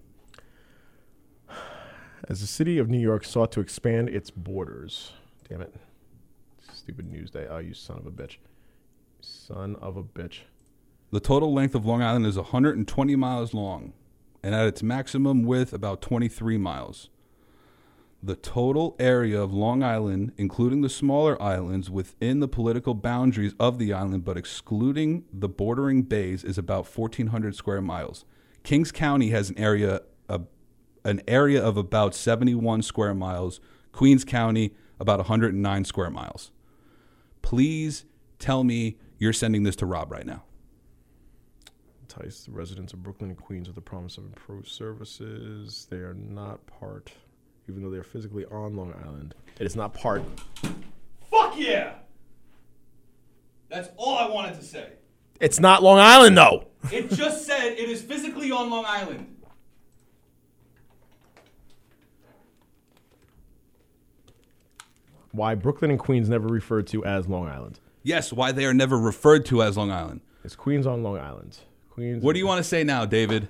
Speaker 9: As the city of New York sought to expand its borders. Damn it. Stupid news day. Oh, you son of a bitch. Son of a bitch.
Speaker 1: The total length of Long Island is 120 miles long, and at its maximum width, about 23 miles. The total area of Long Island, including the smaller islands within the political boundaries of the island but excluding the bordering bays, is about 1,400 square miles. Kings County has an area of, an area of about 71 square miles. Queens County about 109 square miles. Please tell me you're sending this to Rob right now.
Speaker 9: Entice the residents of Brooklyn and Queens with the promise of improved services. They are not part, even though they are physically on Long Island. It is not part.
Speaker 1: Fuck yeah! That's all I wanted to say.
Speaker 9: It's not Long Island, though.
Speaker 1: It just said it is physically on Long Island.
Speaker 9: Why Brooklyn and Queens never referred to as Long Island?
Speaker 1: Yes, why they are never referred to as Long Island.
Speaker 9: It's Queens on Long Island. Queens.
Speaker 1: What do you want to say now, David?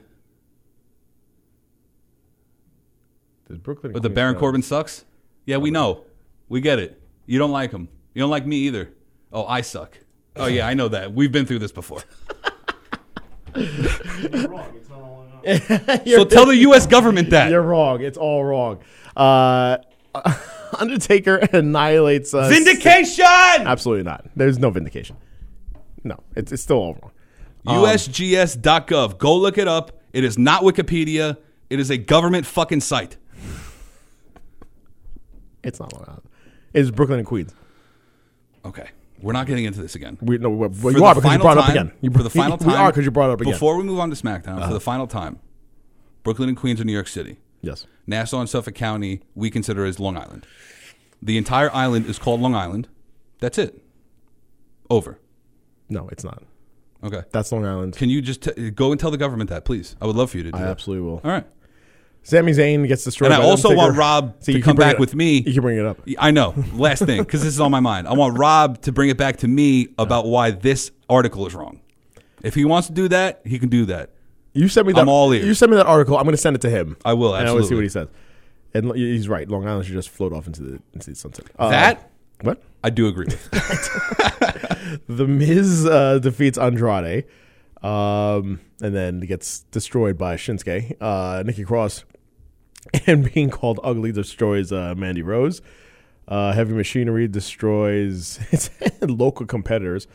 Speaker 9: There's Brooklyn. and
Speaker 1: But the
Speaker 9: Queens
Speaker 1: Baron
Speaker 9: now.
Speaker 1: Corbin sucks? Yeah, we know. We get it. You don't like him. You don't like me either. Oh, I suck. Oh yeah, I know that. We've been through this before.
Speaker 7: You're wrong. It's not all I know.
Speaker 1: so tell the U.S. government that
Speaker 2: You're wrong. It's all wrong. Uh, *laughs* Undertaker annihilates us.
Speaker 1: vindication.
Speaker 2: Absolutely not. There's no vindication. No, it's, it's still all wrong.
Speaker 1: USGS.gov. Go look it up. It is not Wikipedia. It is a government fucking site.
Speaker 2: It's not Long Island. It's Brooklyn and Queens.
Speaker 1: Okay, we're not getting into this again.
Speaker 2: We, no, we,
Speaker 1: For
Speaker 2: well,
Speaker 1: the
Speaker 2: you are because you
Speaker 1: final
Speaker 2: brought it up
Speaker 1: time-
Speaker 2: again. You,
Speaker 1: for the final time,
Speaker 2: We are because you brought it up again. Uh-huh.
Speaker 1: Before we move on to SmackDown, for the final time, Brooklyn and Queens are New York City.
Speaker 2: yes.
Speaker 1: Nassau and Suffolk County we consider as Long Island. The entire island is called Long Island. That's it. Over.
Speaker 2: No, it's not.
Speaker 1: Okay.
Speaker 2: That's Long Island.
Speaker 1: Can you just t- go and tell the government that, please? I would love for you to do
Speaker 2: I
Speaker 1: that.
Speaker 2: absolutely will.
Speaker 1: All right.
Speaker 2: Sammy Zayn gets destroyed.
Speaker 1: And I
Speaker 2: by
Speaker 1: also
Speaker 2: Undertaker.
Speaker 1: want Rob to
Speaker 2: See, you keep
Speaker 1: come
Speaker 2: bringing
Speaker 1: back
Speaker 2: it-
Speaker 1: with me.
Speaker 2: You can bring it up.
Speaker 1: I know. Last thing, because this is on my mind. I want Rob to bring it back to me about why this article is wrong. If he wants to do that, he can do that.
Speaker 2: You sent me that.
Speaker 1: I'm all ears.
Speaker 2: You sent me that article. I'm going to send it to him.
Speaker 1: I will,
Speaker 2: And I want to
Speaker 1: absolutely.
Speaker 2: see what he says. And lo- he's right. Long Island should just float off into the into the sunset. Uh,
Speaker 1: That
Speaker 2: what?
Speaker 1: I do agree with.
Speaker 2: The Miz uh, defeats Andrade, um, and then gets destroyed by Shinsuke. Uh, Nikki Cross, *laughs* and being called ugly destroys uh, Mandy Rose. Uh, heavy machinery destroys *laughs* local competitors.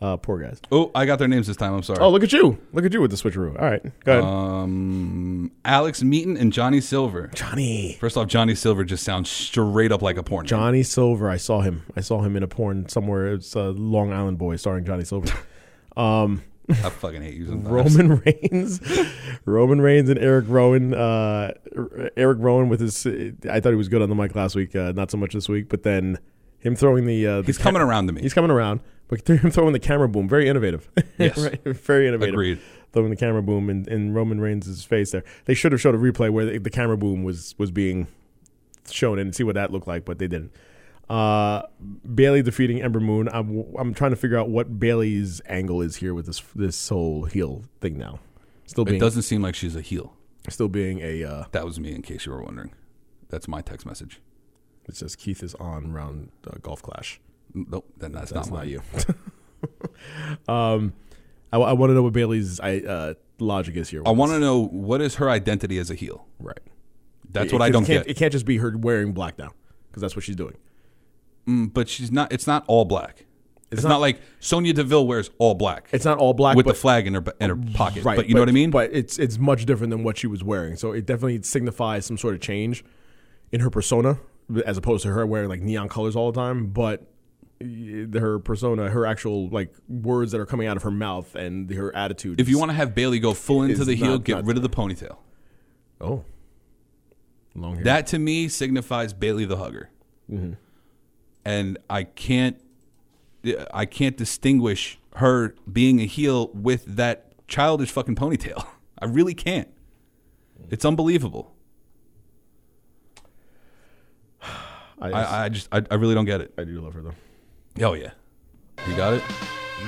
Speaker 2: Uh, poor guys.
Speaker 1: oh, I got their names this time. I'm sorry.
Speaker 2: Oh, look at you! Look at you with the switcheroo. All right, go ahead.
Speaker 1: Uh, Um, Alex Meaton and Johnny Silver.
Speaker 2: Johnny.
Speaker 1: First off, Johnny Silver just sounds straight up like a porn. name.
Speaker 2: Johnny Silver. I saw him. I saw him in a porn somewhere. It's uh, Long Island Boy starring
Speaker 1: *laughs*
Speaker 2: Johnny Silver. Um,
Speaker 1: I fucking hate you. sometimes.
Speaker 2: *laughs* Roman Reigns, Roman Reigns, and Eric Rowan. Uh, R- Eric Rowan with his. I thought he was good on the mic last week. Uh, not so much this week. But then him throwing the. Uh, the
Speaker 1: He's coming around to me.
Speaker 2: He's coming around. But th- him *laughs* throwing the camera boom. Very innovative. *laughs*
Speaker 1: Yes.
Speaker 2: Right? Very innovative.
Speaker 1: Agreed.
Speaker 2: Throwing the camera boom in, in Roman Reigns' face there. They should have showed a replay where the, the camera boom was was being shown and see what that looked like, but they didn't. Uh, Bailey defeating Ember Moon. I'm I'm trying to figure out what Bailey's angle is here with this this whole heel thing now. Still
Speaker 1: It
Speaker 2: being
Speaker 1: doesn't seem like she's a heel.
Speaker 2: still being a uh,
Speaker 1: That was me, in case you were wondering. That's my text message.
Speaker 2: it says Keith is on round uh, golf clash.
Speaker 1: Nope, then that's,
Speaker 2: That's
Speaker 1: not,
Speaker 2: not
Speaker 1: mine.
Speaker 2: you. um, I, I want to know what Bailey's I, uh, logic is here.
Speaker 1: I want to know what is her identity as a heel.
Speaker 2: right.
Speaker 1: That's
Speaker 2: It-
Speaker 1: what I
Speaker 2: it
Speaker 1: don't
Speaker 2: can't,
Speaker 1: get.
Speaker 2: It can't just be her wearing black now because that's what she's doing.
Speaker 1: Mm, but she's not. It's not all black. It's, not,
Speaker 2: not-
Speaker 1: like Sonia Deville wears all black.
Speaker 2: It's not all black
Speaker 1: with
Speaker 2: but,
Speaker 1: the flag in her in her pocket.
Speaker 2: Right,
Speaker 1: but you know what I mean.
Speaker 2: But it's it's much different than what she was wearing. So it definitely signifies some sort of change in her persona, as opposed to her wearing like neon colors all the time. But y- her persona, her actual like words that are coming out of her mouth and her attitude.
Speaker 1: if you want to have Bailey go full into
Speaker 2: It's
Speaker 1: the heel,
Speaker 2: not-
Speaker 1: get
Speaker 2: not-
Speaker 1: rid of the ponytail.
Speaker 2: to, oh, long hair.
Speaker 1: That to me signifies Bailey the hugger.
Speaker 2: Mm-hmm.
Speaker 1: And I can't I can't distinguish her being a heel with that childish fucking ponytail. *laughs* I really can't. It's unbelievable.
Speaker 2: I,
Speaker 1: I, I just I, I really don't get it.
Speaker 2: I do love her though.
Speaker 1: Oh yeah. You got it?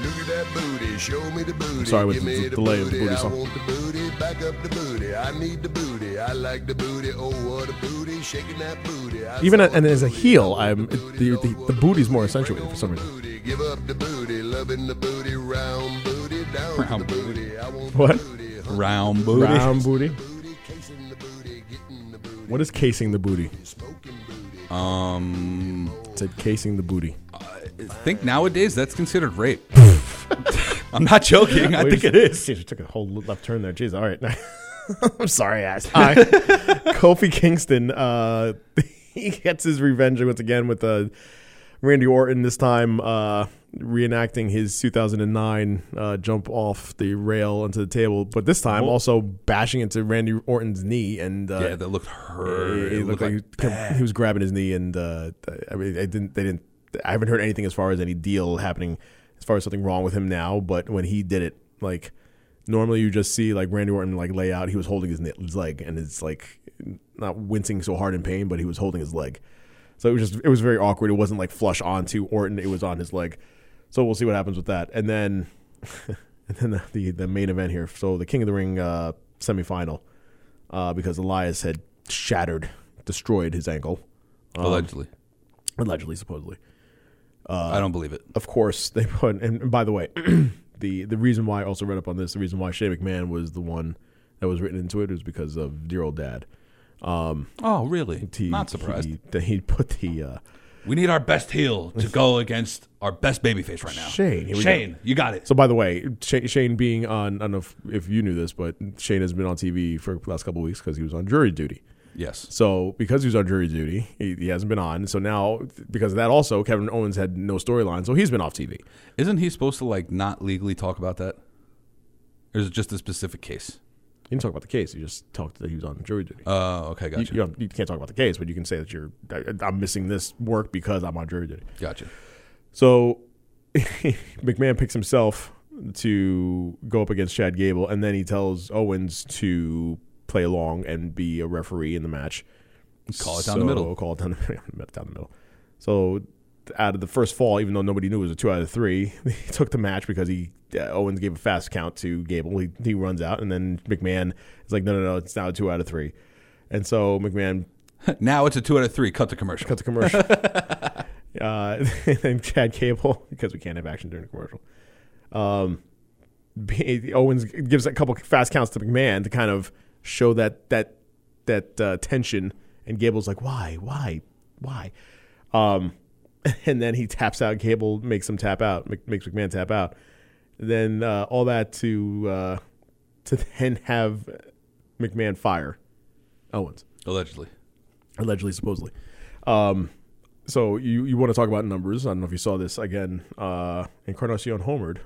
Speaker 4: Look at that booty, show me the booty.
Speaker 2: Sorry with
Speaker 4: Give
Speaker 2: the-
Speaker 4: me
Speaker 2: the delay of the booty
Speaker 4: I
Speaker 2: song.
Speaker 4: want the booty, back up the booty. I need the booty, I like the booty. Oh, what a booty, shaking that booty. I
Speaker 2: Even
Speaker 4: saw
Speaker 2: a- and
Speaker 4: the
Speaker 2: as a
Speaker 4: booty,
Speaker 2: heel,
Speaker 4: I want
Speaker 2: I'm-
Speaker 4: the, booty.
Speaker 2: the- the-
Speaker 4: Lord,
Speaker 2: the
Speaker 4: what a
Speaker 2: booty's more
Speaker 4: booty.
Speaker 2: accentuated
Speaker 4: Bring
Speaker 2: for some
Speaker 4: on the
Speaker 2: reason.
Speaker 4: booty, Give up the booty, loving the booty, round booty, down
Speaker 1: Round
Speaker 4: the booty.
Speaker 1: booty.
Speaker 4: I want
Speaker 2: What?
Speaker 4: the booty, hunt
Speaker 1: Round booty.
Speaker 2: Brown booty.
Speaker 4: the booty, casing the booty, getting the booty,
Speaker 2: What is casing the booty?
Speaker 4: smoking booty.
Speaker 1: Um
Speaker 2: It said casing the booty.
Speaker 1: I think nowadays that's considered rape.
Speaker 2: *laughs*
Speaker 1: I'm not joking. I
Speaker 2: Well, you
Speaker 1: think it
Speaker 2: just-
Speaker 1: is.
Speaker 2: Jeez, you took a whole left turn there. Jeez, all right. *laughs* I'm sorry, ass. All right. *laughs* Kofi Kingston, uh, *laughs* he gets his revenge once again with uh, Randy Orton, this time uh, reenacting his 2009 uh, jump off the rail onto the table, but this time also bashing into Randy Orton's knee. And uh,
Speaker 1: Yeah, that looked hurt.
Speaker 2: it, looked, like, he kept- he was grabbing his knee, and uh, I mean, I didn't, they didn't, I haven't heard anything as far as any deal happening, as far as something wrong with him now. But when he did it, like normally you just see like Randy Orton like lay out. He was holding his, knit, his leg, and it's like not wincing so hard in pain, but he was holding his leg. So it was just it was very awkward. It wasn't like flush onto Orton; it was on his leg. So we'll see what happens with that. And then, *laughs* and then the, the the main event here. So the King of the Ring uh, semifinal, uh, because Elias had shattered, destroyed his ankle
Speaker 1: allegedly.
Speaker 2: allegedly, supposedly. Uh,
Speaker 1: I don't believe it.
Speaker 2: Of course, they put. And by the way, *clears throat* the the reason why I also read up on this, the reason why Shane McMahon was the one that was written into it was because of dear old dad. Um,
Speaker 1: Oh, really?
Speaker 2: he-
Speaker 1: Not surprised.
Speaker 2: He, that he put the uh,
Speaker 1: We need our best heel to go against our best babyface right now.
Speaker 2: Shane, here we go.
Speaker 1: Shane, you got it.
Speaker 2: So, by the way, Shane, Shane being on, I don't know if, if you knew this, but Shane has been on TV for the last couple of weeks because he was on jury duty.
Speaker 1: Yes.
Speaker 2: So, because he was on jury duty, he, he hasn't been on. So now, because of that, also Kevin Owens had no storyline, so he's been off TV.
Speaker 1: Isn't he supposed to like not legally talk about that? Or is it just a specific case?
Speaker 2: He didn't talk about the case. He just talked that he was on jury duty.
Speaker 1: Oh, okay,
Speaker 2: you,
Speaker 1: gotcha.
Speaker 2: you, don't- you can't talk about the case, but you can say that you're I, I'm missing this work because I'm on jury duty.
Speaker 1: Gotcha.
Speaker 2: So *laughs* McMahon picks himself to go up against Chad Gable, and then he tells Owens to play along and be a referee in the match.
Speaker 1: Call it down the middle. *laughs*
Speaker 2: Call it down the, down the middle. *laughs* So out of the first fall, even though nobody knew it was a two out of three, *laughs* he took the match because he uh, Owens gave a fast count to Gable. He, he runs out, and then McMahon is like, no, no, no, it's now a two out of three. And so McMahon
Speaker 1: now it's a two out of three. Cut the commercial.
Speaker 2: cut the commercial. uh, *laughs* and Chad Cable, because we can't have action during the commercial. Um, B- Owens gives a couple fast counts to McMahon to kind of show that that that uh, tension, and Gable's like, "Why? Why? Why?" Um, *laughs* and then he taps out. Gable makes him tap out. Mc- Makes McMahon tap out. Then uh, all that to uh, to then have McMahon fire Owens
Speaker 1: Allegedly.
Speaker 2: allegedly, supposedly. Um, so you, you want to talk about numbers? I don't know if you saw this again. Uh, Encarnacion homered.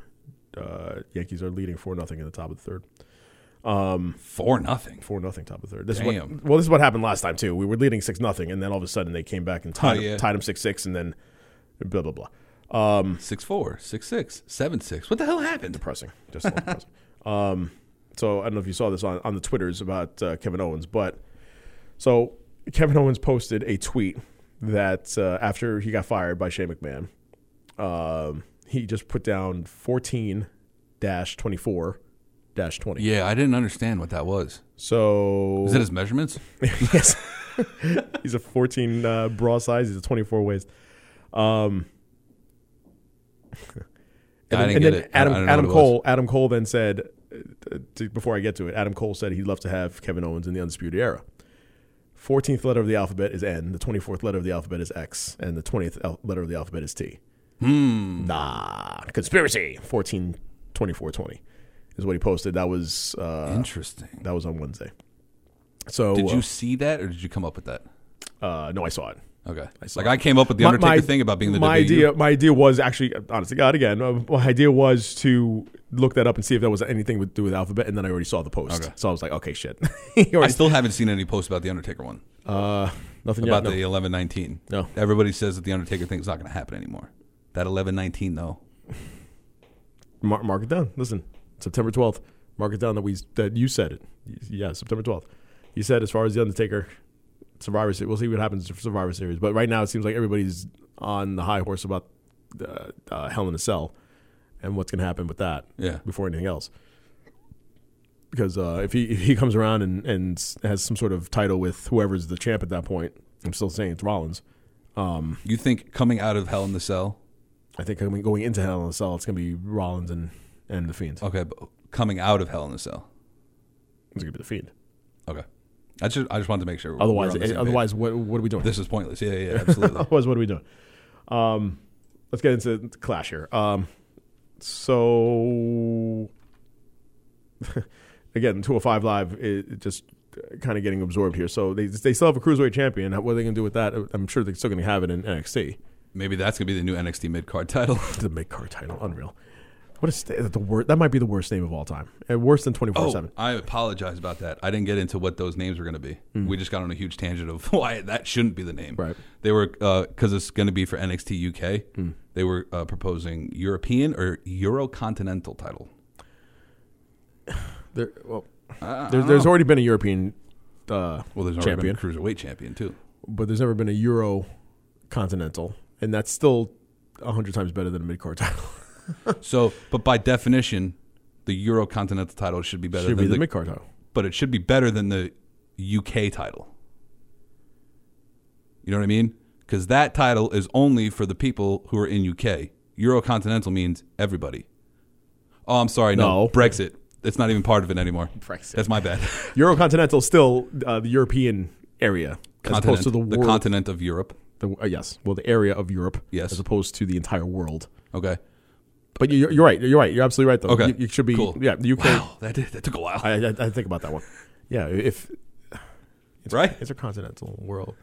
Speaker 2: Uh, Yankees are leading four nothing in the top of the third.
Speaker 1: Four nothing.
Speaker 2: Four nothing top of the third. This is
Speaker 1: Damn.
Speaker 2: what, well, this is what happened last time too. We were leading six nothing, and then all of a sudden they came back and tied
Speaker 1: Oh, yeah.
Speaker 2: tied them six six, and then blah blah blah. Um,
Speaker 1: Six four. Six six. Seven six. What the hell happened?
Speaker 2: depressing. Just a little depressing. *laughs* Um, so I don't know if you saw this on, on the Twitters about uh, Kevin Owens, but so Kevin Owens posted a tweet that uh, after he got fired by Shane McMahon, um, he just put down 14 24 20.
Speaker 1: Yeah, I didn't understand what that was.
Speaker 2: So
Speaker 1: Is it his measurements?
Speaker 2: *laughs* yes. he's a 14 uh, bra size. He's a 24 waist. Um, and
Speaker 1: I
Speaker 2: then,
Speaker 1: didn't
Speaker 2: and
Speaker 1: get
Speaker 2: then
Speaker 1: it. I
Speaker 2: Adam,
Speaker 1: don't- I don't know
Speaker 2: Adam
Speaker 1: what it was.
Speaker 2: Cole. Adam Cole then said, uh, to, before I get to it, Adam Cole said he'd love to have Kevin Owens in the Undisputed Era. 14th letter of the alphabet is N. The 24th letter of the alphabet is X, and the 20th al- letter of the alphabet is T. Hmm. Nah, conspiracy. 14, 24, 20 is what he posted. That was uh,
Speaker 1: Interesting.
Speaker 2: that was on Wednesday. So
Speaker 1: Did
Speaker 2: uh,
Speaker 1: you see that, or did you come up with that?
Speaker 2: uh, no, I saw it.
Speaker 1: Okay.
Speaker 2: saw
Speaker 1: Like I came up with the
Speaker 2: My-
Speaker 1: Undertaker
Speaker 2: my-
Speaker 1: thing about being the E.
Speaker 2: my
Speaker 1: WU.
Speaker 2: idea. My idea was actually, honest to God, again, uh, my idea was to look that up and see if that was anything with do with alphabet, and then I already saw the post,
Speaker 1: Okay.
Speaker 2: so I was like, okay, shit. *laughs* He
Speaker 1: I
Speaker 2: already-
Speaker 1: still haven't seen any posts about the Undertaker one
Speaker 2: uh, nothing
Speaker 1: about
Speaker 2: yet.
Speaker 1: the
Speaker 2: no.
Speaker 1: eleven nineteen.
Speaker 2: No.
Speaker 1: everybody says that the Undertaker thing is not going to happen anymore. That eleven nineteen though,
Speaker 2: Mark, mark it down. Listen, September twelfth. Mark it down that we that you said it. Yeah, September twelfth. You said as far as the Undertaker Survivor Series, we'll see what happens for Survivor Series. But right now, it seems like everybody's on the high horse about uh, uh, Hell in a Cell and what's going to happen with that.
Speaker 1: Yeah.
Speaker 2: Before anything else, because uh, if he if he comes around and and has some sort of title with whoever's the champ at that point, I'm still saying it's Rollins.
Speaker 1: you think coming out of Hell in the Cell?
Speaker 2: I think coming- going into Hell in a Cell, it's going to be Rollins and and the Fiend.
Speaker 1: Okay, but coming out of Hell in the Cell.
Speaker 2: It's going to be the Fiend.
Speaker 1: Okay, I just I just wanted to make sure. we're
Speaker 2: Otherwise,
Speaker 1: on the same page.
Speaker 2: otherwise, what what are we doing?
Speaker 1: this is pointless. Yeah, yeah, yeah,
Speaker 2: *laughs*
Speaker 1: absolutely.
Speaker 2: otherwise, what are we doing? Um, let's get into the Clash here. Um, so *laughs* again, two hundred five live is just kind of getting absorbed here. So they they still have a cruiserweight champion. What are they going to do with that? I'm sure they're still going to have it in NXT.
Speaker 1: Maybe that's gonna be the new NXT mid card
Speaker 2: *laughs*
Speaker 1: title.
Speaker 2: The mid card title, unreal. What is th- the word? That might be the worst name of all time. And worse than twenty four
Speaker 1: Oh,
Speaker 2: seven.
Speaker 1: I apologize about that. I didn't get into what those names were going to be. We just got on a huge tangent of *laughs* why that shouldn't be the name.
Speaker 2: Hmm. Right. Hmm.
Speaker 1: They were because it's going to be for NXT UK. They were uh, proposing European or Eurocontinental title.
Speaker 2: There, well, there's, there's already been a European uh,
Speaker 1: Well, there's already
Speaker 2: champion.
Speaker 1: been a cruiserweight champion too.
Speaker 2: but there's never been a Euro continental, and that's still hundred times better than a mid card
Speaker 1: *laughs*
Speaker 2: title.
Speaker 1: So, but by definition, the Eurocontinental title should be better
Speaker 2: Should
Speaker 1: than
Speaker 2: be the mid card title.
Speaker 1: but it should be better than the UK title. You know what I mean? because that title is only for the people who are in UK. Eurocontinental means everybody. Oh, I'm sorry. No,
Speaker 2: No.
Speaker 1: Brexit. It's not even part of it anymore.
Speaker 3: Brexit.
Speaker 1: That's my bad. *laughs*
Speaker 2: Eurocontinental still uh, the European area as opposed to the
Speaker 1: Continent.
Speaker 2: world.
Speaker 1: the continent of Europe.
Speaker 2: the- uh, yes, well, the area of Europe.
Speaker 1: Yes.
Speaker 2: as opposed to the entire world.
Speaker 1: Okay.
Speaker 2: But you, you're right. You're right. You're absolutely right. Though.
Speaker 1: Okay.
Speaker 2: you, you should be.
Speaker 1: Cool.
Speaker 2: Yeah, the UK.
Speaker 1: Wow, that did, that took a while.
Speaker 2: I, I, I think about that one. Yeah, if it's,
Speaker 1: Right?
Speaker 2: it's a continental world.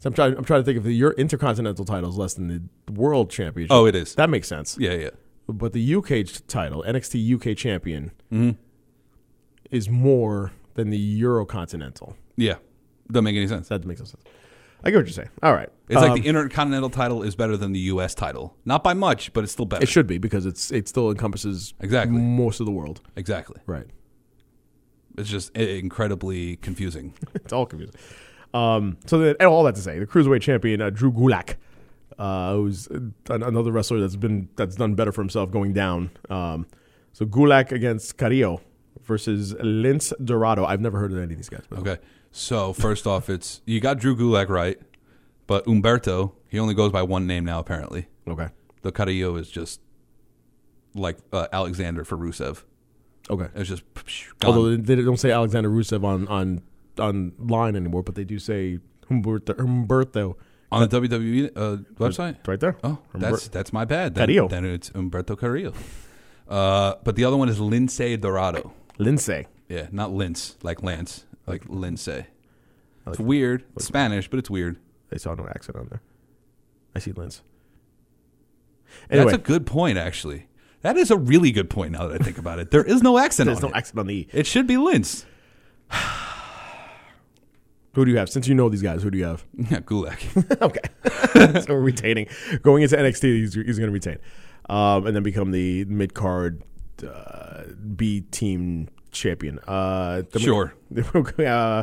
Speaker 2: So I'm trying. I'm trying to think of the your intercontinental title is less than the world championship.
Speaker 1: Oh, it is.
Speaker 2: That makes sense.
Speaker 1: yeah, yeah.
Speaker 2: But the UK ch- title, NXT UK champion,
Speaker 1: Mm-hmm.
Speaker 2: is more than the Eurocontinental.
Speaker 1: Yeah. Doesn't make any sense.
Speaker 2: That makes no sense. I get what you're saying. All right.
Speaker 1: It's
Speaker 2: Um,
Speaker 1: like the Intercontinental title is better than the U.S. title. Not by much, but it's still better.
Speaker 2: it should be because it's it still encompasses
Speaker 1: Exactly.
Speaker 2: most of the world.
Speaker 1: Exactly.
Speaker 2: Right.
Speaker 1: It's just i- incredibly confusing.
Speaker 2: *laughs* It's all confusing. Um, so then, and all that to say, the cruiserweight champion uh, Drew Gulak, uh, who's an- another wrestler that's been that's done better for himself going down. Um, so Gulak against Carrillo versus Lince Dorado. I've never heard of any of these guys. But
Speaker 1: Okay. So first off, it's you got Drew Gulak right, but Umberto he only goes by one name now apparently.
Speaker 2: Okay.
Speaker 1: The Carrillo is just like uh, Alexander for Rusev.
Speaker 2: Okay.
Speaker 1: It's just psh, gone.
Speaker 2: Although they they don't say Alexander Rusev on on on line anymore, but they do say Humberto. Humberto
Speaker 1: on the WWE uh, website.
Speaker 2: right there.
Speaker 1: Oh, that's that's my bad. Then,
Speaker 2: Carrillo.
Speaker 1: then it's Umberto Carrillo. Uh, but the other one is Lince Dorado.
Speaker 2: Lince.
Speaker 1: Yeah, not Lince, like Lance, like Lince. It's weird. It's Spanish, but it's weird.
Speaker 2: They saw no accent on there. I see Lince.
Speaker 1: That's a good point, actually. That is a really good point now that I think about it. There is no accent
Speaker 2: There's
Speaker 1: on
Speaker 2: no
Speaker 1: it.
Speaker 2: accent on the E.
Speaker 1: It should be Lince.
Speaker 2: Who do you have? Since you know these guys, who do you have?
Speaker 1: Yeah, Gulak. *laughs*
Speaker 2: *laughs* okay. so we're retaining. Going into NXT, he's, he's going to retain. Um, and then become the mid card uh, B team champion. Uh, then we-
Speaker 1: Sure.
Speaker 2: *laughs* uh,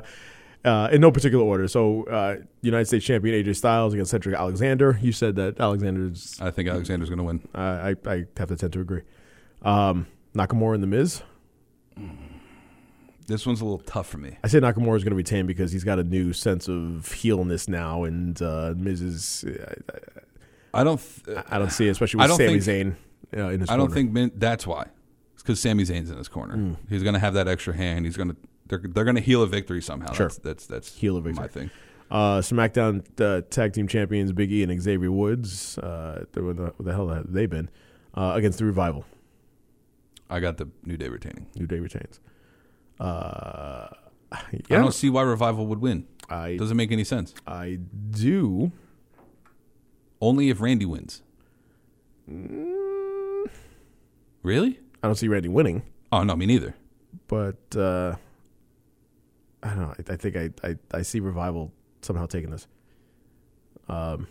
Speaker 2: uh, in no particular order. So, uh, United States champion AJ Styles against Cedric Alexander. You said that Alexander's.
Speaker 1: I think Alexander's going to win.
Speaker 2: Uh, I, I have to tend to agree. Um, Nakamura and The Miz.
Speaker 1: This one's a little tough for me.
Speaker 2: I say Nakamura is going to retain because he's got a new sense of heelness now, and uh, Miz is.
Speaker 1: I don't. Th-
Speaker 2: I don't see, it, especially
Speaker 1: I
Speaker 2: with
Speaker 1: don't
Speaker 2: Sami Zayn
Speaker 1: think-
Speaker 2: uh, in his.
Speaker 1: I don't
Speaker 2: corner.
Speaker 1: think Min- that's why. It's because Sami Zayn's in his corner.
Speaker 2: Hmm.
Speaker 1: He's going to have that extra hand. He's going to. They're, they're going to heal a victory somehow.
Speaker 2: Sure.
Speaker 1: That's that's, that's
Speaker 2: Heel a victory.
Speaker 1: my thing.
Speaker 2: Uh, SmackDown uh, tag team champions Big E and Xavier Woods. Uh, they were the, what the hell have they been uh, against the Revival?
Speaker 1: I got the New Day retaining.
Speaker 2: New Day retains. Uh,
Speaker 1: I
Speaker 2: yeah,
Speaker 1: don't see why Revival would win.
Speaker 2: I
Speaker 1: Doesn't make any sense.
Speaker 2: I do.
Speaker 1: Only if Randy wins.
Speaker 2: Mm.
Speaker 1: Really?
Speaker 2: I don't see Randy winning,
Speaker 1: Oh no, me neither.
Speaker 2: but uh, I don't know. I, I think I, I I see Revival somehow taking this. Um,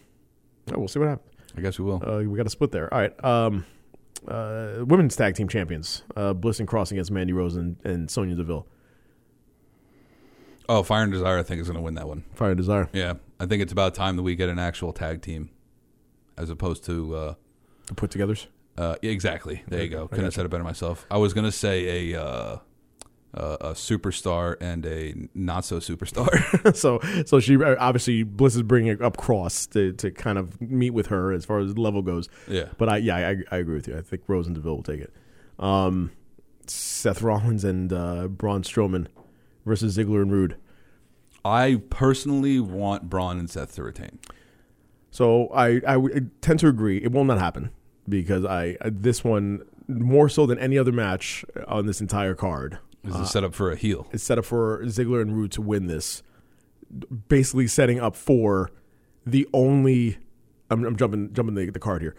Speaker 2: oh, we'll see what happens.
Speaker 1: I guess we will.
Speaker 2: Uh, we got a split there. All right. Um, uh, women's tag team champions uh, Bliss and Cross against Mandy Rose and, and Sonya Deville.
Speaker 1: oh, Fire and Desire, I think is going to win that one.
Speaker 2: Fire and Desire.
Speaker 1: Yeah, I think it's about time that we get an actual tag team, as opposed to uh,
Speaker 2: The put togethers.
Speaker 1: uh, yeah, exactly. There you go. Couldn't have said it better myself. I was going to say a uh, uh, a superstar and a not so superstar. *laughs*
Speaker 2: so so she uh, obviously Bliss is bringing up Cross to, to kind of meet with her as far as level goes.
Speaker 1: Yeah.
Speaker 2: But I yeah I, I agree with you. I think Rose and Deville will take it. Um, Seth Rollins and uh, Braun Strowman versus Ziggler and Rude.
Speaker 1: I personally want Braun and Seth to retain.
Speaker 2: So I, I w- tend to agree. It will not happen because I I- this one more so than any other match on this entire card
Speaker 1: This is set up for a heel.
Speaker 2: is set up for Ziggler and Rude to win this, basically setting up for the only. I'm, I'm jumping jumping the, the card here,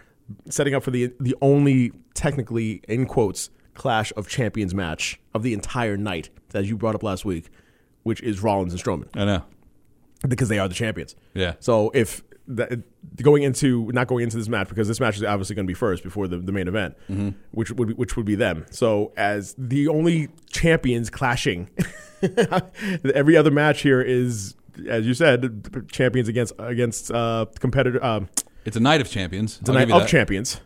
Speaker 2: setting up for the the only technically in quotes clash of champions match of the entire night as you brought up last week, which is Rollins and Strowman
Speaker 1: I know.
Speaker 2: because they are the champions.
Speaker 1: Yeah.
Speaker 2: So if that, going into not going into this match because this match is obviously going to be first before the, the main event, which would be, which would be them. So as the only champions clashing, *laughs* every other match here is as you said champions against against uh, competitor um,
Speaker 1: It's a night of champions. It's
Speaker 2: tonight of champions.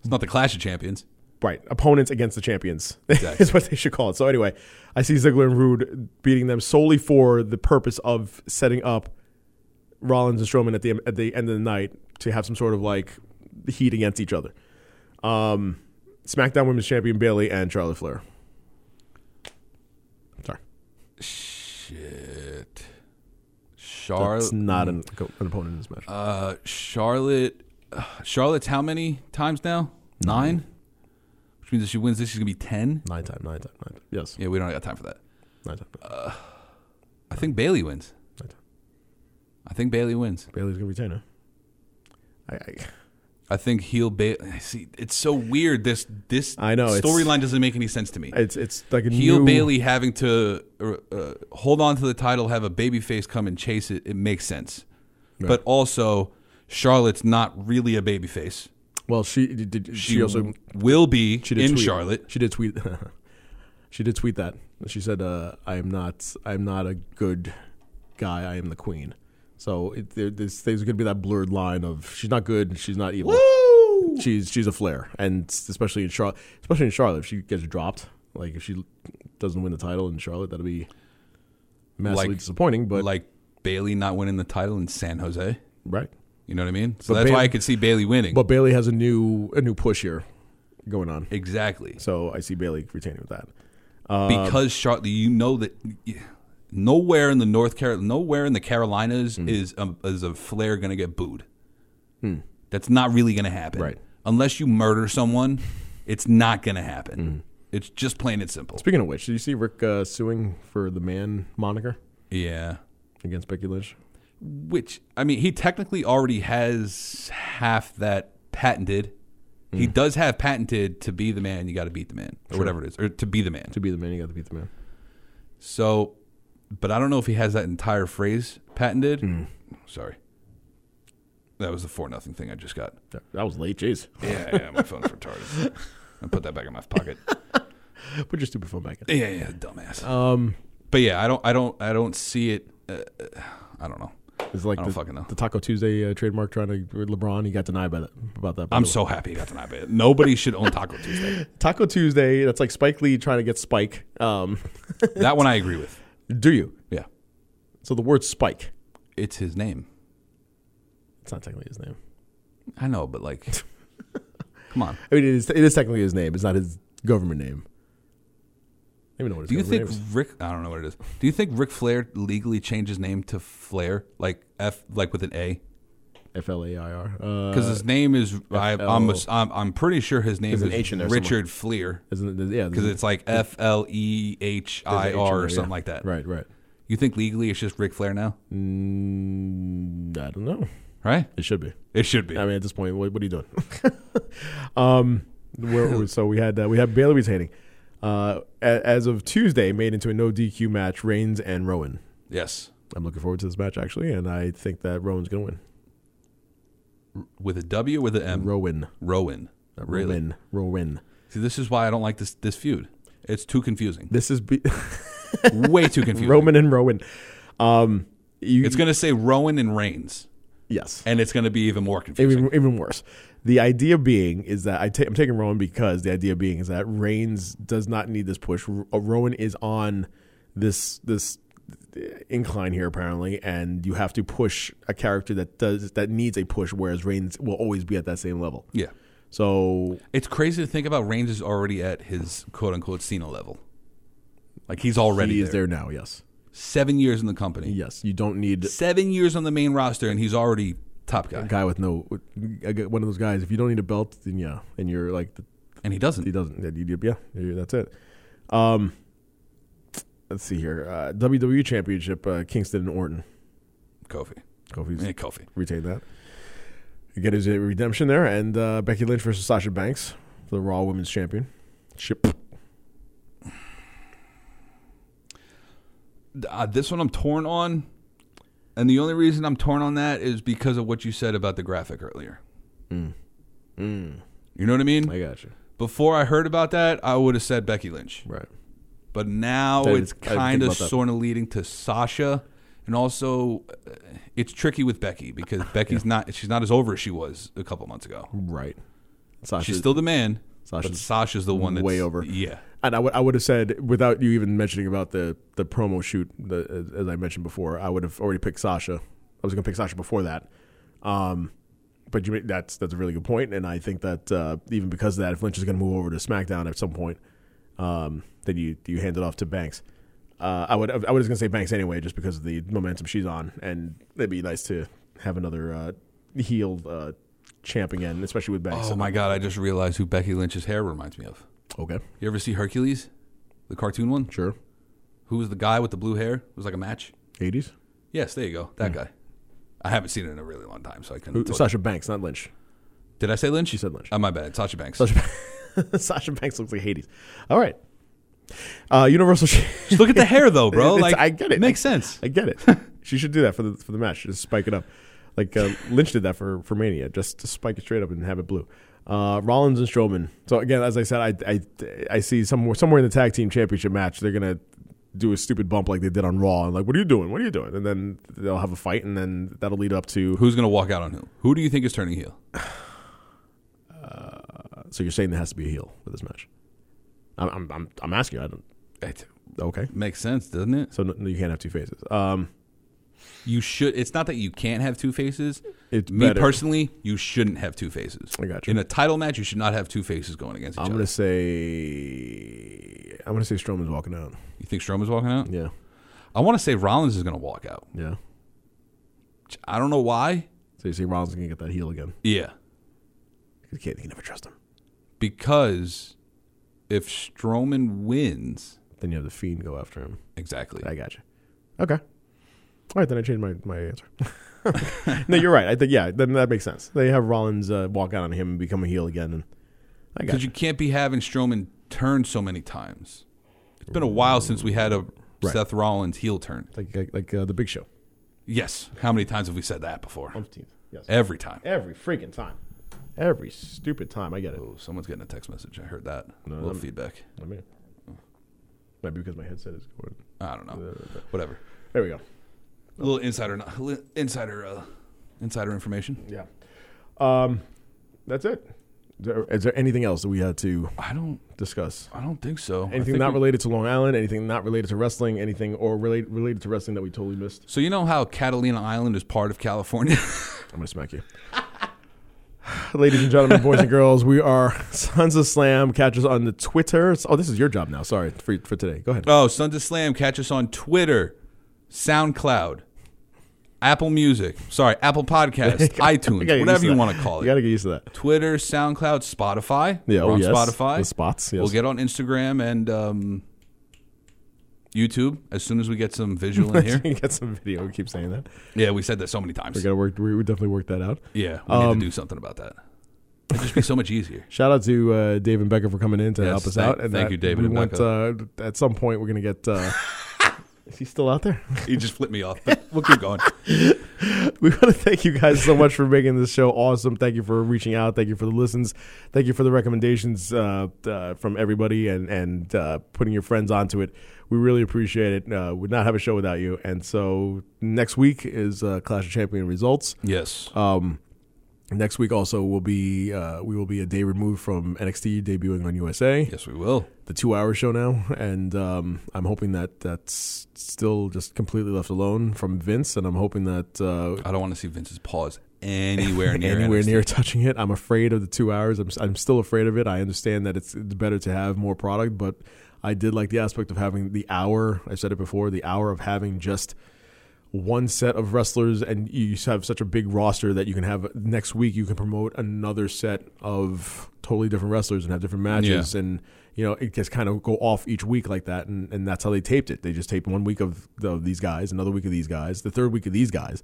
Speaker 1: It's not the clash of champions.
Speaker 2: Right, opponents against the champions *laughs*
Speaker 1: Exactly.
Speaker 2: is what they should call it. So anyway, I see Ziggler and Rude beating them solely for the purpose of setting up Rollins and Strowman at the at the end of the night to have some sort of like heat against each other. Um, SmackDown Women's Champion Bailey and Charlotte Flair. Sorry,
Speaker 1: Shit. Charlotte.
Speaker 2: that's not an, an opponent in this match.
Speaker 1: Mm. Uh, Charlotte. Charlotte's how many times now? Nine. Which means if she wins this, she's gonna be ten.
Speaker 2: Nine time, nine time, nine time. Yes,
Speaker 1: Yeah, Uh, we don't got time for that.
Speaker 2: nine time.
Speaker 1: I think Bailey wins.
Speaker 2: Right.
Speaker 1: I think Bailey wins.
Speaker 2: Bailey's gonna retain her. I, I
Speaker 1: I think heel Bailey. See, it's so weird. This this
Speaker 2: I know, it's-
Speaker 1: storyline doesn't make any sense to me.
Speaker 2: it's it's like a
Speaker 1: heel
Speaker 2: new,
Speaker 1: Bailey having to uh, uh, hold on to the title, have a baby face come and chase it. It makes sense, but also Charlotte's not really a baby face.
Speaker 2: Well, she did. did she,
Speaker 1: She
Speaker 2: also
Speaker 1: will be
Speaker 2: she did
Speaker 1: in
Speaker 2: tweet.
Speaker 1: Charlotte.
Speaker 2: She did tweet. *laughs* she did tweet that. She said, uh, "I am not. I am not a good guy. I am the queen." So it, there, there's, there's going to be that blurred line of she's not good. She's not evil. She's she's a flair, and especially in Charlotte, especially in Charlotte, if she gets dropped, like if she doesn't win the title in Charlotte, that'll be massively
Speaker 1: Like-
Speaker 2: disappointing. But
Speaker 1: But like Bailey not winning the title in San Jose.
Speaker 2: right,
Speaker 1: You know what I mean? So
Speaker 2: But
Speaker 1: that's
Speaker 2: Bailey-
Speaker 1: why I could see Bailey winning.
Speaker 2: but Bailey has a new a new push here going on.
Speaker 1: exactly.
Speaker 2: So I see Bailey retaining with that. Um,
Speaker 1: because Charlotte, you know that nowhere in the North Carol, nowhere in the Carolinas
Speaker 2: Hmm.
Speaker 1: is a, is a flare going to get booed. That's not really going to happen,
Speaker 2: Right.
Speaker 1: Unless you murder someone, it's not going to
Speaker 2: Hmm.
Speaker 1: happen. It's just plain and simple.
Speaker 2: Speaking of which, did you see Rick uh, suing for the man moniker
Speaker 1: Yeah,
Speaker 2: against Becky Lynch?
Speaker 1: which I mean, he technically already has half that patented. He does have patented to be the man. You got to beat the man, or whatever it is, or to be the man.
Speaker 2: To be the man, you got to beat the man.
Speaker 1: So, but I don't know if he has that entire phrase patented. Sorry. That was the four nothing thing I just got.
Speaker 2: That, that was late, jeez.
Speaker 1: Yeah, yeah, *laughs* my phone's retarded. I put that back in my *laughs* pocket.
Speaker 2: *gasps* Put your stupid phone back in.
Speaker 1: Yeah, yeah, dumbass. Um, but yeah, I don't, I don't, I don't see it. Uh, I don't know.
Speaker 2: It's like
Speaker 1: I don't
Speaker 2: the,
Speaker 1: fucking know.
Speaker 2: the Taco Tuesday uh, trademark trying to LeBron. He got denied by that, about that. by
Speaker 1: I'm
Speaker 2: the way.
Speaker 1: so happy you got denied by it. Nobody should own Taco *laughs* Tuesday.
Speaker 2: Taco Tuesday. That's like Spike Lee trying to get Spike. Um, *laughs*
Speaker 1: That one I agree with.
Speaker 2: do you?
Speaker 1: Yeah,
Speaker 2: So the word Spike.
Speaker 1: it's his name.
Speaker 2: It's not technically his name.
Speaker 1: I know, but like,
Speaker 2: *laughs*
Speaker 1: come on.
Speaker 2: I mean, it is. It is technically his name. It's not his government name. I don't even know what his
Speaker 1: Do you
Speaker 2: government
Speaker 1: think
Speaker 2: name is.
Speaker 1: Rick? I don't know what it is. Do you think Rick Flair legally changed his name to Flair, like F, like with an A?
Speaker 2: F L A I R?
Speaker 1: Because
Speaker 2: Uh,
Speaker 1: his name is I, I'm,
Speaker 2: FL.
Speaker 1: ass- I'm I'm pretty sure his name
Speaker 2: There's
Speaker 1: is
Speaker 2: an H in there somewhere.
Speaker 1: Richard Fleer
Speaker 2: isn't it? Yeah,
Speaker 1: because it's like F L E H I R or something like that.
Speaker 2: Right, right.
Speaker 1: You think legally it's just Ric Flair now,
Speaker 2: Mm, I don't know.
Speaker 1: right?
Speaker 2: It should be.
Speaker 1: It should be.
Speaker 2: I mean, at this point, what, what are you doing? *laughs* um, where, were we? so we had uh, we had Bailey retaining. Uh, a- as of Tuesday, made into a no DQ match, Reigns and Rowan.
Speaker 1: yes,
Speaker 2: I'm looking forward to this match actually, and I think that Rowan's gonna win.
Speaker 1: with a W or with an M.
Speaker 2: Rowan,
Speaker 1: Rowan. Really?
Speaker 2: Rowan, *laughs* Rowan.
Speaker 1: See, this is why I don't like this this feud. It's too
Speaker 2: *laughs*
Speaker 1: confusing.
Speaker 2: This
Speaker 1: *laughs*
Speaker 2: is be-
Speaker 1: Way too confusing.
Speaker 2: Roman and Rowan. Um, you,
Speaker 1: It's gonna say Rowan and Reigns,
Speaker 2: yes,
Speaker 1: and it's gonna be even more confusing.
Speaker 2: even, even worse. The idea being is that I ta- I'm taking Rowan because the idea being is that Reigns does not need this push. R- uh, Rowan is on this this incline here apparently, and you have to push a character that does that needs a push, whereas Reigns will always be at that same level.
Speaker 1: yeah.
Speaker 2: So
Speaker 1: It's crazy to think about Reigns is already at his quote unquote Cena level. Like he's already
Speaker 2: he
Speaker 1: there.
Speaker 2: is there now. Yes,
Speaker 1: Seven years in the company.
Speaker 2: yes. You don't need
Speaker 1: Seven years on the main roster and he's already top
Speaker 2: a
Speaker 1: guy.
Speaker 2: guy with no one of those guys. If you don't need a belt, then yeah, and you're like the
Speaker 1: And he doesn't.
Speaker 2: He doesn't. Yeah, you- Yeah, you- that's it. Um, let's see here. Uh, WWE Championship, uh, Kingston and Orton.
Speaker 1: Kofi.
Speaker 2: Kofi's
Speaker 1: Yeah, Kofi.
Speaker 2: retained that. Get his uh, redemption there, and uh, Becky Lynch versus Sasha Banks for the Raw Women's Championship.
Speaker 1: Uh, this one I'm torn on. And the only reason I'm torn on that is because of what you said about the graphic earlier. You know what I mean?
Speaker 2: I got you.
Speaker 1: Before I heard about that, I would have said Becky Lynch.
Speaker 2: Right.
Speaker 1: but now
Speaker 2: I didn't-
Speaker 1: it's
Speaker 2: I didn't think
Speaker 1: kind of
Speaker 2: about that.
Speaker 1: sort of leading to Sasha, and also uh, it's tricky with Becky
Speaker 2: *sighs*
Speaker 1: because Becky's not she's not as over as she was a couple months ago.
Speaker 2: Right. Sasha.
Speaker 1: She's still the man, but
Speaker 2: Sasha's
Speaker 1: Sasha's the one that's
Speaker 2: way over.
Speaker 1: Yeah,
Speaker 2: And I would I would have said without you even mentioning about the the promo shoot the, as, as I mentioned before I would have already picked Sasha I was going to pick Sasha before that. Um, but you, ma- that's that's a really good point, and I think that uh, even because of that, if Lynch is going to move over to SmackDown at some point, um, then you you hand it off to Banks. Uh, I would I was going to say Banks anyway, just because of the momentum she's on, and it'd be nice to have another uh, heel uh, champ again, especially with Banks.
Speaker 1: Oh my god! I just realized who Becky Lynch's hair reminds me of.
Speaker 2: Okay.
Speaker 1: You ever see Hercules, the cartoon one?
Speaker 2: Sure.
Speaker 1: Who was the guy with the blue hair? It was like a match.
Speaker 2: Eighties.
Speaker 1: Yes, there you go. That guy. I haven't seen it in a really long time, so I couldn't.
Speaker 2: Hmm. Who-
Speaker 1: tell you.
Speaker 2: Sasha Banks, not Lynch.
Speaker 1: Did I say Lynch?
Speaker 2: You said Lynch.
Speaker 1: Oh, my bad. Sasha Banks.
Speaker 2: Sasha, *laughs* Sasha Banks looks like Hades. All right. Uh, Universal. *laughs* Ch-
Speaker 1: Just look at the hair, though, bro.
Speaker 2: *laughs* It's-
Speaker 1: Like,
Speaker 2: I get it.
Speaker 1: Makes
Speaker 2: I-
Speaker 1: sense. *laughs*
Speaker 2: I get it. she should do that for the for the match. Just spike it up, like uh, Lynch did that for for Mania. Just to spike it straight up and have it blue. Uh, Rollins and Strowman. So again, as I said, I I, I see somewhere somewhere in the tag team championship match they're gonna do a stupid bump like they did on Raw and like, what are you doing? What are you doing? And then they'll have a fight, and then that'll lead up to.
Speaker 1: Who's gonna walk out on who? Who do you think is turning heel?
Speaker 2: So you're saying there has to be a heel with this match? I'm I'm I'm, I'm asking. you. I don't.
Speaker 1: It
Speaker 2: Okay.
Speaker 1: makes sense, doesn't it?
Speaker 2: So no, no, you can't have two faces. Um,
Speaker 1: You should. It's not that you can't have two faces.
Speaker 2: It's
Speaker 1: me
Speaker 2: better.
Speaker 1: personally. You shouldn't have two faces.
Speaker 2: I got you.
Speaker 1: In a title match, you should not have two faces going against each
Speaker 2: I'm
Speaker 1: other.
Speaker 2: gonna say I'm gonna say Strowman's walking out.
Speaker 1: You think Strowman's walking out?
Speaker 2: Yeah,
Speaker 1: I want to say Rollins is gonna walk out.
Speaker 2: yeah.
Speaker 1: I don't know why.
Speaker 2: So you see Rollins is gonna get that heel again.
Speaker 1: Yeah,
Speaker 2: You can't, you can never trust him.
Speaker 1: because if Strowman wins,
Speaker 2: Then you have the Fiend go after him.
Speaker 1: exactly.
Speaker 2: I got you. Okay. All right, then I changed my, my answer. *laughs* no, you're right. I think yeah, then that makes sense. They have Rollins uh, walk out on him and become a heel again, and I got
Speaker 1: Because you can't be having Strowman turn so many times. It's been a while since we had a
Speaker 2: Right.
Speaker 1: Seth Rollins heel turn.
Speaker 2: like like, like uh, the Big Show.
Speaker 1: Yes. How many times have we said that before?
Speaker 2: Umpteenth. Yes.
Speaker 1: Every time.
Speaker 2: Every freaking time. Every stupid time. I get it.
Speaker 1: Oh, someone's getting a text message. I heard that.
Speaker 2: No,
Speaker 1: a little
Speaker 2: I'm-
Speaker 1: feedback.
Speaker 2: I mean, might be because my headset is going.
Speaker 1: I don't know. Whatever.
Speaker 2: There we go.
Speaker 1: A little insider, li- insider, uh, insider information.
Speaker 2: Yeah. Um, that's it. Is there, is there anything else that we had to
Speaker 1: I don't.
Speaker 2: discuss?
Speaker 1: I don't think so. I
Speaker 2: Anything
Speaker 1: think
Speaker 2: not
Speaker 1: we-
Speaker 2: related to Long Island? Anything not related to wrestling? Anything or relate, related to wrestling that we totally missed?
Speaker 1: So you know how Catalina Island is part of California. *laughs*
Speaker 2: I'm gonna smack you. Ladies and gentlemen, boys and girls, we are Sons of Slam. Catch us on the Twitter. Oh, this is your job now. Sorry for, for today. Go ahead.
Speaker 1: Oh, Sons of Slam, catch us on Twitter, SoundCloud, Apple Music, sorry, Apple
Speaker 2: *laughs*
Speaker 1: Podcast,
Speaker 2: I
Speaker 1: iTunes,
Speaker 2: gotta get used
Speaker 1: whatever you
Speaker 2: that.
Speaker 1: want to call
Speaker 2: You got
Speaker 1: it.
Speaker 2: to get used to that.
Speaker 1: Twitter, SoundCloud, Spotify.
Speaker 2: Yeah,
Speaker 1: We're
Speaker 2: oh,
Speaker 1: on
Speaker 2: yes.
Speaker 1: Spotify.
Speaker 2: The spots, yes.
Speaker 1: We'll get on Instagram and um, YouTube as soon as we get some visual in
Speaker 2: *laughs*
Speaker 1: here.
Speaker 2: get some video. We keep saying that.
Speaker 1: yeah, we said that so many times.
Speaker 2: We Um, got to work. We, we definitely work that out.
Speaker 1: yeah, we need to do something about that. It'd just be so much
Speaker 2: *laughs*
Speaker 1: easier.
Speaker 2: Shout out to uh, Dave and Becca for coming in to
Speaker 1: Yes,
Speaker 2: help us
Speaker 1: thank-
Speaker 2: out. And
Speaker 1: thank
Speaker 2: that
Speaker 1: you, David
Speaker 2: we
Speaker 1: and
Speaker 2: want,
Speaker 1: Becca.
Speaker 2: Uh, at some point, we're gonna get.
Speaker 1: *laughs*
Speaker 2: Uh, is he still out there? *laughs*
Speaker 1: You just flipped me off, but we'll keep going.
Speaker 2: we want to thank you guys so much for making this show awesome. Thank you for reaching out. Thank you for the listens. Thank you for the recommendations uh, uh, from everybody and and uh, putting your friends onto it. We really appreciate it. Uh, would not have a show without you. And so next week is uh, Clash of Champion results.
Speaker 1: Yes.
Speaker 2: Um, Next week also will be uh, we will be a day removed from NXT debuting on USA.
Speaker 1: yes, we will.
Speaker 2: the two hour show now, and um, I'm hoping that that's still just completely left alone from Vince, and I'm hoping that uh,
Speaker 1: I don't want to see Vince's paws anywhere near
Speaker 2: *laughs* anywhere
Speaker 1: NXT.
Speaker 2: near touching it. I'm afraid of the two hours. I'm, I'm still afraid of it. I understand that it's it's better to have more product, but I did like the aspect of having the hour. I've said it before, the hour of having just one set of wrestlers, and you just have such a big roster that you can have next week. You can promote another set of totally different wrestlers and have different matches, and you know it just kind of go off each week like that. And, and that's how they taped it. They just taped one week of, the, of these guys, another week of these guys, the third week of these guys.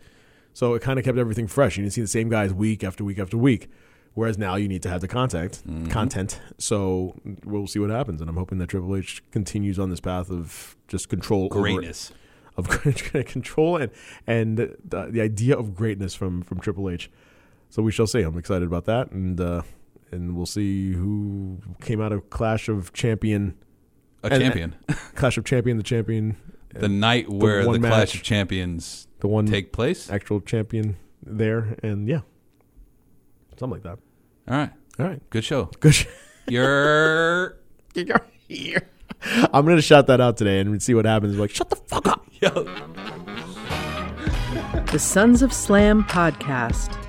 Speaker 2: So it kind of kept everything fresh. You didn't see the same guys week after week after week. Whereas now you need to have the contact content. So we'll see what happens, and I'm hoping that Triple H continues on this path of just control over it.
Speaker 1: Greatness.
Speaker 2: of *laughs* control and and the, the idea of greatness from from Triple H. So we shall see. I'm excited about that, and uh, and we'll see who came out of Clash of Champion,
Speaker 1: A
Speaker 2: and-
Speaker 1: champion.
Speaker 2: Clash of Champion, the champion,
Speaker 1: the night where the,
Speaker 2: one
Speaker 1: Clash
Speaker 2: match.
Speaker 1: of Champions
Speaker 2: the one
Speaker 1: take place. All
Speaker 2: actual champion there, and yeah, something like that.
Speaker 1: right,
Speaker 2: All right,
Speaker 1: good show.
Speaker 2: good. sh- *laughs*
Speaker 1: You're
Speaker 2: You're here. I'm gonna shout that out today and see what happens. Like, shut the fuck up.
Speaker 1: yo.
Speaker 10: The Sons of Slam podcast.